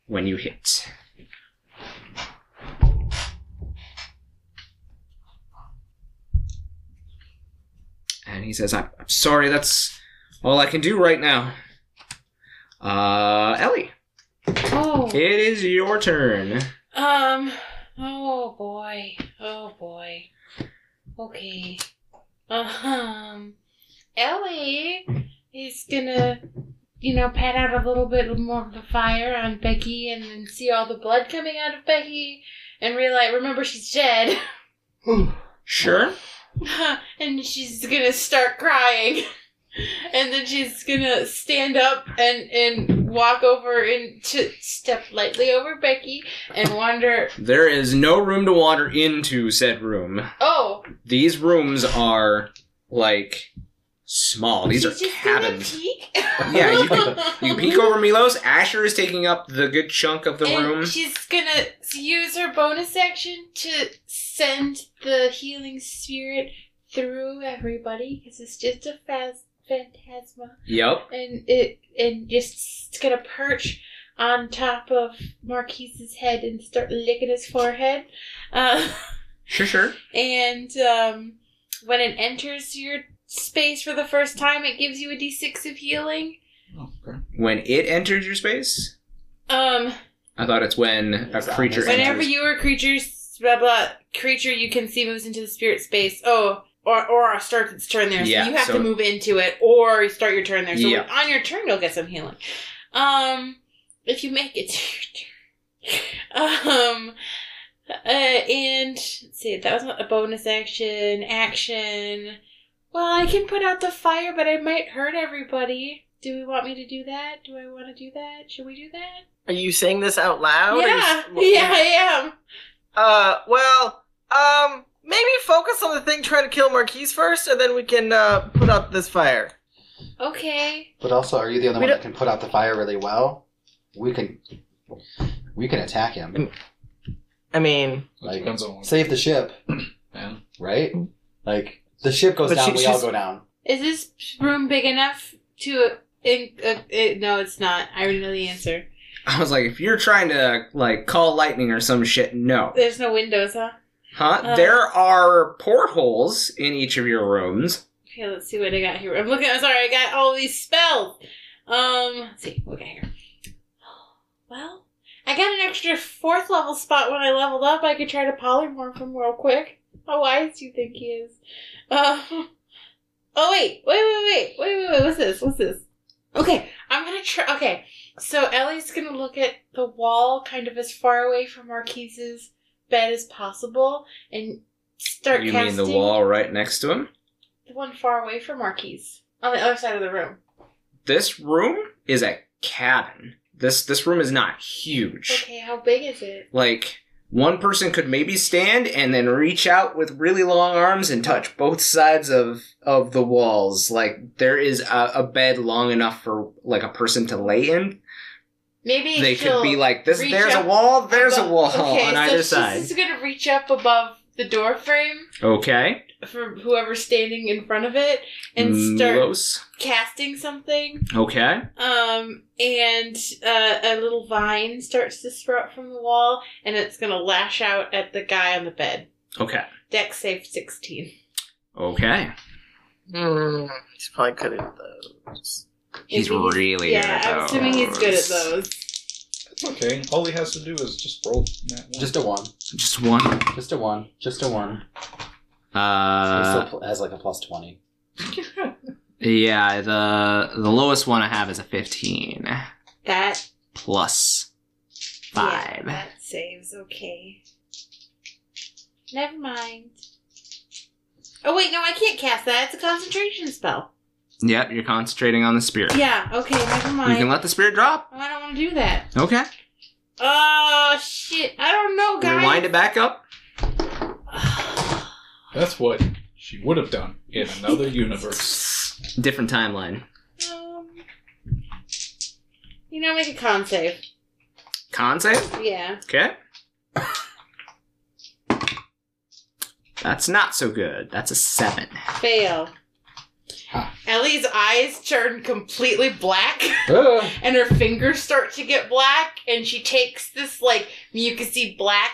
Speaker 2: when you hit. And he says, I'm, I'm sorry, that's all I can do right now. Uh, Ellie,
Speaker 4: oh.
Speaker 2: it is your turn.
Speaker 4: Um. Oh boy. Oh boy. Okay. Um. Ellie is gonna, you know, pat out a little bit more of the fire on Becky, and then see all the blood coming out of Becky, and realize, remember, she's dead,
Speaker 2: Sure.
Speaker 4: and she's gonna start crying, and then she's gonna stand up and and walk over and to step lightly over Becky and wander.
Speaker 2: There is no room to wander into said room.
Speaker 4: Oh,
Speaker 2: These rooms are like small. These
Speaker 4: She's
Speaker 2: are
Speaker 4: just gonna
Speaker 2: cabins.
Speaker 4: peek.
Speaker 2: Yeah, you can- You peek over Milos. Asher is taking up the good chunk of the
Speaker 4: and
Speaker 2: room.
Speaker 4: She's gonna use her bonus action to send the healing spirit through everybody because it's just a phas- phantasma,
Speaker 2: Yep.
Speaker 4: and it and just it's gonna perch on top of Marquise's head and start licking his forehead. Uh,
Speaker 2: Sure, sure.
Speaker 4: and um, when it enters your space for the first time, it gives you a d6 of healing.
Speaker 7: Oh, okay.
Speaker 2: When it enters your space,
Speaker 4: Um,
Speaker 2: I thought it's when a
Speaker 8: Exactly.
Speaker 2: creature
Speaker 4: Whenever
Speaker 2: enters.
Speaker 4: you are creatures, blah blah creature you can see moves into the spirit space. Oh, or or starts its turn there. So
Speaker 2: Yeah,
Speaker 4: you have
Speaker 2: so-
Speaker 4: to move into it or start your turn there. So
Speaker 2: Yeah.
Speaker 4: on your turn, you'll get some healing. Um, if you make it to your turn. Um, uh, and let's see, that was not a bonus action. Action. Well, I can put out the fire, but I might hurt everybody. Do we want me to do that? Do I want to do that? Should we do that?
Speaker 6: Are you saying this out loud? Are you
Speaker 4: yeah,
Speaker 6: s-
Speaker 4: yeah, I am.
Speaker 6: Uh, well, um, maybe focus on the thing trying to kill Marquise first, and then we can uh, put out this fire.
Speaker 4: Okay.
Speaker 8: But also, are you the only
Speaker 6: We
Speaker 8: one that can put out the fire really well? We can, we can attack him,
Speaker 6: I mean,
Speaker 7: It depends on what
Speaker 8: save the ship,
Speaker 7: man.
Speaker 8: right? Like the ship goes
Speaker 6: But
Speaker 8: down,
Speaker 6: she-
Speaker 8: we all
Speaker 6: she's-
Speaker 8: go down.
Speaker 4: Is this room big enough to? In, uh, uh, no, it's not. I already know the answer.
Speaker 2: I was like, if you're trying to like call lightning or some shit, no,
Speaker 4: There's no windows, huh?
Speaker 2: huh?
Speaker 4: Uh.
Speaker 2: there are portholes in each of your rooms.
Speaker 4: Okay, let's see what I got here. I'm looking. I'm sorry, I got all these spells. Um, let's see what I got here. Well, I got an extra fourth level spot when I leveled up. I could try to polymorph him real quick. How wise do you think he is? Uh, oh wait, wait, wait, wait, wait, wait, wait. What's this? What's this? Okay, I'm gonna try. Okay, so Ellie's gonna look at the wall, kind of as far away from Marquise's bed as possible, and start.
Speaker 2: You mean
Speaker 4: casting
Speaker 2: the wall right next to him?
Speaker 4: the one far away from Marquise. On the other side of the room.
Speaker 2: This room is a cabin. This this room is not huge.
Speaker 4: Okay, how big is it?
Speaker 2: Like one person could maybe stand and then reach out with really long arms and touch both sides of of the walls. Like there is a, a bed long enough for like a person to lay in.
Speaker 4: Maybe
Speaker 2: They
Speaker 4: she'll
Speaker 2: could be like this.
Speaker 4: reach
Speaker 2: There's a
Speaker 4: up
Speaker 2: wall. There's a
Speaker 4: above-
Speaker 2: wall
Speaker 4: okay,
Speaker 2: on
Speaker 4: so
Speaker 2: either
Speaker 4: she's
Speaker 2: side.
Speaker 4: just gonna reach up above the door frame
Speaker 2: Okay.
Speaker 4: for whoever's standing in front of it and
Speaker 2: Mm,
Speaker 4: start
Speaker 2: Milos.
Speaker 4: casting something.
Speaker 2: Okay.
Speaker 4: Um, and uh, a little vine starts to sprout from the wall, and it's gonna lash out at the guy on the bed.
Speaker 2: Okay.
Speaker 4: Deck save sixteen.
Speaker 2: Okay.
Speaker 6: Hmm, he's probably good at those.
Speaker 2: He's
Speaker 4: If
Speaker 2: really
Speaker 4: yeah,
Speaker 2: good at
Speaker 4: I'm assuming he's good at
Speaker 2: those.
Speaker 4: those.
Speaker 7: It's okay. All he has to do is just roll that one.
Speaker 8: Just a one,
Speaker 2: Just one.
Speaker 8: just a one, just a one. He
Speaker 2: Uh.
Speaker 8: still pl- has like a plus twenty.
Speaker 2: Yeah. The the lowest one I have is a fifteen
Speaker 4: That
Speaker 2: plus
Speaker 4: Yeah,
Speaker 2: five.
Speaker 4: that saves. Okay. Never mind. Oh wait, no, I can't cast that. It's a concentration spell.
Speaker 2: Yep. You're concentrating on the spirit.
Speaker 4: Yeah. Okay. Never
Speaker 2: You can
Speaker 4: mind.
Speaker 2: let the spirit drop.
Speaker 4: Oh, I don't want to do that.
Speaker 2: Okay.
Speaker 4: Oh shit! I don't know, guys.
Speaker 2: Rewind it back up.
Speaker 7: That's what she would have done in another universe.
Speaker 2: Different timeline.
Speaker 4: Um, you know, make a con save.
Speaker 2: Con save.
Speaker 4: Yeah.
Speaker 2: Okay. That's not so good. That's a seven.
Speaker 4: Fail.
Speaker 7: Ha.
Speaker 4: Ellie's eyes turn completely black.
Speaker 8: Ah.
Speaker 4: and her fingers start to get black and she takes this like mucusy black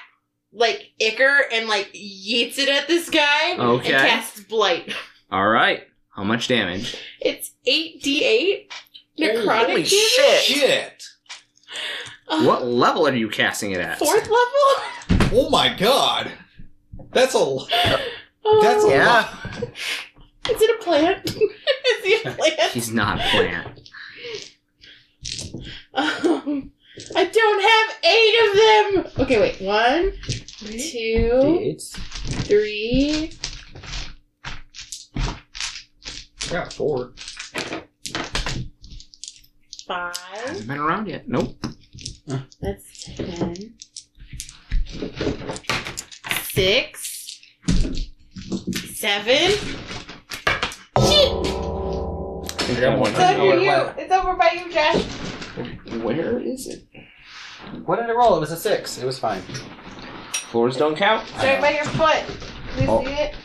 Speaker 4: like ichor and like yeets it at this guy
Speaker 2: Okay.
Speaker 4: and casts blight.
Speaker 2: All right. How much damage?
Speaker 4: It's eight d eight necrotic
Speaker 6: Holy
Speaker 4: damage.
Speaker 6: shit!
Speaker 7: Shit!
Speaker 4: Uh,
Speaker 2: What level are you casting it at?
Speaker 4: Fourth level.
Speaker 7: Oh my god! That's a l-
Speaker 4: Oh,
Speaker 7: that's a
Speaker 6: Yeah.
Speaker 7: lot.
Speaker 4: is it a plant? is he a plant?
Speaker 2: He's not a plant.
Speaker 4: Um, I don't have eight of them. Okay, wait. One, two,
Speaker 8: D8s.
Speaker 4: three.
Speaker 7: I got four.
Speaker 4: Five.
Speaker 2: Hasn't been around yet. Nope.
Speaker 4: That's ten. Six. Seven. Shit! It's
Speaker 8: know
Speaker 4: over
Speaker 8: what
Speaker 4: you.
Speaker 8: left.
Speaker 4: It's over by you, Josh.
Speaker 2: Where is it?
Speaker 8: What did I roll? It was a six. It was fine.
Speaker 2: Floors don't count.
Speaker 4: It's right by your foot. Do you
Speaker 8: Oh.
Speaker 4: see it?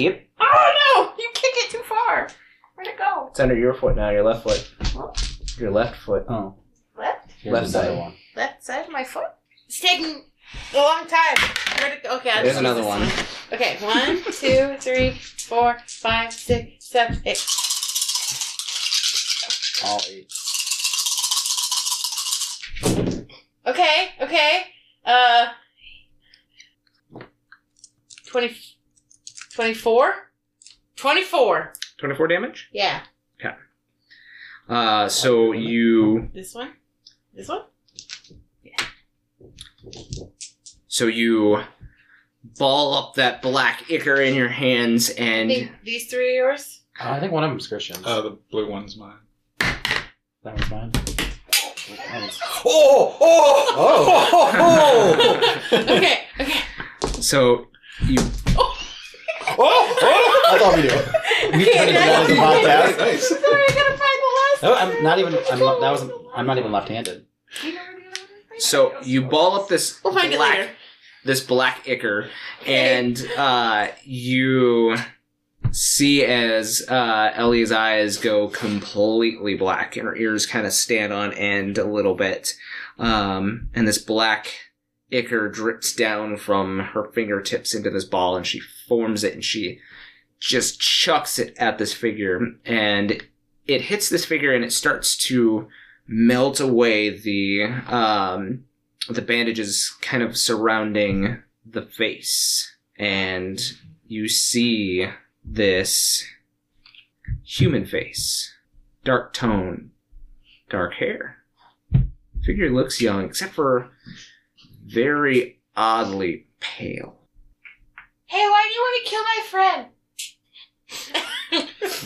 Speaker 2: Yep.
Speaker 4: Oh no! You kick it too far. Where'd it go?
Speaker 2: It's under your foot now. Your left foot. Your left foot.
Speaker 8: Oh,
Speaker 4: Left?
Speaker 8: here's
Speaker 2: Left
Speaker 8: another
Speaker 2: side.
Speaker 8: one.
Speaker 4: Left side of my foot? It's taking a long time. Where'd it go? Okay, I'll
Speaker 2: There's
Speaker 4: just use
Speaker 2: another
Speaker 4: this
Speaker 2: one.
Speaker 4: Okay, one, two, three, four, five, six, seven, eight.
Speaker 8: All eight.
Speaker 4: Okay, okay. Uh, 20, 24? 24.
Speaker 2: Twenty-four damage.
Speaker 4: Yeah.
Speaker 2: Uh, so you
Speaker 4: This one? This one?
Speaker 2: So you ball up that black ichor in your hands
Speaker 4: I
Speaker 2: and
Speaker 4: think these three are yours.
Speaker 9: Uh, I think one of them's Christian's.
Speaker 7: Uh, the blue one's mine.
Speaker 9: that was mine.
Speaker 8: That is-
Speaker 3: Oh, oh,
Speaker 9: Oh.
Speaker 3: oh,
Speaker 4: okay, okay.
Speaker 2: so you
Speaker 3: oh, oh. I thought we knew.
Speaker 9: We
Speaker 4: Okay,
Speaker 9: haven't even
Speaker 4: that's-
Speaker 9: done the podcast.
Speaker 3: Nice.
Speaker 4: Sorry, I gotta find the
Speaker 9: No,
Speaker 4: last.
Speaker 9: I'm not even. I'm not, that was. I'm not even left-handed.
Speaker 2: so you ball up this
Speaker 4: We'll find it
Speaker 2: black
Speaker 4: later.
Speaker 2: this black ichor and uh you see as uh Ellie's eyes go completely black and her ears kind of stand on end a little bit um and this black ichor drips down from her fingertips into this ball and she forms it and she just chucks it at this figure and it hits this figure and it starts to melt away the um the bandages kind of surrounding the face and you see this human face dark tone dark hair figure looks young except for very oddly pale
Speaker 4: Hey, why do you want to kill my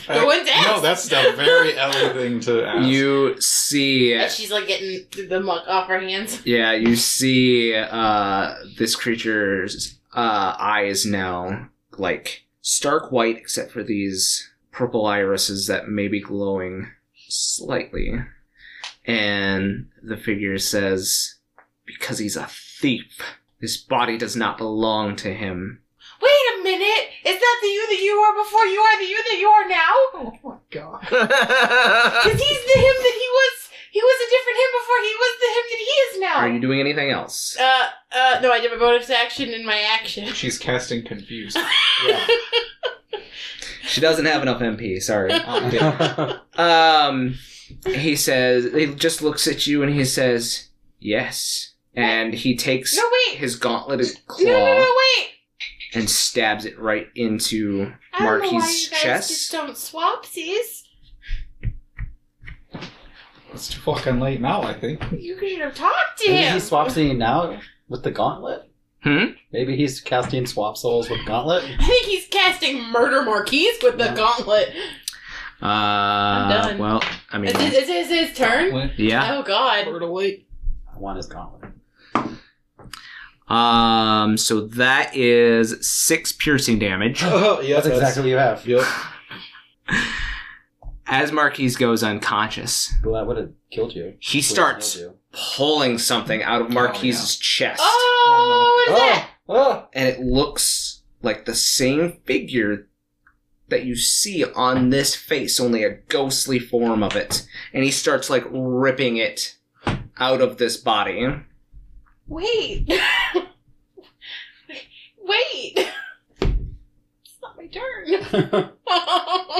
Speaker 4: friend?
Speaker 7: Uh,
Speaker 4: Go one's
Speaker 7: No,
Speaker 4: asked.
Speaker 7: that's the very Ellie thing to ask.
Speaker 2: you see
Speaker 4: And she's like getting the muck off her hands.
Speaker 2: Yeah, you see uh, this creature's uh, eyes now, like stark white, except for these purple irises that may be glowing slightly. And the figure says, Because he's a thief, this body does not belong to him.
Speaker 4: Wait a minute! Is that the you that you were before you are the you that you are now? Because he's the him that he was. He was a different him before he was the him that he is now.
Speaker 2: Are you doing anything else?
Speaker 4: uh, uh, no, I did my bonus action and my action.
Speaker 7: She's casting confused.
Speaker 9: Yeah.
Speaker 2: She doesn't have enough MP, sorry.
Speaker 7: Oh, damn.
Speaker 2: Um, he says he just looks at you and he says yes, and he takes
Speaker 4: No, wait!
Speaker 2: his gauntleted claw
Speaker 4: No, no, no, wait!
Speaker 2: and stabs it right into
Speaker 4: I don't know why
Speaker 2: Marky's
Speaker 4: you guys just
Speaker 2: chest.
Speaker 4: don't swap these.
Speaker 7: it's too fucking late now. I think.
Speaker 4: You should have talked to
Speaker 9: Maybe
Speaker 4: him.
Speaker 9: he swaps me now with the gauntlet.
Speaker 2: Hmm?
Speaker 9: Maybe he's casting swap souls with gauntlet.
Speaker 4: I think he's casting Murder Marquise with the
Speaker 9: Yeah.
Speaker 4: gauntlet.
Speaker 2: Uh,
Speaker 4: done.
Speaker 2: well, I mean,
Speaker 4: Is it, is it his turn?
Speaker 7: When-
Speaker 2: yeah.
Speaker 4: Oh god.
Speaker 9: I want his gauntlet.
Speaker 2: Um, so that is six piercing damage.
Speaker 9: Oh,
Speaker 7: yeah,
Speaker 9: that's, exactly what you have.
Speaker 7: Yep.
Speaker 2: As Marquise goes unconscious,
Speaker 9: Well, that would have killed you.
Speaker 2: he
Speaker 9: Would've
Speaker 2: starts
Speaker 9: killed
Speaker 2: pulling something out of Marquise's chest.
Speaker 4: Oh, what
Speaker 9: you.
Speaker 4: is that?
Speaker 9: Oh, oh,
Speaker 2: and it looks like the same figure that you see on this face, only a ghostly form of it. And he starts like ripping it out of this body.
Speaker 4: Wait. Wait. It's not my turn.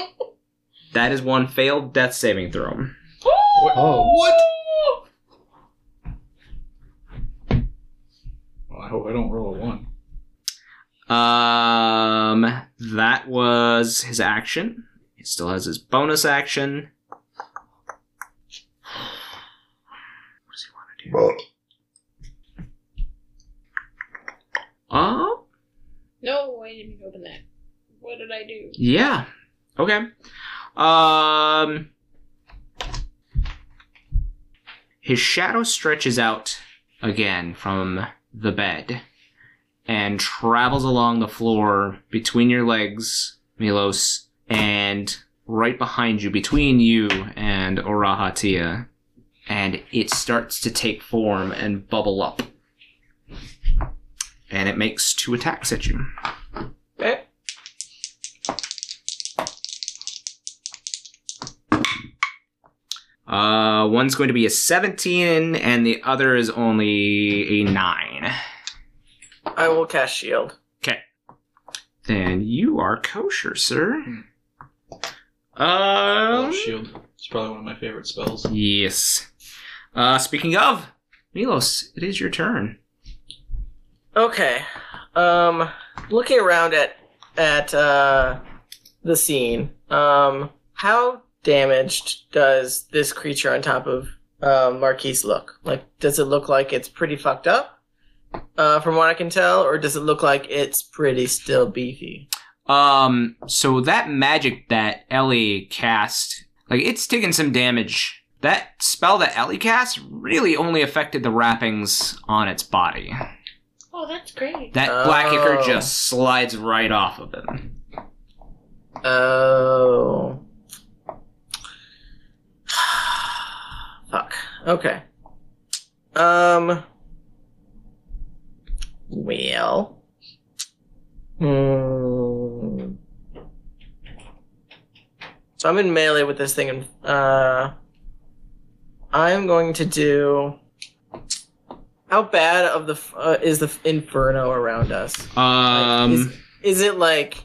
Speaker 2: That is one failed death saving throw.
Speaker 9: oh.
Speaker 7: Well, I hope I don't roll a one.
Speaker 2: Um, that was his action. He still has his bonus action. What does he want to do? Oh,
Speaker 4: no, I didn't open that. What did I do?
Speaker 2: Yeah. Okay. Um His shadow stretches out again from the bed and travels along the floor between your legs, Milos, and right behind you, between you and Orahatia. And it starts to take form and bubble up. And it makes two attacks at you. Uh, one's going to be a 17, and the other is only a 9.
Speaker 6: I will cast shield.
Speaker 2: Then you are kosher, sir.
Speaker 6: Hmm.
Speaker 2: Um,
Speaker 7: Love shield. It's probably one of my favorite spells.
Speaker 2: yes. Uh, speaking of, Milos, it is your turn.
Speaker 6: Okay. Um, looking around at at uh, the scene. Um, how damaged does this creature on top of uh, Marquise look? Like, does it look like it's pretty fucked up? uh, from what I can tell, or does it look like it's pretty still beefy?
Speaker 2: Um, so that magic that Ellie cast, like it's taken some damage. That spell that Ellie cast really only affected the wrappings on its body.
Speaker 4: Oh, that's great.
Speaker 2: That black ichor
Speaker 6: Oh.
Speaker 2: just slides right off of him.
Speaker 6: Oh. Fuck. Okay. Um. Well. Hmm. So I'm in melee with this thing, and uh, I'm going to do. How bad of the f- uh, is the f- inferno around us?
Speaker 2: Um,
Speaker 6: Is, is it like,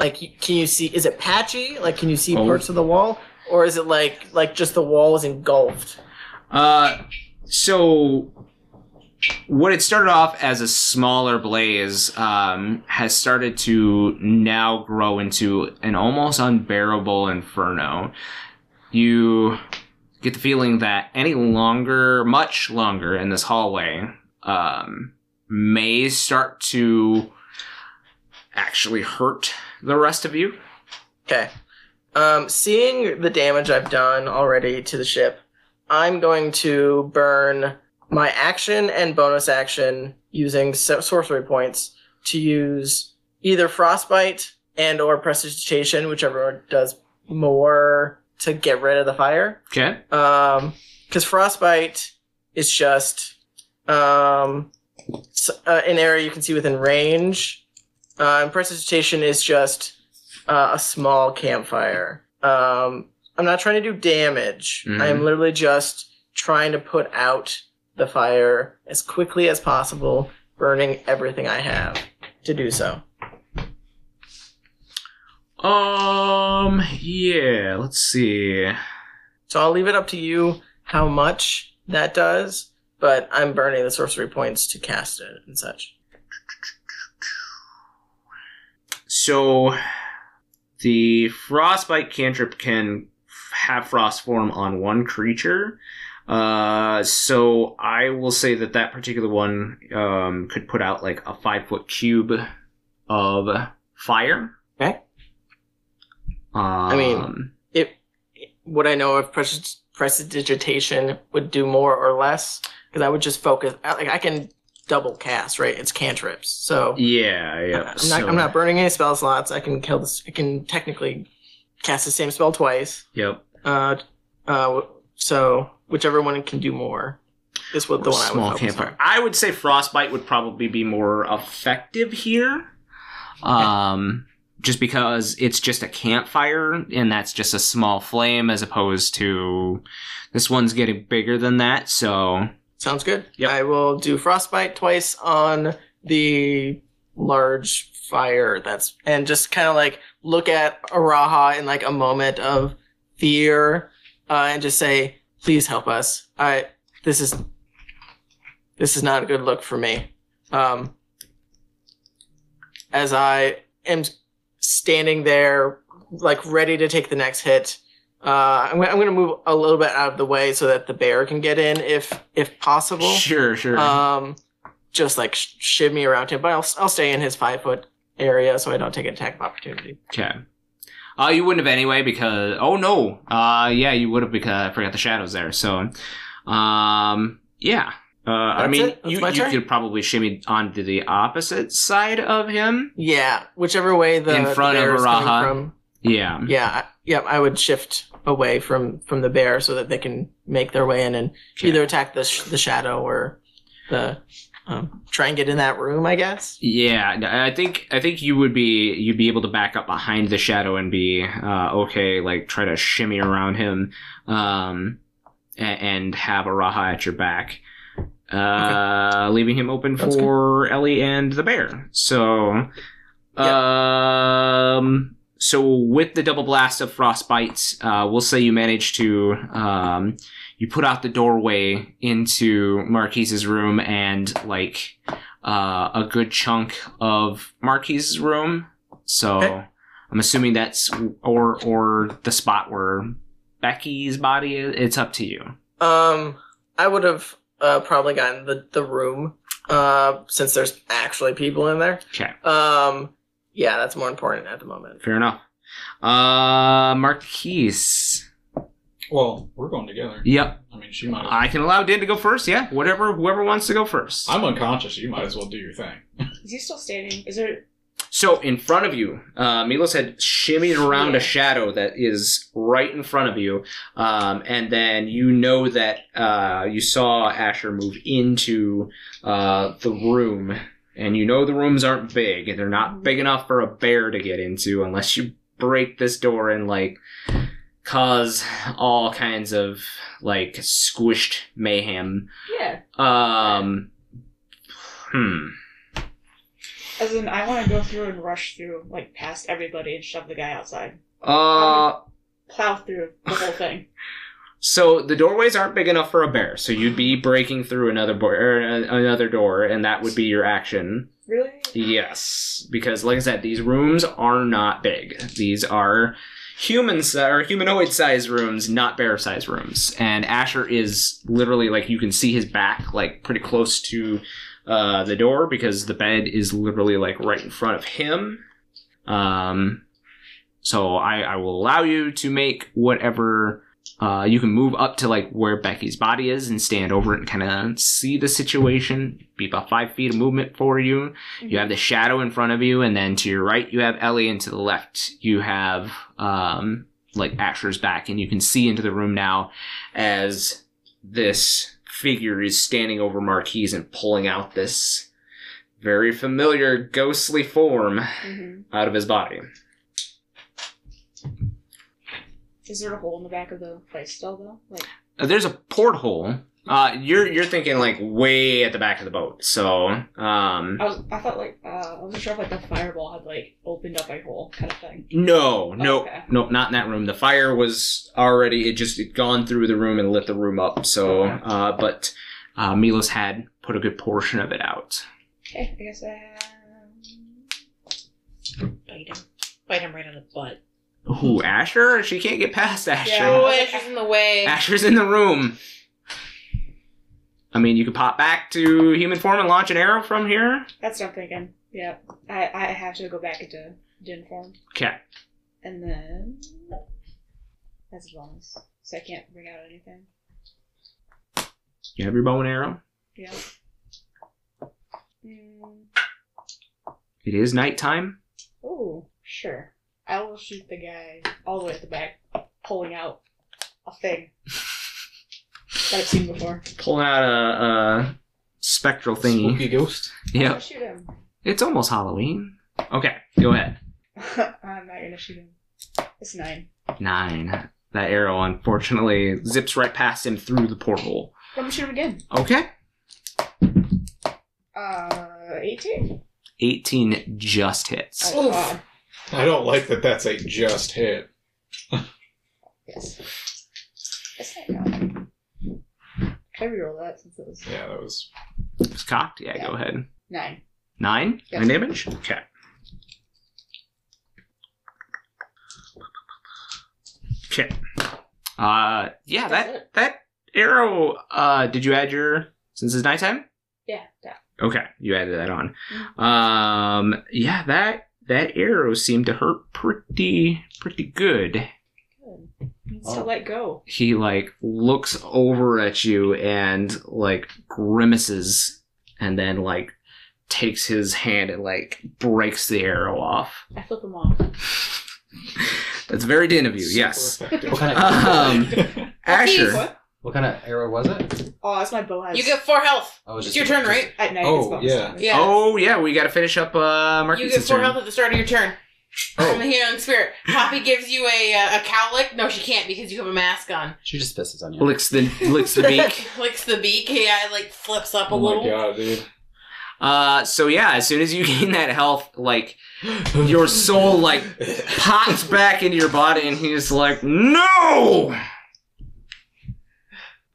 Speaker 6: like can you see? Is it patchy? Like can you see
Speaker 2: Oh.
Speaker 6: parts of the wall, or is it like like just the wall is engulfed?
Speaker 2: Uh, so what it started off as a smaller blaze um, has started to now grow into an almost unbearable inferno. You get the feeling that any longer, much longer in this hallway, um, may start to actually hurt the rest of you.
Speaker 6: Okay. Um, seeing the damage I've done already to the ship, I'm going to burn my action and bonus action using so- sorcery points to use either frostbite and or prestidigitation, whichever does more to get rid of the fire.
Speaker 2: Okay.
Speaker 6: Um, because frostbite is just um s- uh, an area you can see within range. Uh, and precipitation is just uh, a small campfire. Um, I'm not trying to do damage.
Speaker 2: Mhm.
Speaker 6: I am literally just trying to put out the fire as quickly as possible, burning everything I have to do so.
Speaker 2: Um. Yeah. Let's see.
Speaker 6: So I'll leave it up to you how much that does, but I'm burning the sorcery points to cast it and such.
Speaker 2: So the frostbite cantrip can f- have frost form on one creature. Uh, so I will say that that particular one um, could put out like a five foot cube of fire.
Speaker 6: Okay.
Speaker 2: Um,
Speaker 6: mean- it would I know if pres- prestidigitation would do more or less because I would just focus. I, like I can double cast, right? It's cantrips, so
Speaker 2: yeah, yeah.
Speaker 6: I- I'm not
Speaker 2: so-
Speaker 6: I'm not burning any spell slots. I can kill this. I can technically cast the same spell twice.
Speaker 2: Yep.
Speaker 6: Uh, uh, so whichever one can do more is what the one I
Speaker 2: small
Speaker 6: would focus
Speaker 2: campfire. I would say frostbite would probably be more effective here. Um just because it's just a campfire and that's just a small flame as opposed to this one's getting bigger than that, so
Speaker 6: on. Sounds good.
Speaker 2: Yep.
Speaker 6: I will do frostbite twice on the large fire that's and just kind of like look at Araha in like a moment of fear uh, and just say, "Please help us. I this is this is not a good look for me." Um, as I am standing there, like ready to take the next hit, uh, I'm, gonna- I'm going to move a little bit out of the way so that the bear can get in, if if possible.
Speaker 2: sure, sure.
Speaker 6: Um, just like sh- shimmy around him, but I'll I'll stay in his five foot area so I don't take an attack of opportunity.
Speaker 2: okay. Uh, you wouldn't have anyway because oh no. Uh yeah, you would have because I forgot the shadows there. So um yeah. Uh, I
Speaker 6: That's
Speaker 2: mean,
Speaker 6: it? That's
Speaker 2: you,
Speaker 6: my
Speaker 2: you
Speaker 6: turn?
Speaker 2: could probably shimmy onto the opposite side of him.
Speaker 6: Yeah, whichever way the
Speaker 2: In front
Speaker 6: the
Speaker 2: of Mm-hmm.
Speaker 6: bear is coming
Speaker 2: Baraha.
Speaker 6: from.
Speaker 2: Yeah.
Speaker 6: Yeah, I- yeah, I would shift away from from the bear so that they can make their way in and
Speaker 2: Okay.
Speaker 6: either attack the sh- the shadow or the um, try and get in that room. I guess.
Speaker 2: Yeah, no, I think I think you would be you'd be able to back up behind the shadow and be uh, okay, like try to shimmy around him, um, a- and, have Araha at your back, uh, leaving him open
Speaker 6: Sounds good.
Speaker 2: for Ellie and the bear. So, um, so with the double blast of frostbites, uh, we'll say you manage to um, you put out the doorway into Marquise's room and like uh, a good chunk of Marquis's room. So
Speaker 6: Okay.
Speaker 2: I'm assuming that's or or the spot where Becky's body is. It's up to you.
Speaker 6: Um, I would have uh, probably gotten the the room. uh, since there's actually people in there.
Speaker 2: Okay.
Speaker 6: Um, yeah, that's more important at the moment.
Speaker 2: Fair enough. Uh, Marquise.
Speaker 7: Well, we're going together.
Speaker 2: Yep.
Speaker 7: I mean, she might.
Speaker 2: I can allow Dan to go first. Yeah. Whatever. Whoever wants to go first.
Speaker 7: I'm unconscious. You might as well do your thing.
Speaker 4: Is he still standing? Is there?
Speaker 2: So in front of you, uh, Milos had shimmied around a shadow that is right in front of you, um, and then you know that uh, you saw Asher move into uh, the room, and you know the rooms aren't big; they're not big enough for a bear to get into unless you break this door and like cause all kinds of like squished mayhem.
Speaker 11: Yeah.
Speaker 2: Um, hmm.
Speaker 11: As in, I want to go through and rush through, like, past everybody and shove the guy outside.
Speaker 2: Uh.
Speaker 11: Plow through the whole thing.
Speaker 2: So the doorways aren't big enough for a bear, so you'd be breaking through another bo- er, another door, and that would be your action.
Speaker 11: Really?
Speaker 2: Yes, because like I said, these rooms are not big. These are human si- or humanoid size rooms, not bear size rooms. And Asher is literally like you can see his back, like pretty close to uh, the door, because the bed is literally like right in front of him. Um, so I, I will allow you to make whatever. Uh, you can move up to like where Becky's body is and stand over it and kind of see the situation. Be about five feet of movement for you. You have the shadow in front of you, and then to your right you have Ellie, and to the left you have um, like Asher's back, and you can see into the room now as this figure is standing over Marquise and pulling out this very familiar ghostly form
Speaker 11: hmm
Speaker 2: out of his body.
Speaker 11: Is there a hole in the back of the place still, though? Like,
Speaker 2: Uh, There's a porthole. Uh, you're you're thinking like way at the back of the boat. So um,
Speaker 11: I was, I thought, like, uh, I wasn't sure if, like, the fireball had, like, opened up a hole kind of thing.
Speaker 2: no, no,
Speaker 11: Okay.
Speaker 2: no, not in that room. The fire was already it just it gone through the room and lit the room up. So, uh, but uh, Milos had put a good portion of it out.
Speaker 11: Okay, I guess um, I.
Speaker 4: Bite him. Bite him right on the butt.
Speaker 7: Hmm.
Speaker 2: Ooh, Asher, she can't get past Asher.
Speaker 4: Oh, Asher's in the way.
Speaker 2: Asher's in the room. I mean, you could pop back to human form and launch an arrow from here.
Speaker 11: That's what I'm thinking. Yep. I, I have to go back into Din form.
Speaker 2: Okay.
Speaker 11: And then. That's a bonus. So I can't bring out anything.
Speaker 2: You have your bow and arrow.
Speaker 11: Yeah. Mm,
Speaker 2: It is nighttime.
Speaker 11: oh, sure. I will shoot the guy all the way at the back, pulling out a thing that I've seen before.
Speaker 2: pulling out a, a spectral thingy.
Speaker 7: Spooky ghost.
Speaker 11: I'm
Speaker 2: Yeah,
Speaker 11: gonna shoot him.
Speaker 2: it's almost Halloween. Okay, go ahead.
Speaker 11: I'm not gonna shoot him. It's nine.
Speaker 2: Nine. That arrow unfortunately zips right past him through the porthole.
Speaker 11: I'm gonna shoot him again.
Speaker 2: Okay.
Speaker 11: Uh, 18?
Speaker 2: 18 just hits.
Speaker 11: Oh, God.
Speaker 7: I don't like that. That's a just hit.
Speaker 11: Yes. It's not nine. Can I reroll that since it was
Speaker 7: Yeah, that was.
Speaker 2: It's cocked. Yeah, go ahead.
Speaker 11: nine?
Speaker 2: Nine?
Speaker 11: Yes.
Speaker 2: Nine damage? Okay. Okay. Uh, yeah,
Speaker 11: That's
Speaker 2: that, that arrow, uh, did you add your, since it's nighttime?
Speaker 11: Yeah, that.
Speaker 2: Okay, you added that on. Um, yeah, that that arrow seemed to hurt pretty pretty good.
Speaker 11: Good. Needs to let go.
Speaker 2: He like looks over at you and like grimaces, and then like takes his hand and like breaks the arrow off.
Speaker 11: I flip him off.
Speaker 2: That's very din of you.
Speaker 7: super
Speaker 2: Yes,
Speaker 7: effective.
Speaker 9: What kind of
Speaker 2: um, Asher.
Speaker 11: What?
Speaker 9: what kind of arrow was it?
Speaker 11: Oh, that's my bow has.
Speaker 4: You get four health.
Speaker 9: Oh, it was
Speaker 4: It's
Speaker 9: just
Speaker 4: your
Speaker 9: a-
Speaker 4: turn, right?
Speaker 11: I, no,
Speaker 7: Oh,
Speaker 11: it's bonus
Speaker 7: yeah.
Speaker 11: damage.
Speaker 4: Yeah.
Speaker 2: Oh yeah, we got to finish up uh,
Speaker 4: you
Speaker 2: Marcus's
Speaker 4: get four
Speaker 2: turn.
Speaker 4: health at the start of your turn.
Speaker 7: Oh.
Speaker 4: From the healing spirit. Poppy gives you a uh, a cowlick. No, she can't because you have a mask on.
Speaker 9: She just pisses on you.
Speaker 2: Licks the licks the beak.
Speaker 4: Licks the beak. Yeah, it, like flips up a
Speaker 7: Oh
Speaker 4: little.
Speaker 7: my god, dude.
Speaker 2: Uh, so yeah, as soon as you gain that health, like your soul like pops back into your body, and he's like, "No!"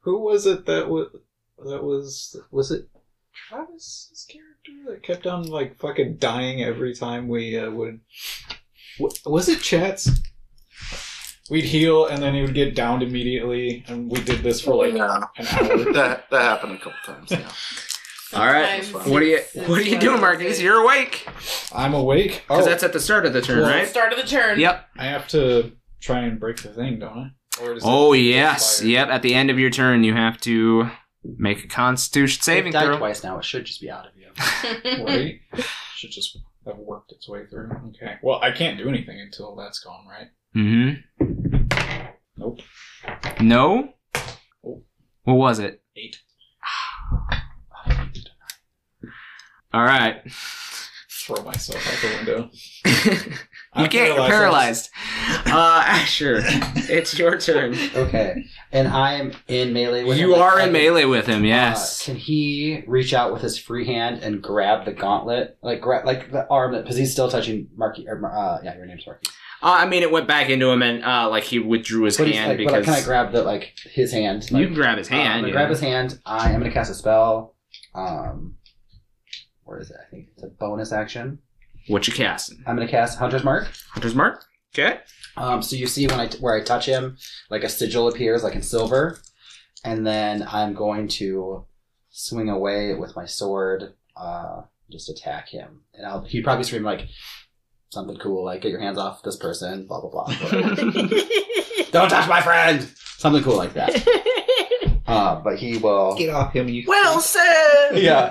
Speaker 7: Who was it that was that was was it Travis's character that kept on like fucking dying every time we uh, would w- was it Chat's? We'd heal and then he would get downed immediately, and we did this for like
Speaker 5: Yeah.
Speaker 7: an hour.
Speaker 5: that that happened a couple times. Yeah.
Speaker 2: All right.
Speaker 4: Sometimes
Speaker 2: What are you
Speaker 4: it's- it's
Speaker 2: What are you
Speaker 4: like-
Speaker 2: doing, Marcus? You're awake.
Speaker 7: I'm awake.
Speaker 2: Because that's at the start of the turn,
Speaker 7: Well,
Speaker 2: right?
Speaker 4: Oh. Start of the turn.
Speaker 2: Yep.
Speaker 7: I have to try and break the thing, don't I? Or does
Speaker 2: Oh
Speaker 7: it-
Speaker 2: yes. Yep. At the end of your turn, you have to make a Constitution saving
Speaker 8: died
Speaker 2: throw.
Speaker 8: twice now. It should just be out of you.
Speaker 7: Right? Should just have worked its way through. Okay. Well, I can't do anything until that's gone, right?
Speaker 2: Mm-hmm.
Speaker 7: Nope.
Speaker 2: No.
Speaker 7: Oh.
Speaker 2: What was it?
Speaker 7: Eight.
Speaker 2: All right.
Speaker 7: Throw myself out the window.
Speaker 2: You
Speaker 7: I'm
Speaker 2: can't. You're paralyzed.
Speaker 7: paralyzed.
Speaker 2: Uh, Asher, it's your turn.
Speaker 8: Okay. And I'm in melee with him.
Speaker 2: You are
Speaker 8: I
Speaker 2: in
Speaker 8: can-
Speaker 2: melee with him.
Speaker 8: uh,
Speaker 2: Yes.
Speaker 8: can he reach out with his free hand and grab the gauntlet? Like grab like the arm that because he's still touching Marky or uh, yeah, your name's Marky.
Speaker 2: Uh, I mean, it went back into him, and uh, like he withdrew his
Speaker 8: But he's
Speaker 2: hand
Speaker 8: like, but, like,
Speaker 2: because
Speaker 8: can I grab the like his hand?
Speaker 2: you
Speaker 8: Like,
Speaker 2: can grab his
Speaker 8: uh, I'm
Speaker 2: hand.
Speaker 8: gonna
Speaker 2: yeah.
Speaker 8: grab his hand. I am gonna cast a spell. Um where is it? I think it's a bonus action.
Speaker 2: What you casting?
Speaker 8: I'm gonna cast Hunter's Mark.
Speaker 2: Hunter's mark. Okay.
Speaker 8: Um, so you see when I t- where I touch him, like a sigil appears, like in silver, and then I'm going to swing away with my sword, uh, just attack him, and I'll he'd probably scream like something cool, like "Get your hands off this person!" Blah blah blah. whatever. Don't touch my friend. Something cool like that. Uh, but he will.
Speaker 12: Get off him, you.
Speaker 6: Well said.
Speaker 8: Yeah.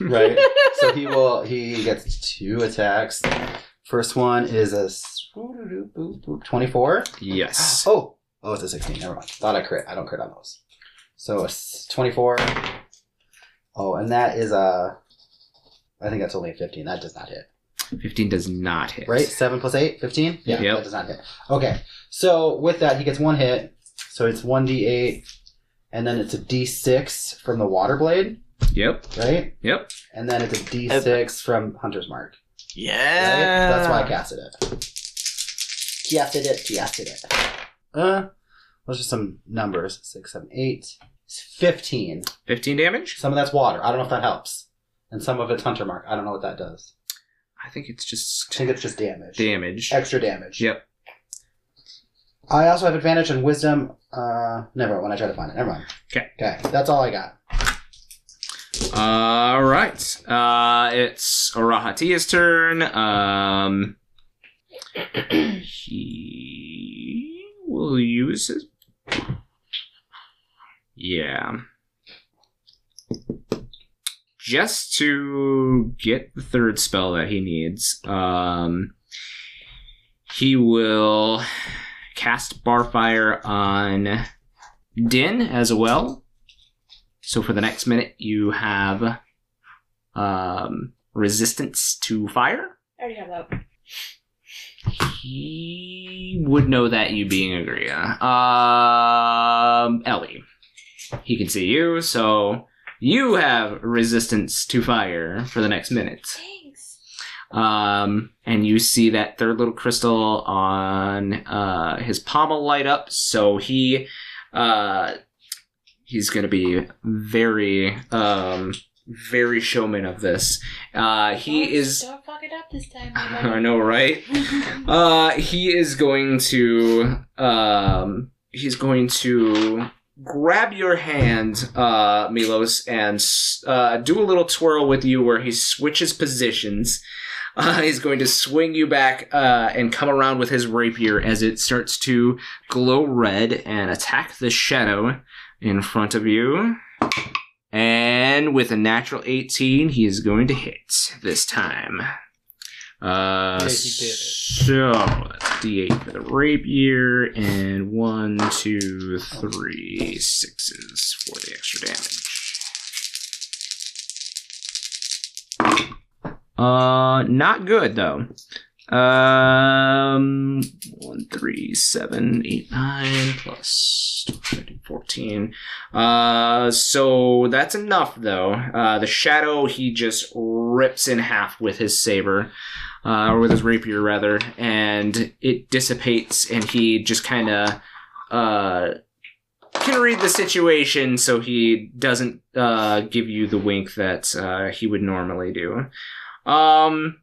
Speaker 8: Right. so he will. He gets two attacks. First one is a s- twenty-four.
Speaker 2: Yes.
Speaker 8: Oh, oh, it's a 16. Never mind. Thought I crit. I don't crit on those. So it's 24. Oh, and that is a. I think that's only a 15. That does not hit.
Speaker 2: Fifteen does not hit.
Speaker 8: Right? 7 plus 8? 15? Yeah,
Speaker 2: Yep.
Speaker 8: that does not hit. Okay. So with that, he gets one hit. So it's 1d8. And then it's a d6 from the water blade,
Speaker 2: Yep.
Speaker 8: right?
Speaker 2: Yep.
Speaker 8: And then it's a d6 from Hunter's Mark. Right?
Speaker 6: Yeah.
Speaker 8: That's why I casted it. Casted it. Casted it. Uh, those are some numbers. Six, seven, eight. It's Fifteen.
Speaker 2: Fifteen damage.
Speaker 8: Some of that's water. I don't know if that helps. And some of it's hunter mark. I don't know what that does.
Speaker 2: I think it's just
Speaker 8: I think it's just damage.
Speaker 2: damage.
Speaker 8: Extra damage.
Speaker 2: Yep.
Speaker 8: I also have advantage on wisdom. Uh, never mind, when I try to find it. Never mind.
Speaker 2: 'Kay.
Speaker 8: Okay. That's all I got.
Speaker 2: All right. Uh, it's Orahatia's turn. Um, he will use his. Yeah. Just to get the third spell that he needs, um, he will cast Barfire on Din as well. So for the next minute, you have um, resistance to fire.
Speaker 11: I already have that.
Speaker 2: He would know that you being Agria. Um, Ellie, he can see you, so you have resistance to fire for the next minute.
Speaker 11: Thanks.
Speaker 2: Um, and you see that third little crystal on uh, his pommel light up. So he uh, he's going to be very um, very showman of this. Uh, he is.
Speaker 11: Don't fuck it up this time.
Speaker 2: I know, right? Uh, he is going to um, he's going to grab your hand, uh, Milos, and s- uh, do a little twirl with you where he switches positions. Uh, he's going to swing you back uh, and come around with his rapier as it starts to glow red and attack the shadow in front of you. And with a natural 18, he is going to hit this time. Uh,
Speaker 7: Yeah, he did it.
Speaker 2: so that's d8 for the rapier, and one, two, three sixes for the extra damage. Uh, not good though. Um, one, three, seven, eight, nine, plus 12, 13, 14. Uh, so that's enough though. Uh, the shadow he just rips in half with his saber, uh, or with his rapier rather, and it dissipates, and he just kind of, uh, can read the situation, so he doesn't uh, give you the wink that uh, he would normally do. Um,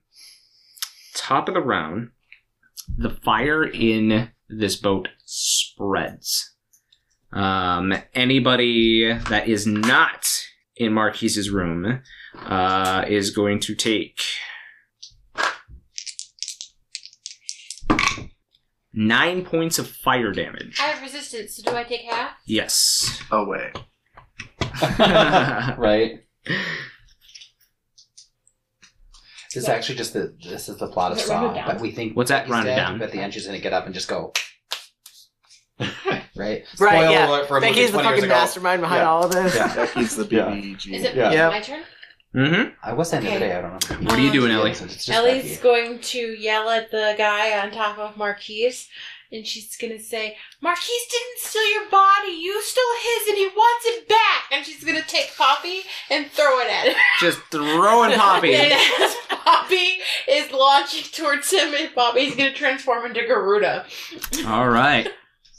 Speaker 2: top of the round, the fire in this boat spreads. Um, anybody that is not in Marquise's room uh, is going to take nine points of fire damage.
Speaker 4: I have resistance, so do I take half?
Speaker 2: Yes. Mm-hmm.
Speaker 5: Away.
Speaker 9: right? This is actually just the this is the plot of
Speaker 11: Is it rounded
Speaker 9: Saw,
Speaker 11: down?
Speaker 9: but we think
Speaker 2: What's that
Speaker 9: he's
Speaker 2: rounded
Speaker 9: dead,
Speaker 2: down?
Speaker 9: But the end she's gonna get up and just go. right.
Speaker 6: Right,
Speaker 9: Spoiler
Speaker 6: yeah.
Speaker 9: alert for a movie
Speaker 6: Becky's the
Speaker 9: 20 years
Speaker 6: fucking
Speaker 9: ago.
Speaker 6: mastermind behind
Speaker 9: Yeah.
Speaker 6: all of this.
Speaker 9: Yeah.
Speaker 5: Becky's the
Speaker 9: Yeah.
Speaker 5: BBG.
Speaker 4: Is it
Speaker 9: Yeah.
Speaker 4: is it my turn?
Speaker 2: Mm-hmm.
Speaker 9: I was saying the other
Speaker 4: Okay.
Speaker 9: day. I don't know.
Speaker 2: What are you doing,
Speaker 9: Yeah,
Speaker 2: Ellie?
Speaker 9: so it's just
Speaker 4: Ellie's
Speaker 9: Becky.
Speaker 4: going to yell at the guy on top of Marquise, and she's gonna say, "Marquise didn't steal your body. You stole his, and he wants it back." And she's gonna take Poppy and throw it at him.
Speaker 2: Just throwing Poppy.
Speaker 4: and as Poppy is launching towards him, and Poppy's gonna transform into Garuda.
Speaker 2: All right.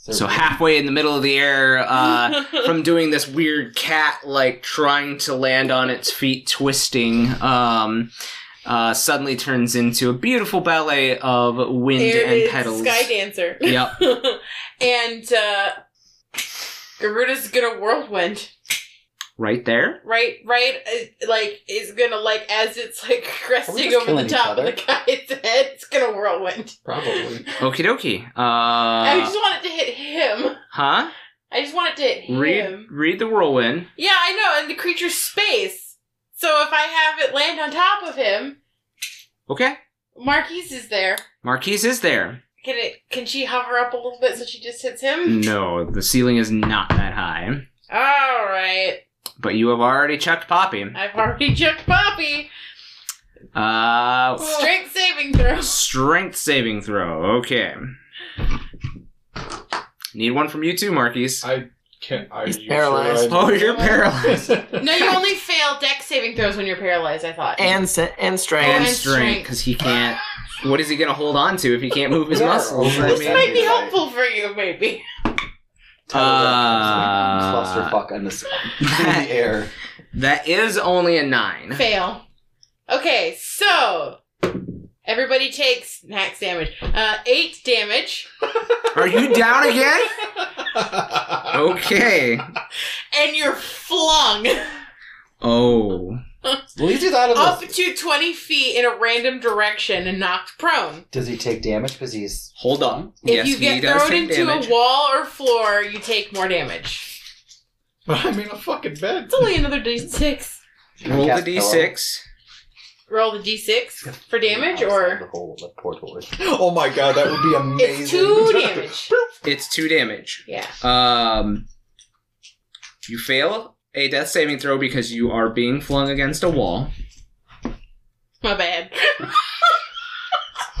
Speaker 2: So halfway in the middle of the air, uh, from doing this weird cat like trying to land on its feet, twisting, um, uh, suddenly turns into a beautiful ballet of wind
Speaker 4: there
Speaker 2: and
Speaker 4: is
Speaker 2: petals.
Speaker 4: Sky Dancer.
Speaker 2: Yep.
Speaker 4: and uh, Garuda's gonna whirlwind.
Speaker 2: Right there.
Speaker 4: right right uh, like is gonna like as it's like cresting
Speaker 9: just
Speaker 4: over
Speaker 9: killing
Speaker 4: the
Speaker 9: each
Speaker 4: top of
Speaker 9: other?
Speaker 4: the guy's head it's gonna whirlwind
Speaker 7: Probably.
Speaker 2: Okie dokie.
Speaker 4: i
Speaker 2: Uh,
Speaker 4: just wanted to hit him
Speaker 2: huh?
Speaker 4: i just wanted to hit
Speaker 2: Read
Speaker 4: him
Speaker 2: read the whirlwind.
Speaker 4: yeah i know and the creature's space so if i have it land on top of him
Speaker 2: Okay.
Speaker 4: marquise is there
Speaker 2: Marquise is there.
Speaker 4: can it can she hover up a little bit so she just hits
Speaker 2: Hmm.
Speaker 4: him
Speaker 2: No, the ceiling is not that high.
Speaker 4: all right
Speaker 2: But you have already chucked Poppy.
Speaker 4: i've already checked poppy
Speaker 2: Uh,
Speaker 4: strength saving throw
Speaker 2: Strength saving throw. Okay. Need one from you too, Marquise.
Speaker 7: I can't. I,
Speaker 6: He's
Speaker 7: you
Speaker 6: paralyzed.
Speaker 7: sure I-
Speaker 2: Oh, you're paralyzed.
Speaker 4: no you only fail deck saving throws when you're paralyzed i thought
Speaker 6: And se- and strength.
Speaker 2: and
Speaker 4: and
Speaker 2: strength,
Speaker 4: strength.
Speaker 2: because he can't. What is he gonna hold on to if he can't move his
Speaker 9: Yeah.
Speaker 2: muscles? I
Speaker 9: This
Speaker 4: this
Speaker 2: mean-
Speaker 4: might be helpful for you maybe
Speaker 2: Uh,
Speaker 9: clusterfuck on this in the air.
Speaker 2: that is only a nine.
Speaker 4: Fail. Okay, so everybody takes max damage. Uh, eight damage,
Speaker 2: Are you down again? Okay.
Speaker 4: and you're flung
Speaker 2: Oh.
Speaker 9: Well, he's just out of
Speaker 4: up
Speaker 9: this.
Speaker 4: to twenty feet in a random direction and knocked prone.
Speaker 9: Does he take damage because he's
Speaker 2: Hold on.
Speaker 4: If
Speaker 2: yes,
Speaker 4: you
Speaker 2: he
Speaker 4: get
Speaker 2: does
Speaker 4: thrown
Speaker 2: take
Speaker 4: into
Speaker 2: damage.
Speaker 4: a wall or floor, you take more damage.
Speaker 7: But I'm in a fucking bed.
Speaker 4: It's only another d6.
Speaker 2: Roll the
Speaker 9: Cast
Speaker 2: d6.
Speaker 4: Roll the d6 for damage,
Speaker 9: the
Speaker 4: or
Speaker 9: whole the portal? is-
Speaker 7: Oh my god, that would be amazing.
Speaker 4: it's two damage.
Speaker 2: It's two damage.
Speaker 4: Yeah.
Speaker 2: Um, you fail a death saving throw because you are being flung against a wall.
Speaker 4: My bad.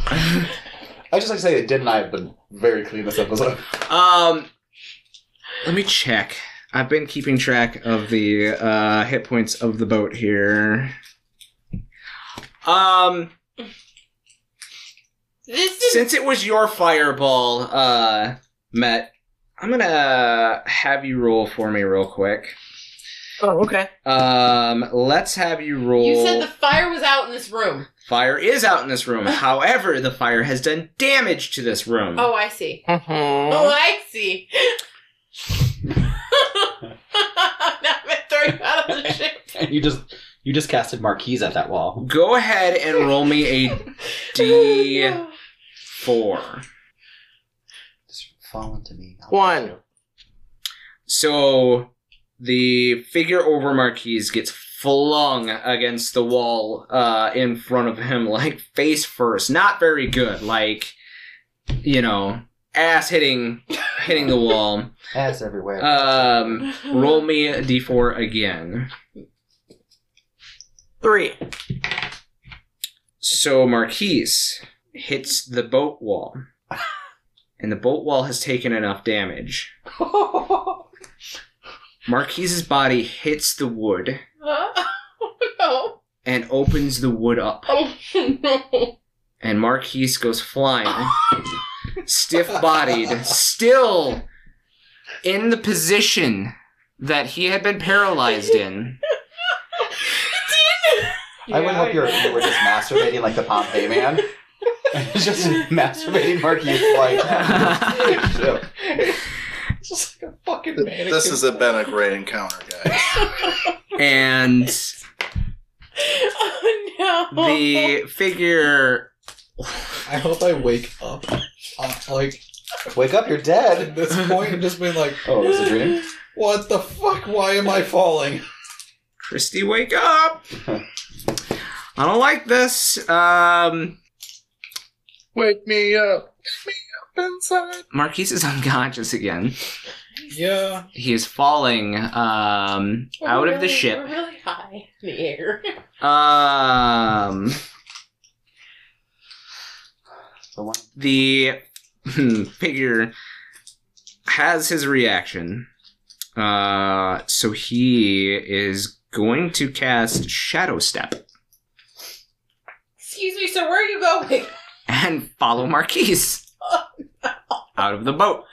Speaker 9: I just like to say that didn't I have been very clean this episode.
Speaker 2: Um, let me check. I've been keeping track of the uh, hit points of the boat here. Um,
Speaker 4: This is
Speaker 2: since it was your fireball, uh, Met, I'm gonna have you roll for me real quick.
Speaker 6: Oh, okay.
Speaker 2: Um, let's have you roll.
Speaker 4: you said the fire was out in this room.
Speaker 2: Fire is out in this room. However, the fire has done damage to this room.
Speaker 4: Oh, I see.
Speaker 6: Mhm.
Speaker 4: Oh, I see. I've been thrown out of the ship.
Speaker 9: And you just you just casted Marquise at that wall.
Speaker 2: Go ahead and roll me a D4.
Speaker 9: Just fall into me. I'll-
Speaker 6: One.
Speaker 2: So the figure over Marquise gets flung against the wall uh, in front of him, like face first. Not very good. Like, you know, ass hitting hitting the wall.
Speaker 9: Ass everywhere.
Speaker 4: Uh,
Speaker 2: Um, roll me a D4 again.
Speaker 6: Three.
Speaker 2: So Marquise hits the boat wall. And the boat wall has taken enough damage.
Speaker 11: Oh.
Speaker 2: Marquise's body hits the wood
Speaker 4: Huh? Oh,
Speaker 2: and opens the wood up.
Speaker 4: no.
Speaker 2: And Marquise goes flying, stiff bodied, still in the position that he had been paralyzed in.
Speaker 9: I would hope you were, you were just masturbating like the Pompeii man. just masturbating Marquise like.
Speaker 7: Just like a fucking mannequin.
Speaker 5: This has been a great encounter, guys.
Speaker 2: and
Speaker 4: Oh no.
Speaker 2: the figure
Speaker 7: I hope I wake up. uh, like
Speaker 9: Wake up, you're dead.
Speaker 7: at this point, and just being like,
Speaker 9: Oh, it was a dream?
Speaker 7: "What the fuck? Why am I falling?"
Speaker 2: Christy, wake up! I don't like this. Um,
Speaker 5: Wake me up. Wake me up inside.
Speaker 2: Marquise is unconscious again.
Speaker 7: Yeah.
Speaker 2: He is falling um,
Speaker 4: We're
Speaker 2: out of the
Speaker 4: really-
Speaker 2: ship.
Speaker 4: We're really high in the air.
Speaker 2: Um,
Speaker 9: The one.
Speaker 2: the figure has his reaction. Uh, so he is going to cast Shadow Step
Speaker 4: Excuse me, sir, where are you going?
Speaker 2: and follow Marquise out of the boat.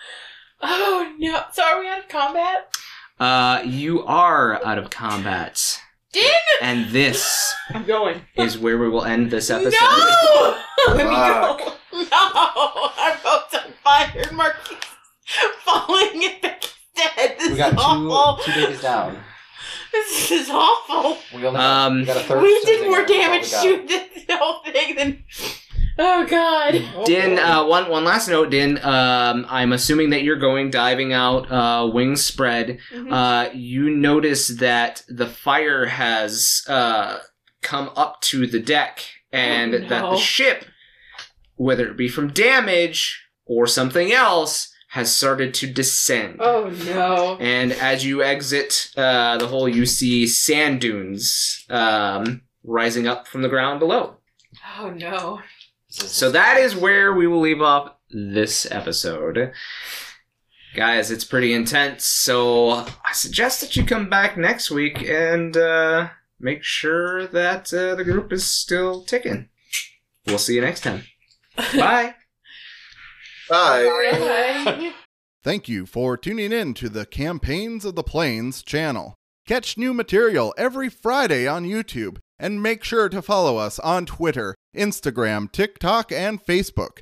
Speaker 4: Oh no. So are we out of combat?
Speaker 2: Uh, you are out of combat.
Speaker 4: Damn
Speaker 2: And this
Speaker 4: I'm going.
Speaker 2: is where we will end this episode.
Speaker 4: No! Let me
Speaker 5: Fuck.
Speaker 4: go. No! Our boat's on fire. Marquis falling and Becky's dead. This
Speaker 9: We got
Speaker 4: is awful.
Speaker 9: two, two babies down.
Speaker 4: This is awful.
Speaker 9: We only got,
Speaker 2: Um,
Speaker 9: we got a third.
Speaker 4: we
Speaker 9: still
Speaker 4: did more
Speaker 9: together.
Speaker 4: damage
Speaker 9: That's all we
Speaker 4: to this whole thing than. Oh god.
Speaker 2: Din, uh, one one last note, Din. Um, I'm assuming that you're going diving out, uh, wings spread.
Speaker 4: Mhm.
Speaker 2: Uh, you notice that the fire has uh, come up to the deck, and
Speaker 4: Oh, no.
Speaker 2: that the ship, whether it be from damage or something else, has started to descend.
Speaker 4: Oh no.
Speaker 2: And as you exit uh, the hole, you see sand dunes um, rising up from the ground below.
Speaker 4: Oh no.
Speaker 2: So that is where we will leave off this episode. Guys, it's pretty intense, so I suggest that you come back next week and uh, make sure that uh, the group is still ticking. We'll see you next time. Bye.
Speaker 5: Bye.
Speaker 4: Really?
Speaker 13: Thank you for tuning in to the Campaigns of the Plains channel. Catch new material every Friday on YouTube and make sure to follow us on Twitter, Instagram, TikTok, and Facebook.